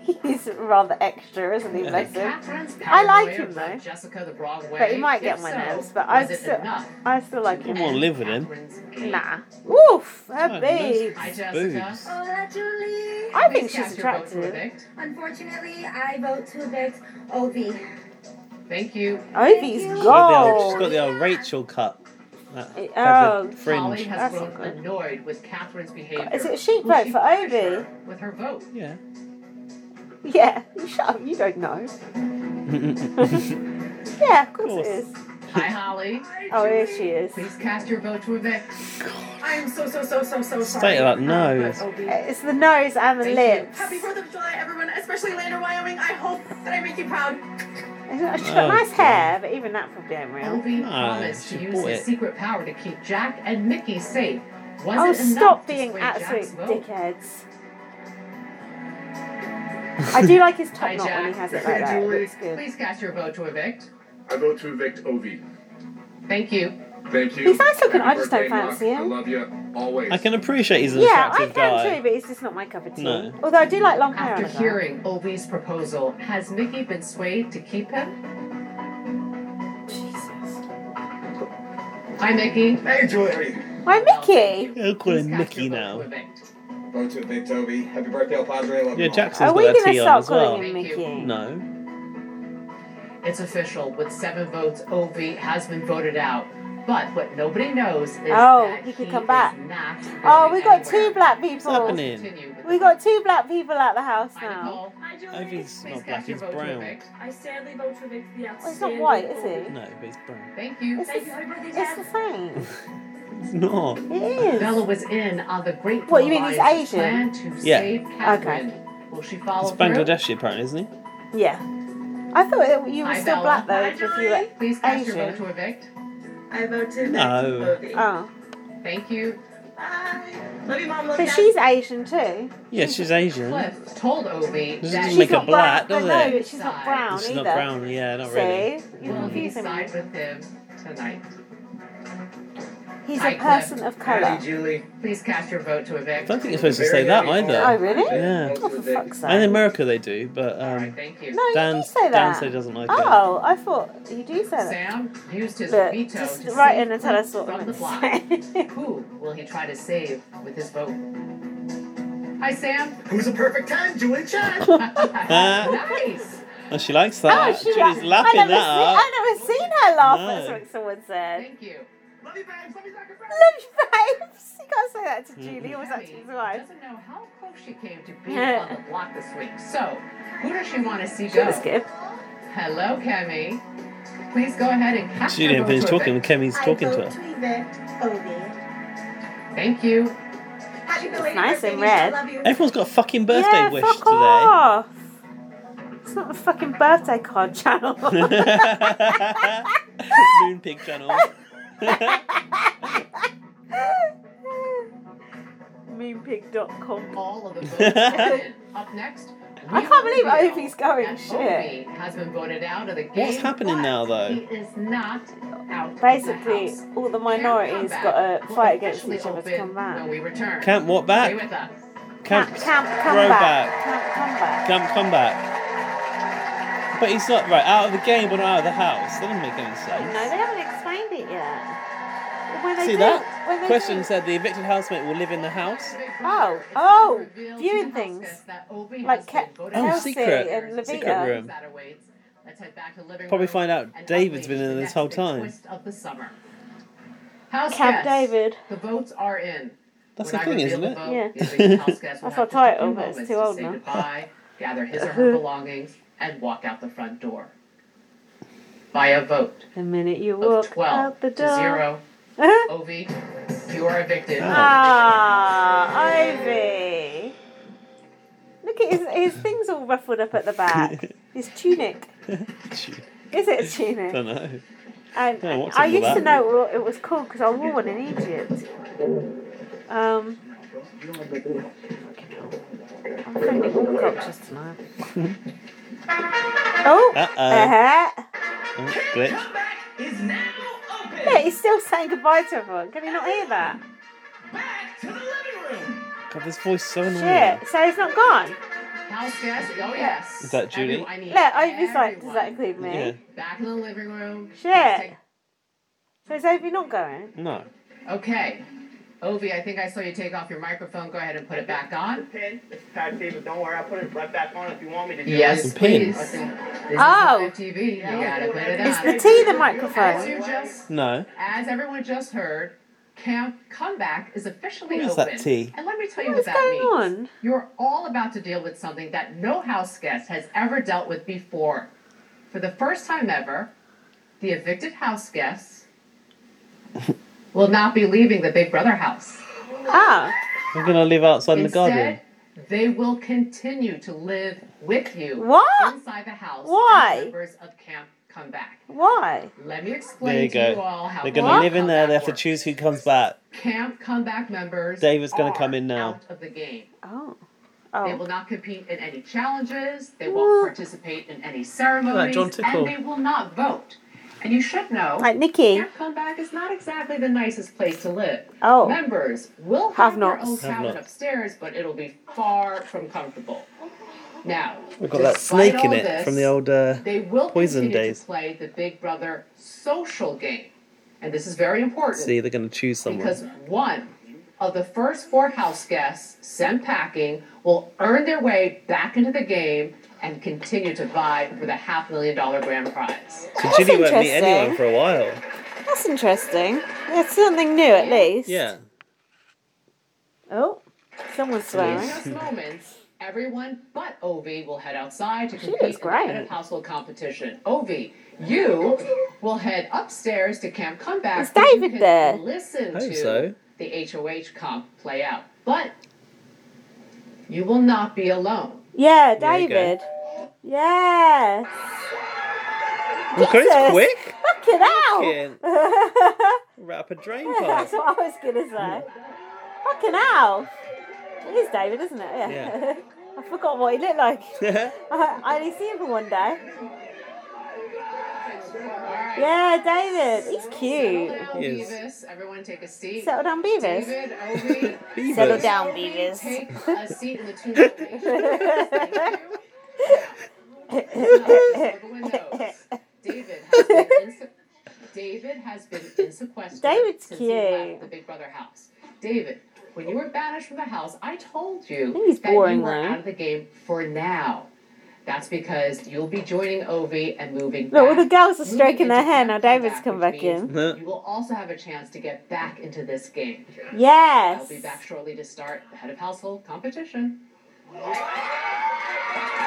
He's rather extra, isn't he? Bless him. Catherine's I like paranoia him, rubbed though. Jessica the wrong way. But he might get If my so, nerves. But was I it still, enough I still like to him. won't end live with him. Catherine's game? Nah. Woof. Oh, Her those boobs. Hi, Jessica. Boobs. Hola, Julie. I think Please she's cast your vote to attractive. evict. Unfortunately, I vote to evict Ovi. Thank you. She's Ivy's She's got the old- she's gone. got the old Rachel cut. That It- has a oh. Holly fringe. has That's grown not good. annoyed with Catherine's behavior. Is it a sheep Will vote she for punish Obi? her With her vote. Yeah. Yeah. You shut up. You don't know. Yeah, of course, course. it is. Hi, Holly. Oh, here she is. Please cast your vote to evict. I am so, so, so, so, so sorry. State of that Um, nose. but Obi- It's the nose and the Thank you. lips. Happy 4th of July, everyone, especially Lander, Wyoming. I hope that I make you proud. Isn't that- She's Oh, got nice God. hair, but even that probably ain't real. Obi Ah, promised to she use bought his it. secret power to keep Jack and Mickey safe. Was Oh, it enough stop to being sway absolute Jack's vote? dickheads. I do like his Hi, top knot when Jack. he has it like that. It looks good. Please cast your vote to evict. I vote to evict Ovi. Thank you. Thank you. He's nice looking, Happy I just don't birthday, Mark. fancy him. I love you always. I can appreciate he's an yeah, I attractive can guy. too, but it's just not my cup of tea. No. Although I do like long hair. After on a guy. hearing Obi's proposal, has Mickey been swayed to keep him? Jesus. Hi, Mickey. Hey, Jewelry. Why, Mickey? I'll call him Mickey now. Going to a big Toby. Happy birthday, El Padre. Love Yeah, you all. Jackson's Are Oh, we got that gonna tea on start as well. calling him Mickey? No. It's official. With seven votes, Obi has been voted out. But what nobody knows is Oh, that he could he come is back. not Oh, going we got anywhere. two black people. We got two black people at the house now. Ovi's not black, he's brown. I sadly vote for Vic the Well, it's not white, is it? No, but it's brown. Thank you. It's, Thank the- you. Happy birthday, it's the same. It's not. It is. Bella was in on the Great What, you mean he's Alliance's Asian? plan to Yeah. save Catherine. Will she follow It's through? Bangladeshi, apparently, isn't he? Yeah. I thought it, you were Hi, still Bella. black though. Hi, if you were Johnny. Please cast your Asian. vote to evict. I vote to No. Obi. Oh. Thank you. Love you, mom. Love But Dad. she's Asian too. Yeah, she's Asian. Cliff told Obi This that doesn't make her not brown. black, does I know, it? but she's not brown She's either. not brown, yeah, not See? really. Hmm. You're will he confusing me. side with him tonight. He's Hi, a Cliff. person of colour. Julie. Please cast your vote to I evict. don't think you're supposed to say that either. Oh, really? Yeah. Oh, for fuck's sake. And in America they do, but um, Thank you. No, Oh, you Dan, do say that. Dan said he doesn't like it. Oh, I thought you do say that. Sam used his Look, veto just to write save in and tell Cliff us what from the we block. Who will he try to save with his vote? Hi, Sam. Who's a perfect time to win chat? nice. Oh, she likes that. She's lapping I that never see- up. I never seen her laugh at No. something someone said. Thank you. Love you, babes. Love you, Dr. Fred. Lunch babes. You can't say that to Hmm. Julie. It was that to his wife. Doesn't know how close she came to being on the block this week. So, who does she want to see She go? was good. Hello, Kemi. Please go ahead and cast She didn't your vote finish to talking. evict. Kemi's I talking to vote her. to evict Obi. Thank you. Happy belated nice birthday, and Nisha. I red. love you. Everyone's got a fucking birthday yeah, wish fuck off. It's not a fucking birthday card channel. today. Moon pig channel. Moonpig.com. All of the votes are in. Up next, I can't believe reveal Ovi's going that shit. Obi has been voted out of the game. What's happening now He though? is not out. of Basically, the house. all the minorities got to fight against each other to come When back. we return, Camp what Stay with back? us. Camp Camp, come throw back. back. Camp, come back. Camp come back. But he's not right out of the game, but not out of the house. That doesn't make any sense. No, they haven't explained it yet. When they See do, that? When they Question do- said the evicted housemate will live in the house. Oh, oh, viewing things. Like Ke- Oh, Kelsey secret. and Levita. Secret room. That awaits. Let's head back to living Probably room find out and David's been unleash in the this next whole big time. twist of the summer. House Camp guest, David. The votes are in. That's When the I thing, reveal isn't the it? vote, Yeah. the evicted house guest will That's have our just a few title, but it's moments too to old say now. Goodbye, gather his or her belongings, and walk out the front door. By a vote The minute you of walk twelve out the to door. zero, Uh-huh. Ovi, you are evicted. Ah, Ivy. Look at his, his things all ruffled up at the back. His tunic. Is it a I tunic? don't know. And Yeah, what's I up with used to that? know what it was called because I wore one in Egypt. Um, I'm finding all cultures tonight. oh, Uh oh. uh-huh. Glitch. Is now open. yeah, he's still saying goodbye to everyone. Can he not hear that? Back to the living room. God, this voice is so annoying. Shit, so he's not gone. House guest, oh yes. Is that Julie? Every- I need Look, Ivy's like, does everyone that include me? Yeah. Back in the living room. Shit. So is Obi not going? No. Okay. Ovi, I think I saw you take off your microphone. Go ahead and put it back on. Pin, it's tied David. Don't worry, I'll put it right back on if you want me to. Do Yes, The pin. please. This is Oh. live TV. You gotta put it on. Is the tea the as microphone? you just, No. as everyone just heard, Camp Comeback is officially What is open. that tea? And let me tell you What what, is that going on? means. You're all about to deal with something that no house guest has ever dealt with before. For the first time ever, the evicted house guests will not be leaving the Big Brother house. Ah, We're gonna live outside in the garden. Instead, they will continue to live with you What? inside the house. Why? As members of Camp Come Back. why? Let me explain There you to you all go. how They're Camp gonna live in there. Comeback They have to works. choose who comes back. Camp Comeback members. David's gonna are come in now. Out of the game. Oh, They oh, will not compete in any challenges. They won't participate in any ceremonies. John Tickle. And they will not vote. And you should know Like Nikki. Camp Comeback is not exactly the nicest place to live. Oh. Members will Have have, their nots. own Have cabin nots. upstairs, but it'll be far from comfortable. Now, We've got that despite snake in all it this, from the old uh, they will poison continue days. to play the Big Brother social game. And this is very important. See, they're going to choose someone. Because one of the first four house guests sent packing will earn their way back into the game and continue to vie for the half million dollar grand prize. so Ginny won't meet interesting. anyone for a while. That's interesting. That's something new, at least. Yeah. Oh, someone's In swearing. just moments, everyone but Ovi will head outside to She compete is in great. the head of household competition. Ovi, you will head upstairs to Camp Comeback. Is where you David can there? Listen Hope to so. the HOH comp play out. But you will not be alone. Yeah, There you go. David. Yeah. Okay, it's quick. Fucking hell. Oh. Fucking- Wrap a drain That's pipe. what I was gonna say. Fucking hell. It is David, isn't it? Yeah. Yeah. I forgot what he looked like. I I only see him for one day. Yeah, David. He's cute. Settle down, Beavis. Everyone take a seat. Settle down, Beavis. David, Ovi, Beavis. Settle down, Ovi, Beavis. Take a seat in the two Thank you. Everyone knows. David has been in, David has been in sequester David's since he left cute. the Big Brother house. David, when you were banished from the house, I told you I think he's that boring, you were though. out of the game for now. That's because you'll be joining Ovi and moving Look, all back. the girls are Moving stroking their into hair now. David's come back means in. You will also have a chance to get back into this game. Yes. I'll be back shortly to start the head of household competition.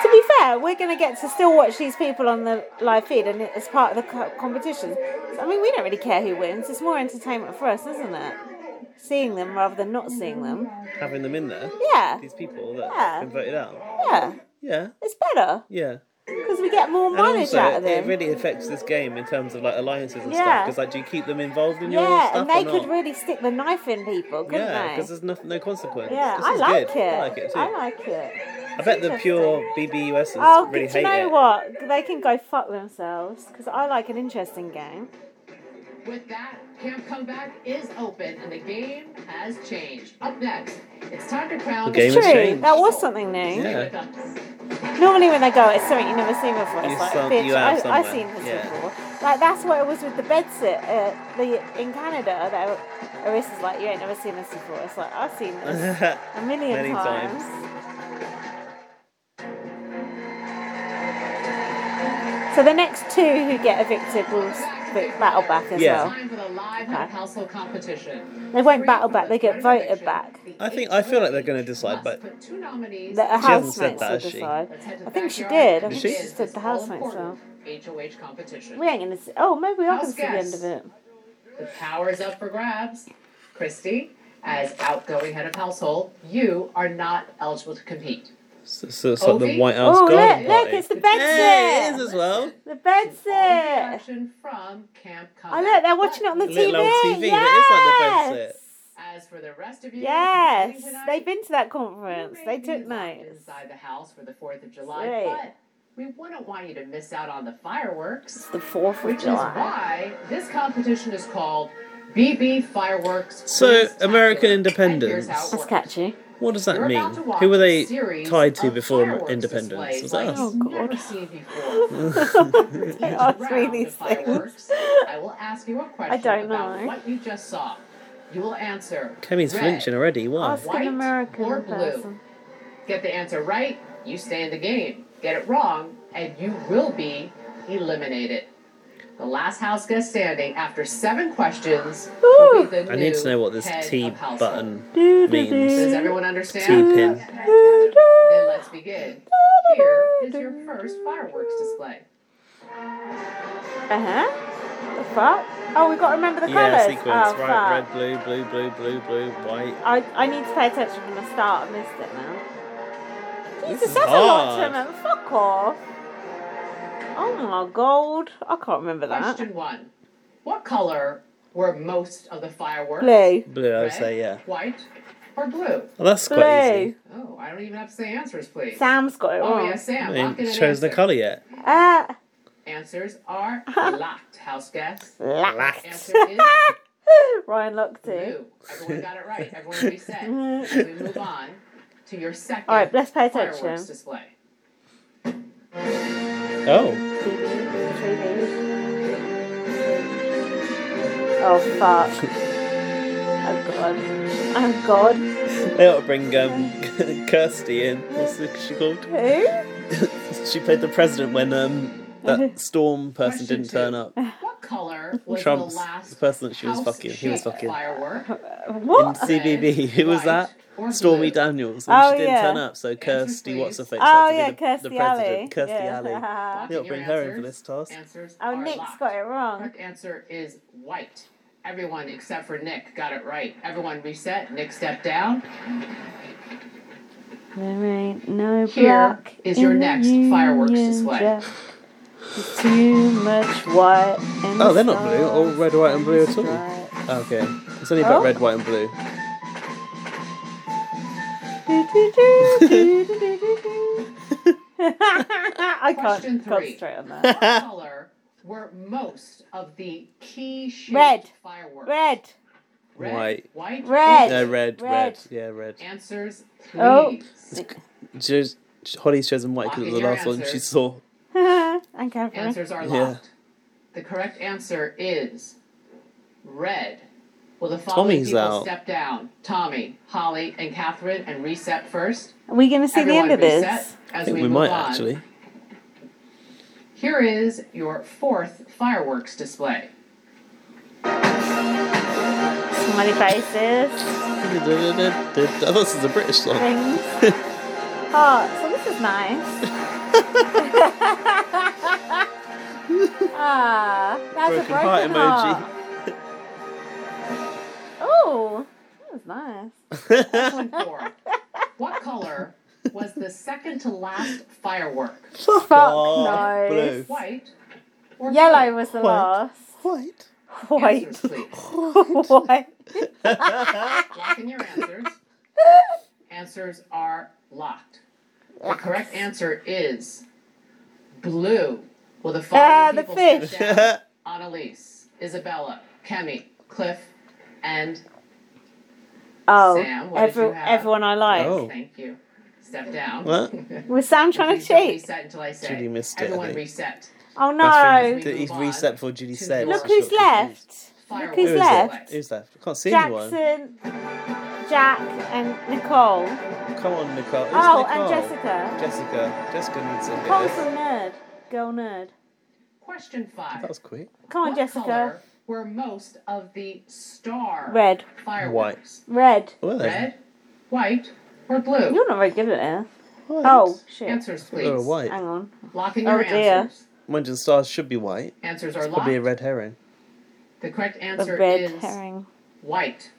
To be fair, we're going to get to still watch these people on the live feed, and it's part of the co- competition. So, I mean, we don't really care who wins. It's more entertainment for us, isn't it? Seeing them rather than not seeing them. Having them in there. Yeah. These people that Yeah. have been voted out. Yeah, Yeah. it's better Yeah. because we get more And mileage also, out of it them. really affects this game in terms of like alliances and Yeah. stuff. Because like, do you keep them involved in your yeah, stuff and they or could not? really stick the knife in people, couldn't yeah, they? because there's no, no consequence. Yeah, This I is like good. it. I like it too. I like it. I bet the pure BBUSs Oh, really do hate you know it. what? They can go fuck themselves because I like an interesting game. With that, Camp Comeback is open and the game has changed. Up next, it's time to crown It's true. That was something new. Yeah. Normally, when they go, it's something you never seen before. It's You like, some- bitch, you have I, I've somewhere. seen this Yeah. before. Like that's what it was with the bed sit uh, the in Canada. That Arissa's like, you ain't never seen this before. It's like I've seen this a million Many times. So the next two who get evicted will s- battle back as Yeah. well. Time for the live head of household competition. They won't battle back. They get voted back. I think I feel like they're going to decide, but Two nominees. The She hasn't said housemates that, will has she? decide. Let's head to uh, I think she backyard. did. I Did think she? she just said the housemates will. HOH competition. We ain't gonna see. Oh, maybe I can House see the end guests. of it. The power's up for grabs. Christy, as outgoing head of household, you are not eligible to compete. so, so it's like the Ovi? White House Oh, Garden look, look, Party. it's the bed Hey, set. it is as well. The bed set. Action from Camp Oh look, they're watching it on the TV. Little old TV, yes. that is like the bed set. As for the rest of you, Yes, competing they've tonight, been to that conference. you may They be took locked notes. Inside the house for the 4th of July, Right. but we wouldn't want you to miss out on the fireworks, The fourth of which is July. why this competition is called BB Fireworks. So American Independence. That's catchy. What does that You're mean? about to watch Who were a they series tied to of before fireworks independence? displays Was like that us? you've never seen before. Oh, They ask me these things. I will ask you a question I don't about know. what you just saw. You will answer. Kemi's red, flinching already. Why? Ask an American or blue. person. Get the answer right, you stay in the game. Get it wrong, and you will be eliminated. The last house guest standing after seven questions will be the I need new to know what this head T of household. button Do, do, means. Does do. everyone T understand? pin. Then let's begin. Here is your first fireworks display. Uh huh. The fuck? Oh, we've got to remember the Yeah, colours. sequence. Oh, fuck. right, red, blue, blue, blue, blue, blue, white. I, I need to pay attention from the start. I missed it now. This Jesus, is that's a lot to hard. remember. Fuck off. Oh my god. I can't remember that. Question one. What color were most of the fireworks? Blue. Blue, I would say, yeah. White or blue? Well, that's Blue. quite easy. Oh, I don't even have to say answers, please. Sam's got it Oh, wrong. yeah, Sam. I Lock in haven't an chosen the answer. colour yet. Ah, answers are locked, house guests. Locked. Answer is Ryan locked blue. it. Everyone got it right. Everyone reset. and we move on to your second Mm-hmm. All right, let's pay fireworks attention. display. Oh. Oh fuck. Oh god. Oh god. They ought to bring um, Kirsty in. What's the, she called? Who? she played the president when um, that storm person didn't turn up. What color was Trump's the last the person that she was house fucking. He was shaped fucking. firework? In CBB, who was that? Stormy Daniels, and Oh, she didn't yeah. turn up. So Kirsty, what's her face? Oh had to be yeah, the, Kirsty the president. Alley. Kirsty yeah. Alley. Alley. He'll bring her in for this task. Answers Oh, are Nick's locked. got it wrong. Correct answer is white. Everyone except for Nick got it right. Everyone reset. Nick stepped down. There ain't no Here black is your in the next fireworks Union display. Jack. There's Too much white. in Oh, the they're not blue. Or red, white, and blue at all. Oh, Okay, it's only about Oh. red, white, and blue. I Question can't three. concentrate on What that. color were most of the key shaped Red. fireworks? Red. Red. White. White. Red. No, red, red, Red. Yeah, red. Answers, please. Oh. She's, Holly's chosen white because it was the Your last one she answers. saw. and Catherine. Answers are Yeah. locked. The correct answer is red. Will the following Tommy's people out. step down? Tommy, Holly, and Catherine, and reset first. Are we going to see Everyone the end of reset this? As I think we, we move might on. actually. Here is your fourth fireworks display. Smiley faces. I thought this was a British song. Rings. Oh, so this is nice. ah, that's a Broken heart broken emoji. heart. Oh, that was nice. Question four. what color was the second to last firework? Fuck Oh, no. White or Yellow was the White. last. White. White. Answers, please. White. Lock in your answers. Answers are locked. The correct answer is blue. Will the Ah, following the people step fish. down? Annalise, Isabella, Kemi, Cliff, and Oh, Sam, what did every, you have? everyone I like. Oh. thank you. Step down. What? Was Sam trying to Please don't cheat? Reset until I say. Judy missed it, I Everyone think. reset. Oh That's no. fine. He's reset before Judy said. Look who's left. Look who's Who is left. It? Who's left? I can't see anyone. Jackson, Jack, and Nicole. Come on, Nicole. It's Oh, Nicole. and Jessica. Jessica. Jessica needs to get Nicole's this. a nerd. Girl nerd. Question five. That was quick. Come on, What Jessica. color were most of the star Red. fireworks? Red. Were they? Red, white, or blue? You're not very good at it. Oh, shit. Answers, They were please. white. Hang on. Lock in Oh, your dear. answers. Mind you, the stars should be white. Answers It's are probably a locked. red herring. The correct The answer red is herring. white.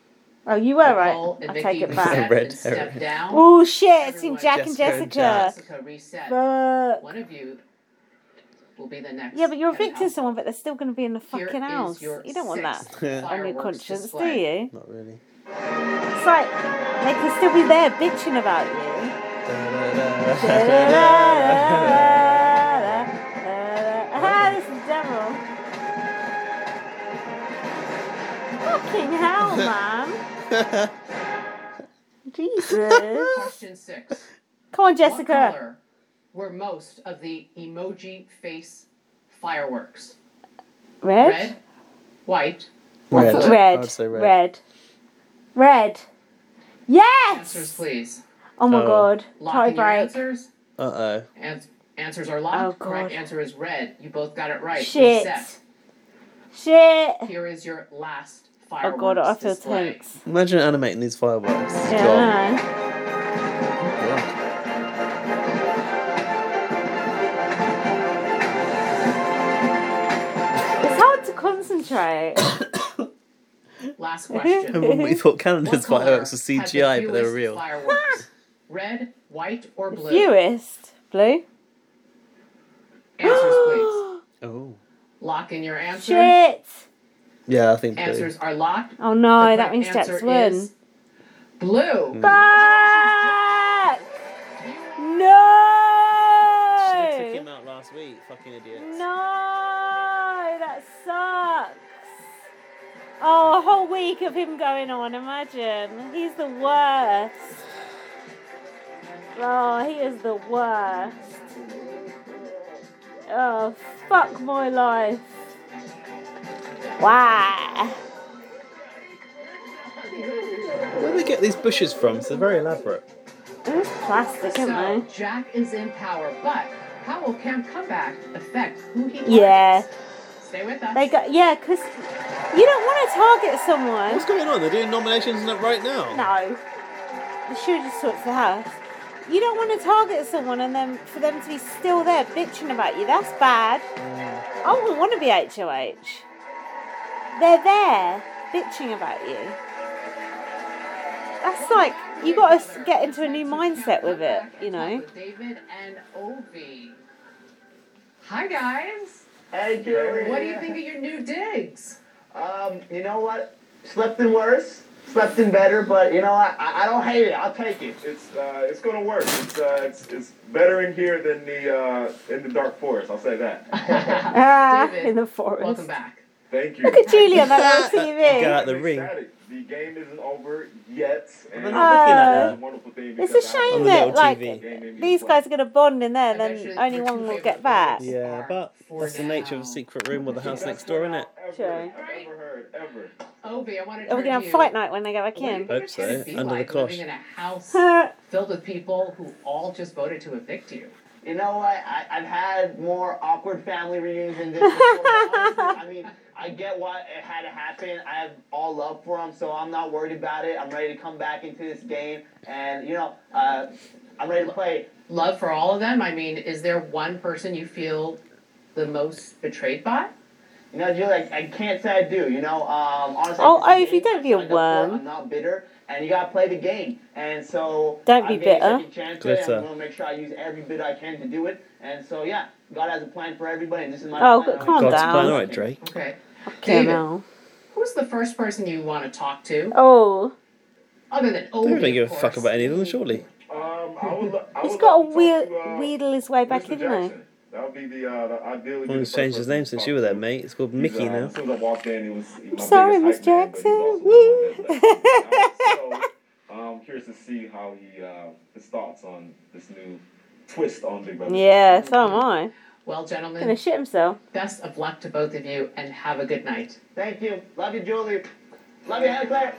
Oh, you were Nicole right. and I Vicky take it reset back. A red and step herring. down. Oh, shit. It's in Everyone- Jack and Jessica and Jessica. Jessica reset. Fuck. One of you will be the next. Yeah, but you're head of evicting someone, but they're still going to be in the Here fucking is house. your You don't want that sixth Yeah. on your fireworks conscience, display. do you? Not really. It's like they can still be there bitching about you. Ah, this is devil. Fucking hell, man. Jesus. Question six. Come on, What Jessica. color were most of the emoji face fireworks? Red? Red, white. Red. I Red. would say red. Red. Red. Yes! Answers, please. Oh my Oh. god. Tie Lock in your break. answers. Uh Ans- answers are Oh, locked. God. Correct answer is red. You both got it right. Shit. Reset. Shit. Here is your last Oh fireworks god, I feel display. tense. oh. Imagine animating these fireworks. God. Yeah. I know. God. It's hard to concentrate. Last question. Remember when we thought Canada's What color fireworks were had the CGI, but they were fewest real. Fireworks. red, white, or blue? Fewest. Blue. Answers, please. Oh. Lock in your answers. Shit. Yeah, I think blue. Answers are locked. Oh no, that The correct means Jack's answer win. is Blue. Fuck! You No! out last week, fucking idiot. No! Oh, week of him going on. Imagine. He's the worst. Oh, he is the worst. Oh, fuck my life. Wow. Where do we get these bushes from? They're very elaborate. It's plastic, isn't so it? Jack is in power, but how will Cam comeback affect who he Yeah. is? Stay with us. They got yeah, because you don't want to target someone. What's going on? They're doing nominations on it right now. No. The shoe just sorts the house. You don't want to target someone and then for them to be still there bitching about you. That's bad. Mm. I wouldn't want to be HOH. They're there bitching about you. That's like, you got to get into a new mindset with it, you know? David and Ovi. Hi guys. Hey, Julie. What do you think of your new digs? Um, you know what? Slept in worse, slept in better, but you know what? I, I don't hate it. I'll take it. It's uh, it's gonna work. It's uh, it's, it's better in here than the uh, in the dark forest. I'll say that. Ah, in the forest. Welcome back. Thank you. Look at Julie on that little Get TV. out the ring. The game isn't over yet. And not looking at her. Wonderful thing Uh, It's because a I- shame that, like, these guys are going to bond in there, then only one will get back. Yeah, but that's the nature of a secret room or the house next door, isn't it? Sure. Ovi, I wanted to Are we going to have fight night when they go back in? Hope so. be Under the like cosh. living in a house filled with people who all just voted to evict you. You know what? I, I've had more awkward family reunions than this before. but honestly, I mean, I get why it had to happen. I have all love for them, so I'm not worried about it. I'm ready to come back into this game, and you know, uh, I'm ready to play. Love for all of them. I mean, is there one person you feel the most betrayed by? You know, Julie, I, I can't say I do. You know, um, honestly. Oh, this Ovi, don't be a signed up for it. worm. I'm not bitter, and you gotta play the game. And so Don't I be gave it bitter. second chance to it, Glitter. I'm gonna make sure I use every bit I can to do it. And so yeah, God has a plan for everybody, and this is my Oh, plan. calm God's down. plan, alright, Drake. Okay. Okay, David. now. Who's the first person you want to talk to? Oh. Other than They Ovi, don't give of a fuck course. about any of them, surely. Um, I would, lo- I He's would got to love to talk to, wheel, uh, wheedle his way back Mr. in, though. Jackson. That would be the, uh, the ideally. Well, be the he's first changed his person name to since talk you were to. there, mate. It's called He's, Mickey uh, now. As soon as I walked in, he was. he- I'm my sorry, Miss biggest hype man, but he's Jackson. also the one that left me. So, um, curious to see how he uh, his thoughts on this new twist on Big Brother. Yeah, so am I. Well, gentlemen, Gonna shit himself. best of luck to both of you and have a good night. Thank you. Love you, Julie. Love you, Hannah Claire.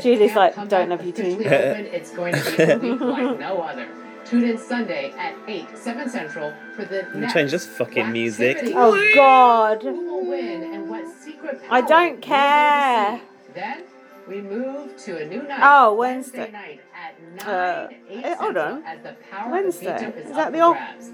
Julie's like, don't love you too. Officially open, it's going to be a week like no other. Tune in Sunday at 8, 7 Central for the Can you next Change this fucking music. activity. Oh God. Who will win and what secret I power don't will they care. receive? Then we move to a new night. Oh, Wednesday. night at 9, Uh, 8 eh, hold Central on. as the power Wednesday. of the veto is, Is up that the for old- grabs.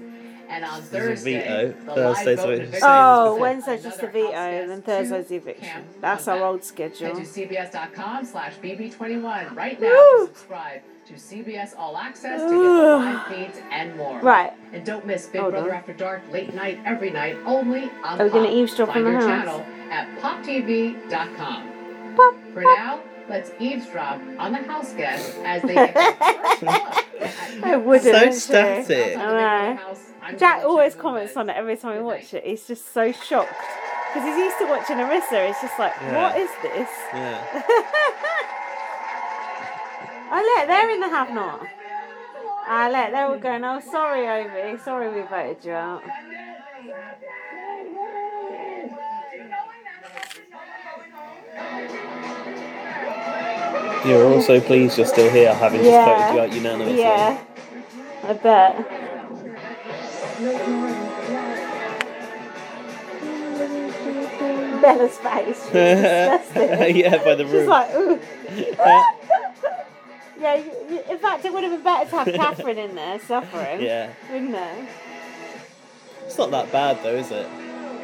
And on This is a Thursday, veto. the Thurday's live vote what and it eviction Oh, is Wednesday's just a veto, and then Thursday's the eviction. That's our old Head to schedule. cbs.com slash bb21 right now Woo. to subscribe to CBS All Access to get the live feeds and more. Right. And don't miss Big Hold Brother on. After Dark late night every night only on Are we gonna Pop. eavesdrop on Find the your house? channel at poptv.com. Pop, For now, let's eavesdrop on the house guests as they make their first look at I wouldn't. So wouldn't you? static. I know. Jack always comments on it every time we watch it. He's just so shocked because he's used to watching Arissa. It's just like, Yeah. what is this? Yeah. Oh look, they're in the have not. Ah look, they're all going. Oh sorry, Ovi. Sorry, we voted you out. You're also pleased you're still here, having just voted you out unanimously. Yeah. I bet. Bella's face. She's disgusted. yeah, by the She's room. Uh, like, ooh. yeah, you, you, in fact, it would have been better to have Catherine in there suffering. Yeah. Wouldn't it? It's not that bad though, is it?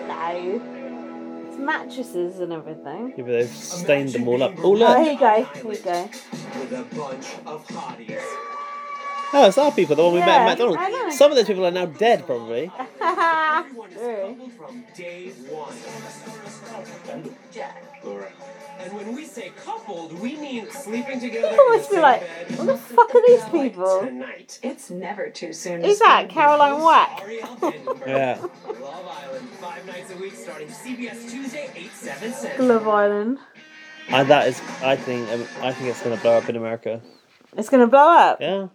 No. It's mattresses and everything. Yeah, but they've stained them all up. Oh look! Oh, here you go. Here you go. With a bunch of hotties. Oh, it's our people, the one we met Yeah, at I know. McDonald's. Some of those people are now dead, probably. True. From day one. Jack. Laura. And when we say coupled, we mean sleeping together. People in the must be same like, bed. what the fuck are these people? Tonight. It's never too soon. Who's that? Caroline Wack. Yeah. Love Island, five nights a week, starting CBS Tuesday, 8, 7, 7. Love Island. And that is, I think, um, I think it's going to blow up in America. It's going to blow up. Yeah.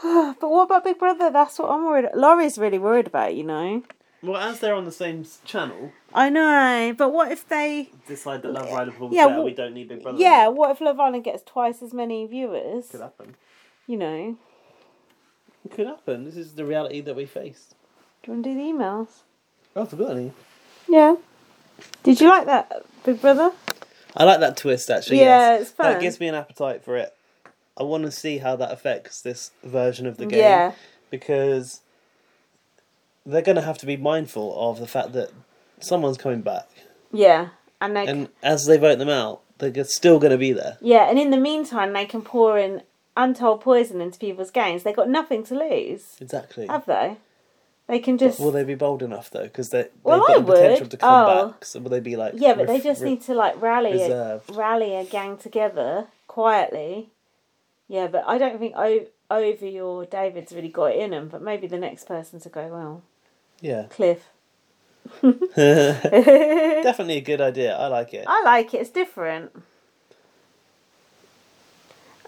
but what about Big Brother? That's what I'm worried. Laurie's really worried about. You know. Well, as they're on the same s- channel, I know, but what if they? decide that Love Island performs Yeah, better. well- "Oh, we don't need Big Brother. Yeah, what if Love Island gets twice as many viewers? Could happen. You know. It could happen. This is the reality that we face. Do you want to do the emails? Oh, forgotten. Yeah. Did you like that, Big Brother? I like that twist actually. Yeah, yes. it's That fun. gives me an appetite for it. I want to see how that affects this version of the game. Yeah. Because they're going to have to be mindful of the fact that someone's coming back, Yeah, and they and as they vote them out, they're g- still going to be there. yeah, and in the meantime, they can pour in untold poison into people's games. They got nothing to lose, Exactly. have they? They can But just will they be bold enough though? Because they they've Well, got I the potential would. to come Oh. back. So will they be like? yeah, but they ref- just re- need to like rally a, reserved. rally a gang together quietly. Yeah, but I don't think o- over your David's really got it in him. But maybe the next person to go well, Yeah. Cliff. Definitely a good idea. I like it. I like it. It's different.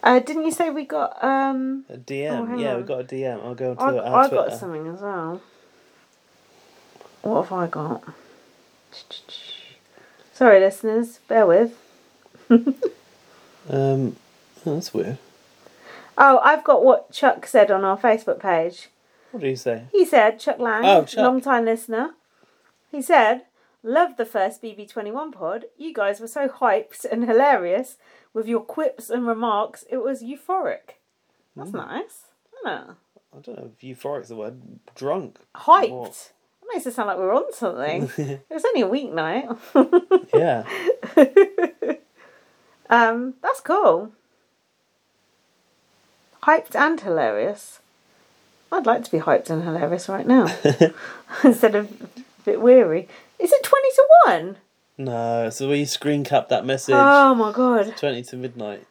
Uh, didn't you say we got um? A Oh, hang DM. yeah, we on. have got a DM. I'll go to I, our I Twitter. got something as well. What have I got? Sorry, listeners, bear with. Um, oh, that's weird. Oh, I've got what Chuck said on our Facebook page. What do you say? He said, Chuck Lang, Oh, Chuck. long time listener. He said, Love the first BB21 pod. You guys were so hyped and hilarious with your quips and remarks. It was euphoric. That's Mm. nice. I know. I don't know if euphoric's the word. Drunk. Hyped. Or- That makes it sound like we're on something. it was only a weeknight. yeah. Um, that's cool. Hyped and hilarious. I'd like to be hyped and hilarious right now instead of a bit weary. Is it twenty to one? No, so we screen cap that message. Oh my god. 20 to midnight.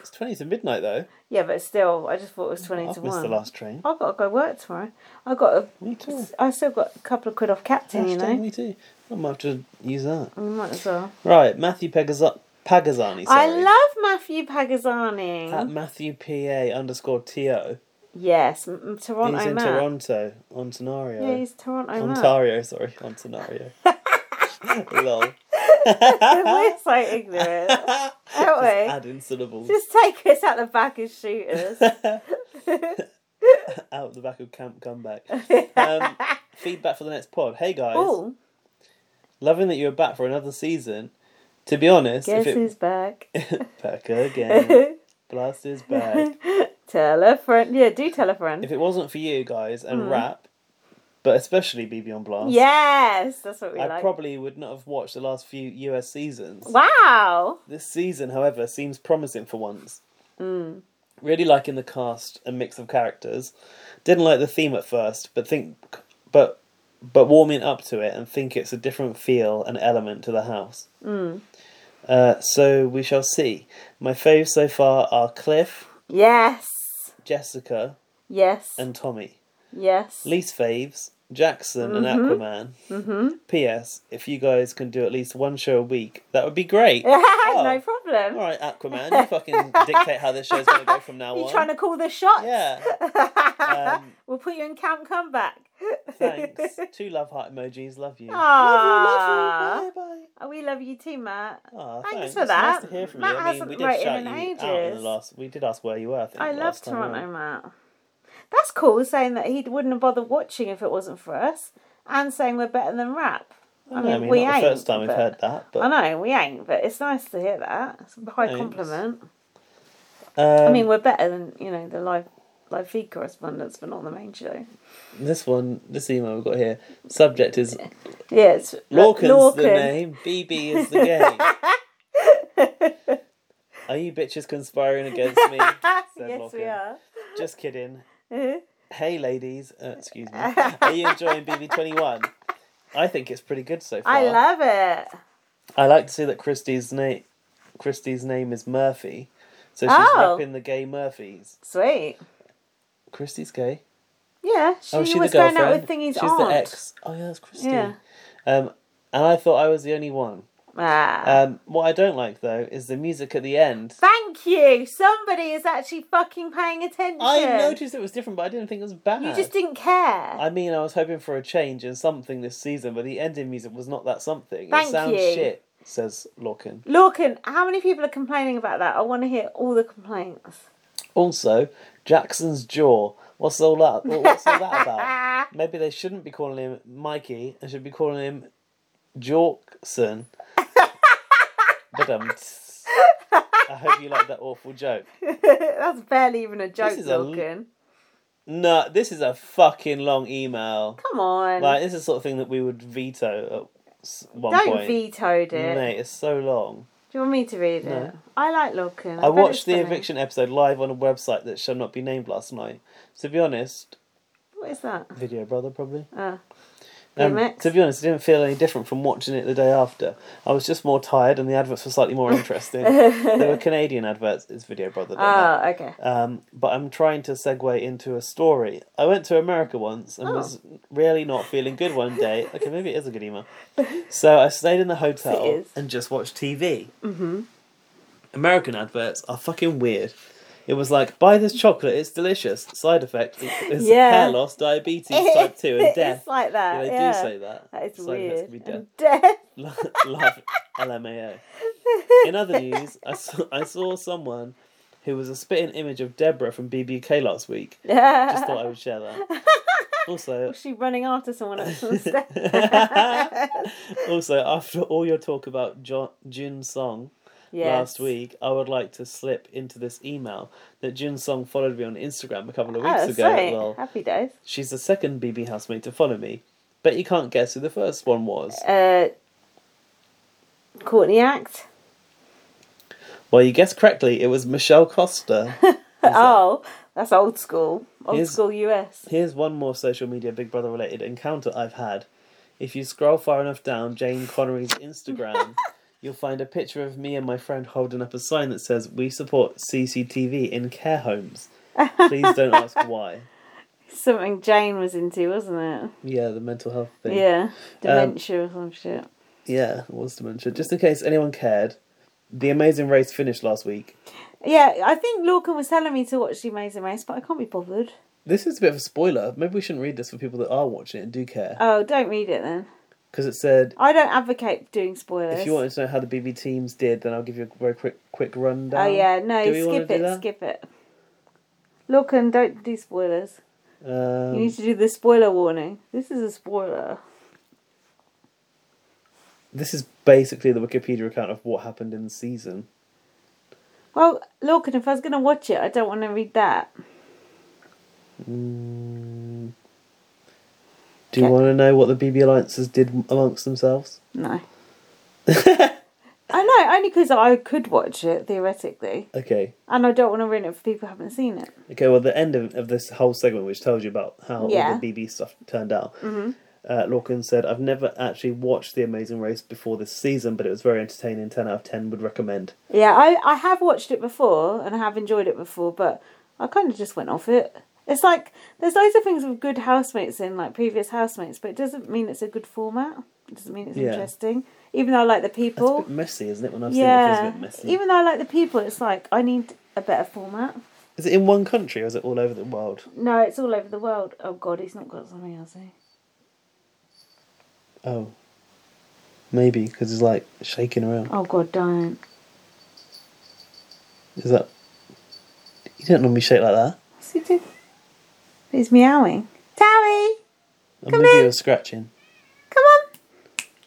It's 20 to midnight though. Yeah, but still, I just thought it was twenty I've to Oh, missed one. Oh, the last train. I've got to go work tomorrow. I got a. Me too. I still got a couple of quid off captain, you Hashtag know. Me too. I might have to use that. We might as well. Right, Matthew Pagazani. Pagazani, sorry. I love Matthew Pagazani. At Matthew PA underscore TO. yes, m- m- Toronto He's in Matt. Toronto. On Tonario. Yeah, he's Toronto Matt. Ontario, sorry. Ontario. Lol. We're so ignorant, aren't we? Add in syllables. Just take us out the back and shoot us. out the back of camp comeback. Um, feedback for the next pod. Hey guys, oh, loving that you're back for another season. To be honest, guess if who's it back? back again, blast is back. tell a friend. Yeah, do tell a friend. If it wasn't for you guys and Mm. rap, but especially BB on Blast, Yes, that's what we I like. probably would not have watched the last few US seasons. wow. This season, however, seems promising for once. Mm. Really liking the cast and mix of characters. Didn't like the theme at first, but think but but warming up to it and think it's a different feel and element to the house. Mm. Uh, so we shall see. My faves so far are Cliff, Yes. Jessica, Yes. and Tommy. yes. Least faves, Jackson and Mhm. Aquaman. Mm-hmm. P.S. If you guys can do at least one show a week, that would be great. no problem. Oh. All right, Aquaman, you fucking dictate how this show's going to go from now You on. trying to call the shots? Yeah. um, we'll put you in camp comeback. Thanks. Two love heart emojis. Love you. Aww. Oh, we love you too, Matt. Aw, thanks, thanks. for It's that. Nice to hear from Matt you. I mean, hasn't we did written shout in you ages. out in the last. We did ask where you were. I, think, I love last time Toronto around. Matt. That's cool. Saying that he wouldn't have bothered watching if it wasn't for us, and saying we're better than rap. I mean, I mean, we not ain't. the first time we've but- heard that, but I know we ain't, but it's nice to hear that. It's a high Thanks. compliment. I Um, mean, we're better than you know the live live feed correspondents, but not the main show. this one, this email we've got here. Subject is Yeah, it's uh, Lorcan's Lorcan. the name. BB is the game. Are you bitches conspiring against me? Said yes, we Lorcan. are. Just kidding. Eh? Hey, ladies. Uh, excuse me. Are you enjoying BB21? I think it's pretty good so far. I love it. I like to see that Christie's name, Christie's name is Murphy, so she's Oh. repping the gay Murphys. Sweet. Christie's gay. Yeah, she oh, is she was the going girlfriend. out with Thingy's she's aunt. the ex. Oh yeah, that's Christie. Yeah. Um, and I thought I was the only one. Ah. Um, what I don't like though is the music at the end. Thank you. Somebody is actually fucking paying attention. I noticed it was different, but I didn't think it was bad. You just didn't care. I mean, I was hoping for a change in something this season, but the ending music was not that something. Thank it sounds you. shit, says Lorcan. Lorcan, how many people are complaining about that? I want to hear all the complaints. Also, Jackson's jaw. What's all that? what- What's all that about? Maybe they shouldn't be calling him Mikey and should be calling him Jorkson. but um, I hope you like that awful joke. That's barely even a joke, is a l- Lorcan. No, this is a fucking long email. Come on. Like this is the sort of thing that we would veto at s- one Don't point. vetoed it. Mate, it's so long. Do you want me to read it? No. I like Lorcan. I bet it's watched the funny. eviction episode live on a website that shall not be named last night. To be honest, What is that? video brother probably. Ah. Um, DMX? to be honest, I didn't feel any different from watching it the day after. I was just more tired, and the adverts were slightly more interesting. they were Canadian adverts. It's Video Brother. don't Ah, they? okay. Um, but I'm trying to segue into a story. I went to America once and Oh. was really not feeling good one day. okay, maybe it is a good email. So I stayed in the It hotel is. and just watched TV. Mm-hmm. American adverts are fucking weird. It was like, buy this chocolate, it's delicious. Side effect is Yeah. hair loss, diabetes, type 2, and death. It's like that. Yeah, they yeah. do say that. That is Side effects weird. can be death. And death. Lo- Love LMAO. In other news, I saw, I saw someone who was a spitting image of Deborah from BBK last week. Yeah. Just thought I would share that. Also, Was she running after someone at some stage? also after all your talk about jo- Jun Song Yes. last week, I would like to slip into this email that Jun Song followed me on Instagram a couple of weeks Oh, ago. sweet. Well, Happy days. she's the second BB housemate to follow me. Bet you can't guess who the first one was. Uh, Courtney Act. Well, you guessed correctly. It was Michelle Costa. oh, that's old school. Old Here's- school US. Here's one more social media Big Brother related encounter I've had. If you scroll far enough down Jane Connery's Instagram, you'll find a picture of me and my friend holding up a sign that says, We support CCTV in care homes. Please don't ask why. Something Jane was into, wasn't it? Yeah, the mental health thing. Yeah. Um, Dementia or some shit. yeah, it was dementia. Just in case anyone cared, The Amazing Race finished last week. Yeah, I think Lorcan was telling me to watch The Amazing Race, but I can't be bothered. This is a bit of a spoiler. Maybe we shouldn't read this for people that are watching it and do care. Oh, don't read it then. Because it said I don't advocate doing spoilers. If you wanted to know how the BB teams did, then I'll give you a very quick quick rundown. oh yeah, no, Do we wanna skip do it, that? skip it. Look and don't do spoilers. Um, you need to do the spoiler warning. This is a spoiler. This is basically the Wikipedia account of what happened in the season. Well, Lorcan, if I was going to watch it, I don't want to read that. Mm. Do you want to know what the BB alliances did amongst themselves? No. I know, only because I could watch it theoretically, Okay. and I don't want to ruin it for people who haven't seen it. Okay. Well, the end of, of this whole segment, which tells you about how Yeah. all the BB stuff turned out. Mm-hmm. Uh, Lorcan said, "I've never actually watched The Amazing Race before this season, but it was very entertaining. Ten out of ten would recommend." Yeah, I, I have watched it before and I have enjoyed it before, but I kind of just went off it. It's like there's loads of things with good housemates in like previous housemates, but it doesn't mean it's a good format. It doesn't mean it's Yeah. interesting. Even though I like the people, It's a bit messy, isn't it? When I've seen it, it feels a yeah. bit messy. Even though I like the people, it's like I need a better format. Is it in one country or is it all over the world? No, it's all over the world. Oh God, he's not got something else. eh? He? Oh. Maybe, because it's like shaking around. Oh God, don't. Is that. You don't normally shake like that. What's he doing? He's meowing. Towie, Or maybe you're scratching. come on.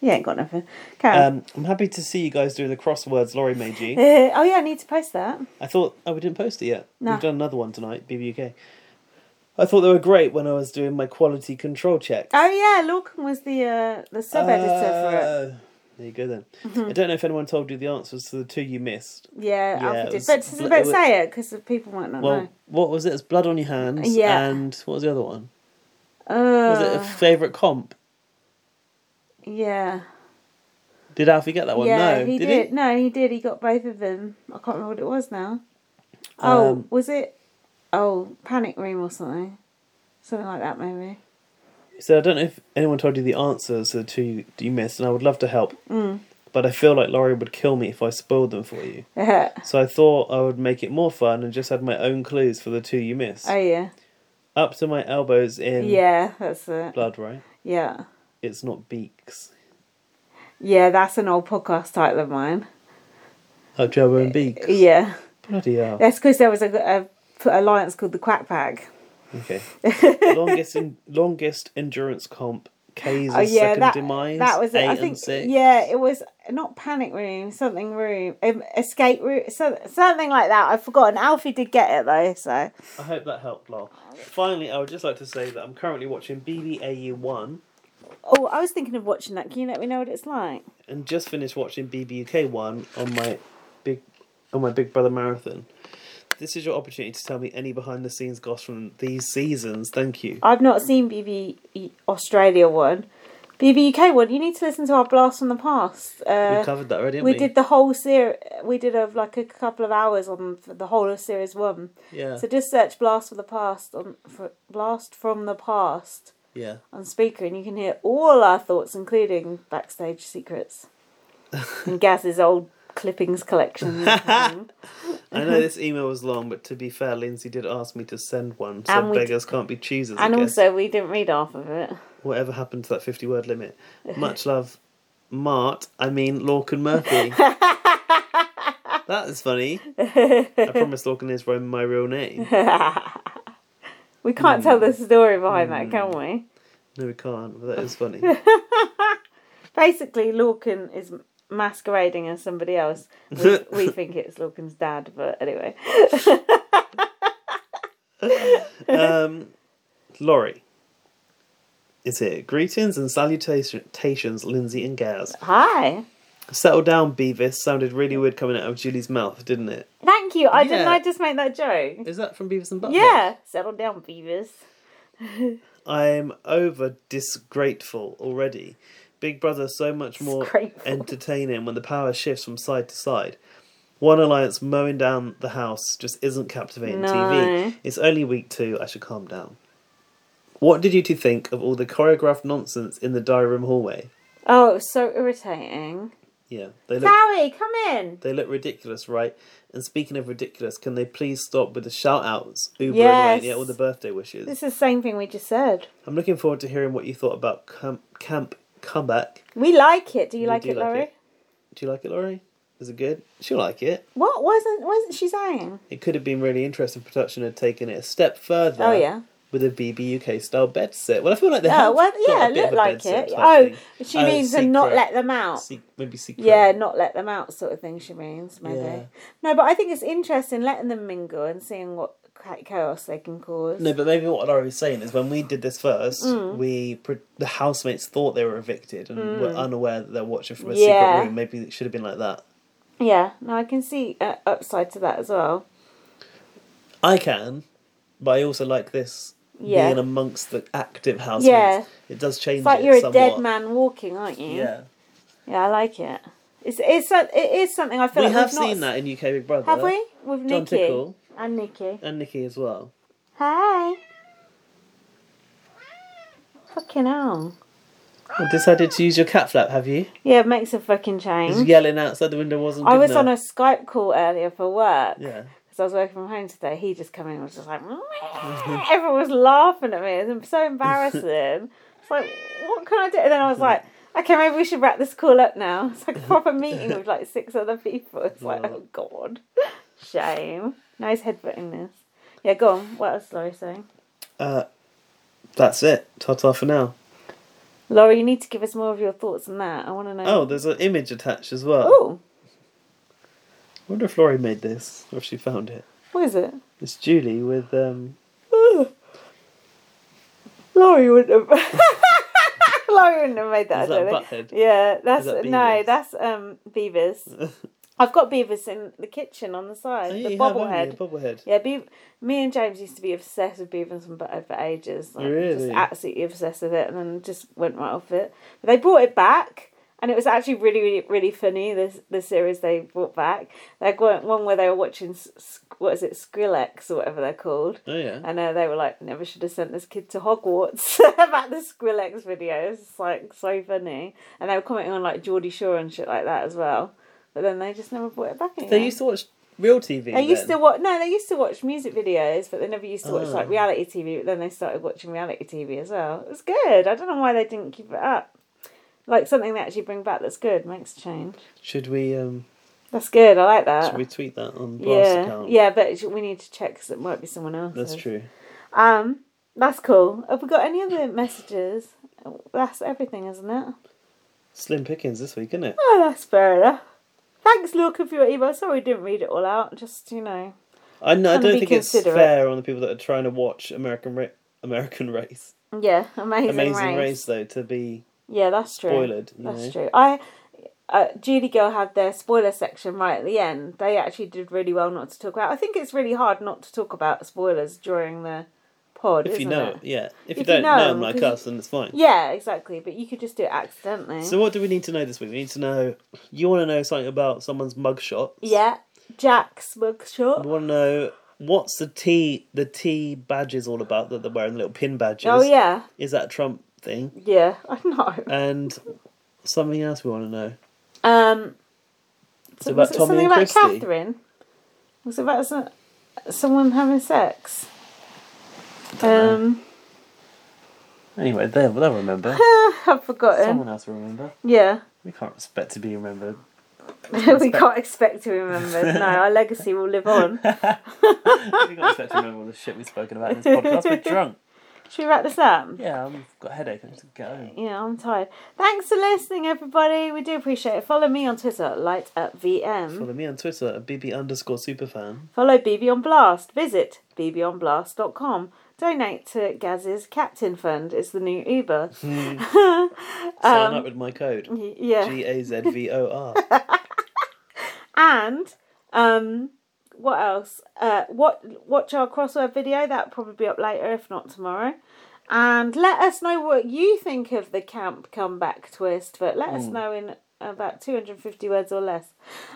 You ain't got nothing. Carry on. Um, I'm happy to see you guys do the crosswords Laurie made you. Eh, oh yeah, I need to post that. I thought. Oh, we didn't post it yet. No. We've done another one tonight, BBUK. I thought they were great when I was doing my quality control check. Oh yeah, Lorcan was the uh, the sub editor for it. There you go then. Mhm. I don't know if anyone told you the answers to the two you missed. for it. Yeah, Yeah, Alfie it did. was- but it's it about was- say it because people might not Well, know. what was it? It's blood on your hands. Yeah. And what was the other one? Uh, Was it a favourite comp? yeah, Did Alfie get that one? yeah, no. he did, did. he? No, he did. He got both of them. I can't remember what it was now. Oh, Um, was it? Oh, panic room or something, something like that maybe. So I don't know if anyone told you the answers to the two you missed, and I would love to help. Mm. but I feel like Laurie would kill me if I spoiled them for you. so I thought I would make it more fun and just had my own clues for the two you missed. Oh yeah, Up to my elbows in yeah, that's it. blood, right? Yeah, It's not beaks. yeah, that's an old podcast title of mine. Like Jabba and beaks. Eh, Yeah, Bloody hell. that's because there was a, a p- alliance called the Quack Pack. Okay. longest in, longest endurance comp. K's Oh yeah, second that demise. that was it. eight I think and six. yeah, it was not panic room, something room, um, escape room, so, something like that. I've forgotten. Alfie did get it though, so I hope that helped, Lol. Finally, I would just like to say that I'm currently watching BBAU one oh, I was thinking of watching that. Can you let me know what it's like? and just finished watching BBUK one on my big on my Big Brother marathon. This is your opportunity to tell me any behind the scenes goss from these seasons. Thank you. I've not seen BB Australia one. BB UK one. You need to listen to our blast from the past. Uh, we covered that already, didn't we we? did the whole series. We did a, like a couple of hours on the whole of series one. Yeah. So just search "blast from the past" on for "blast from the past" Yeah. on speaker, and you can hear all our thoughts, including backstage secrets and Gaz's old clippings collection. I know this email was long, but to be fair, Lindsay did ask me to send one, And so we d- beggars can't be choosers. I and guess. also, we didn't read half of it. Whatever happened to that 50 word limit? Much love, Mart. I mean, Lorcan Murphy. that is funny. I promise Lorcan is my real name. we Mm. can't tell the story behind that, can we? No, we can't, but that is funny. Basically, Lorcan is masquerading as somebody else. We, we think it's Lorcan's dad, but anyway. Um, Laurie is here. Greetings and salutations, Lindsay and Gaz. Hi. Settle down, Beavis. Sounded really weird coming out of Julie's mouth, didn't it? Thank you. I didn't. Yeah. I just make that joke. Is that from Beavis and Butthead? Yeah. Settle down, Beavis. I'm over disgrateful already. Big Brother so much more entertaining when the power shifts from side to side. One Alliance mowing down the house just isn't captivating No. TV. It's only week two. I should calm down. What did you two think of all the choreographed nonsense in the diary room hallway? Oh, it was so irritating. Yeah, they look Zowie, come in. they look ridiculous, right? And speaking of ridiculous, can they please stop with the shout outs, Uber Yes. and yeah, all the birthday wishes? This is the same thing we just said. I'm looking forward to hearing what you thought about Camp, camp Comeback. We like it. Do you We like do it, Laurie? Do you like it, Laurie? Is it good? She'll like it. What wasn't wasn't she saying? It could have been really interesting if production had taken it a step further. Oh, yeah. With a BB UK style bed set. Well, I feel like they Oh, have. well, got yeah, a it bit looked of a like bed set it. type Oh, thing. she means to not let them out. Sec- maybe secret. Yeah, not let them out, sort of thing. She means maybe. Yeah. No, but I think it's interesting letting them mingle and seeing what ca- chaos they can cause. No, but maybe what Laurie was saying is when we did this first, Mm. we pre- the housemates thought they were evicted and were Mm. unaware that they're watching from a Yeah. secret room. Maybe it should have been like that. Yeah, no, I can see uh, upside to that as well. I can, but I also like this Yeah. being amongst the active housemates. Yeah. It does change. It's like it you're a somewhat. dead man walking, aren't you? Yeah. Yeah, I like it. It's it's so- it is something I feel we like have we've not seen that in UK Big Brother. Have we? With John Nikki Tickle. and Nikki. And Nikki as well. Hi. Fucking hell. I decided to use your cat flap, have you? Yeah, it makes a fucking He's change. yelling outside the window wasn't Mm. I good was enough. on a Skype call earlier for work. Yeah. Because I was working from home today. He just came in and was just like, everyone was laughing at me. It was so embarrassing. it's like, what can I do? And then I was like, okay, maybe we should wrap this call up now. It's like a proper meeting with like six other people. It's like, oh, God. Shame. Now he's headbutting this. Yeah, go on. What else is Laurie saying? Uh, that's it. Ta ta for now. Laurie, you need to give us more of your thoughts on that. I want to know. Oh, there's an image attached as well. Oh, I wonder if Laurie made this or if she found it. what is it? It's Julie with um Laurie wouldn't have. Laurie wouldn't have made that. Is I don't that think. Butthead? Yeah, that's that no, Beavis? that's um Beavis. I've got Beavis in the kitchen on the side, Oh, you the have, haven't bobblehead. you? Bobblehead. Yeah, Be- me and James used to be obsessed with Beavis and Butthead for ages. Like, Really? Just absolutely obsessed with it, and then just went right off it. But they brought it back, and it was actually really, really, really funny. This the series they brought back, like one, one where they were watching S- S- what is it, Skrillex or whatever they're called. Oh, yeah. And uh, they were like, never should have sent this kid to Hogwarts about the Skrillex videos. It's like so funny, and they were commenting on like Geordie Shore and shit like that as well. But then they just never brought it back. Again. They used to watch real TV. They used then. to watch no, they used to watch music videos, but they never used to watch Ah. like reality TV. But then they started watching reality TV as well. It was good. I don't know why they didn't keep it up. Like something they actually bring back that's good makes a change. Should we? Um, That's good. I like that. should we tweet that on Blast Uh, yeah, account? yeah, but sh- we need to check because it might be someone else. That's true. Um, that's cool. Have we got any other messages? That's everything, isn't it? Slim pickings this week, isn't it? Oh, that's fair enough. Thanks, Lorca, for your email. Sorry, we didn't read it all out. Just you know. I no, I Trying to don't be think it's considerate. fair on the people that are trying to watch American Ra- American Race, Yeah, amazing, Amazing race. Race though to be Yeah, that's true. spoiled, you That's know? true. I uh, Judy Girl had their spoiler section right at the end. They actually did really well not to talk about. I think it's really hard not to talk about spoilers during the pod. if you isn't know it? it. Yeah, If if, you you don't know 'em know 'em, like 'cause you- us, then it's fine. Yeah, exactly. But you could just do it accidentally. So what do we need to know this week? We need to know. You want to know something about someone's mugshot. yeah, Jack's mugshot. We want to know what's the T the T badges all about that they're wearing the little pin badges. Oh yeah, Is that a Trump thing? yeah. I know. And something else we want to know. Um, It's so about was it Tommy something and about Christy. Catherine? Was it about some, someone having sex? Um, Anyway, they'll, they'll remember. ah, I've forgotten. Someone else will remember. Yeah. We can't expect to be remembered. we can't expect to remember. No, our legacy will live on. we can't expect to remember all the shit we've spoken about in this podcast. We're drunk. Should we wrap this up? Yeah, I've got a headache. I need to get home. Yeah, I'm tired. Thanks for listening, everybody. We do appreciate it. Follow me on Twitter, light up VM. Follow me on Twitter at bb underscore superfan. Follow BB on Blast. Visit bbonblast.com. Donate to Gaz's Captain Fund. It's the new Uber. Sign Um, up with my code. y- yeah. G A E Z V O R. And um, what else? Uh, what watch our crossword video. That'll probably be up later, if not tomorrow. And let us know what you think of the camp comeback twist. But let us Mm. know in about two hundred fifty words or less.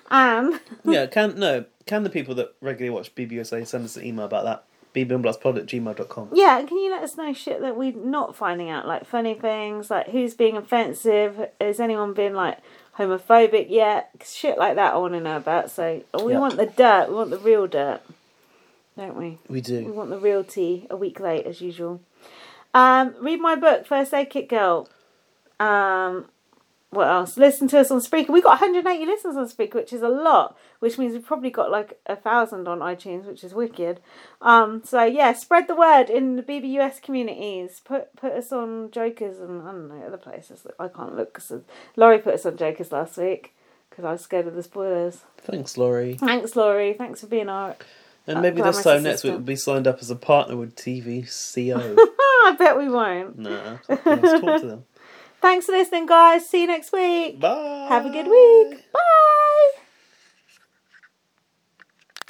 And yeah, can no, can the people that regularly watch BBUSA send us an email about that? bbblastpod at gmail.com. yeah, and can you let us know shit that we're not finding out, like funny things, like who's being offensive? Is anyone being like homophobic yet? Shit like that, I want to know about. So we Yeah. want the dirt. We want the real dirt, don't we? We We do. want the real tea a week late as usual. Um, read my book, First Aid Kit Girl. Um, what else? Listen to us on Spreaker. We got 180 listens on Spreaker, which is a lot, which means we've probably got like a thousand on iTunes, which is wicked. Um, so yeah, spread the word in the BBUS communities. Put put us on Jokers and I don't know other places. that I can't look because Laurie put us on Jokers last week because I was scared of the spoilers. Thanks, Laurie. Thanks, Laurie. Thanks for being our And uh, maybe glamorous this time next week assistant. we'll be signed up as a partner with TVCO. I bet we won't. nah, let's talk to them. Thanks for listening, guys. See you next week. Bye. Have a good week. Bye.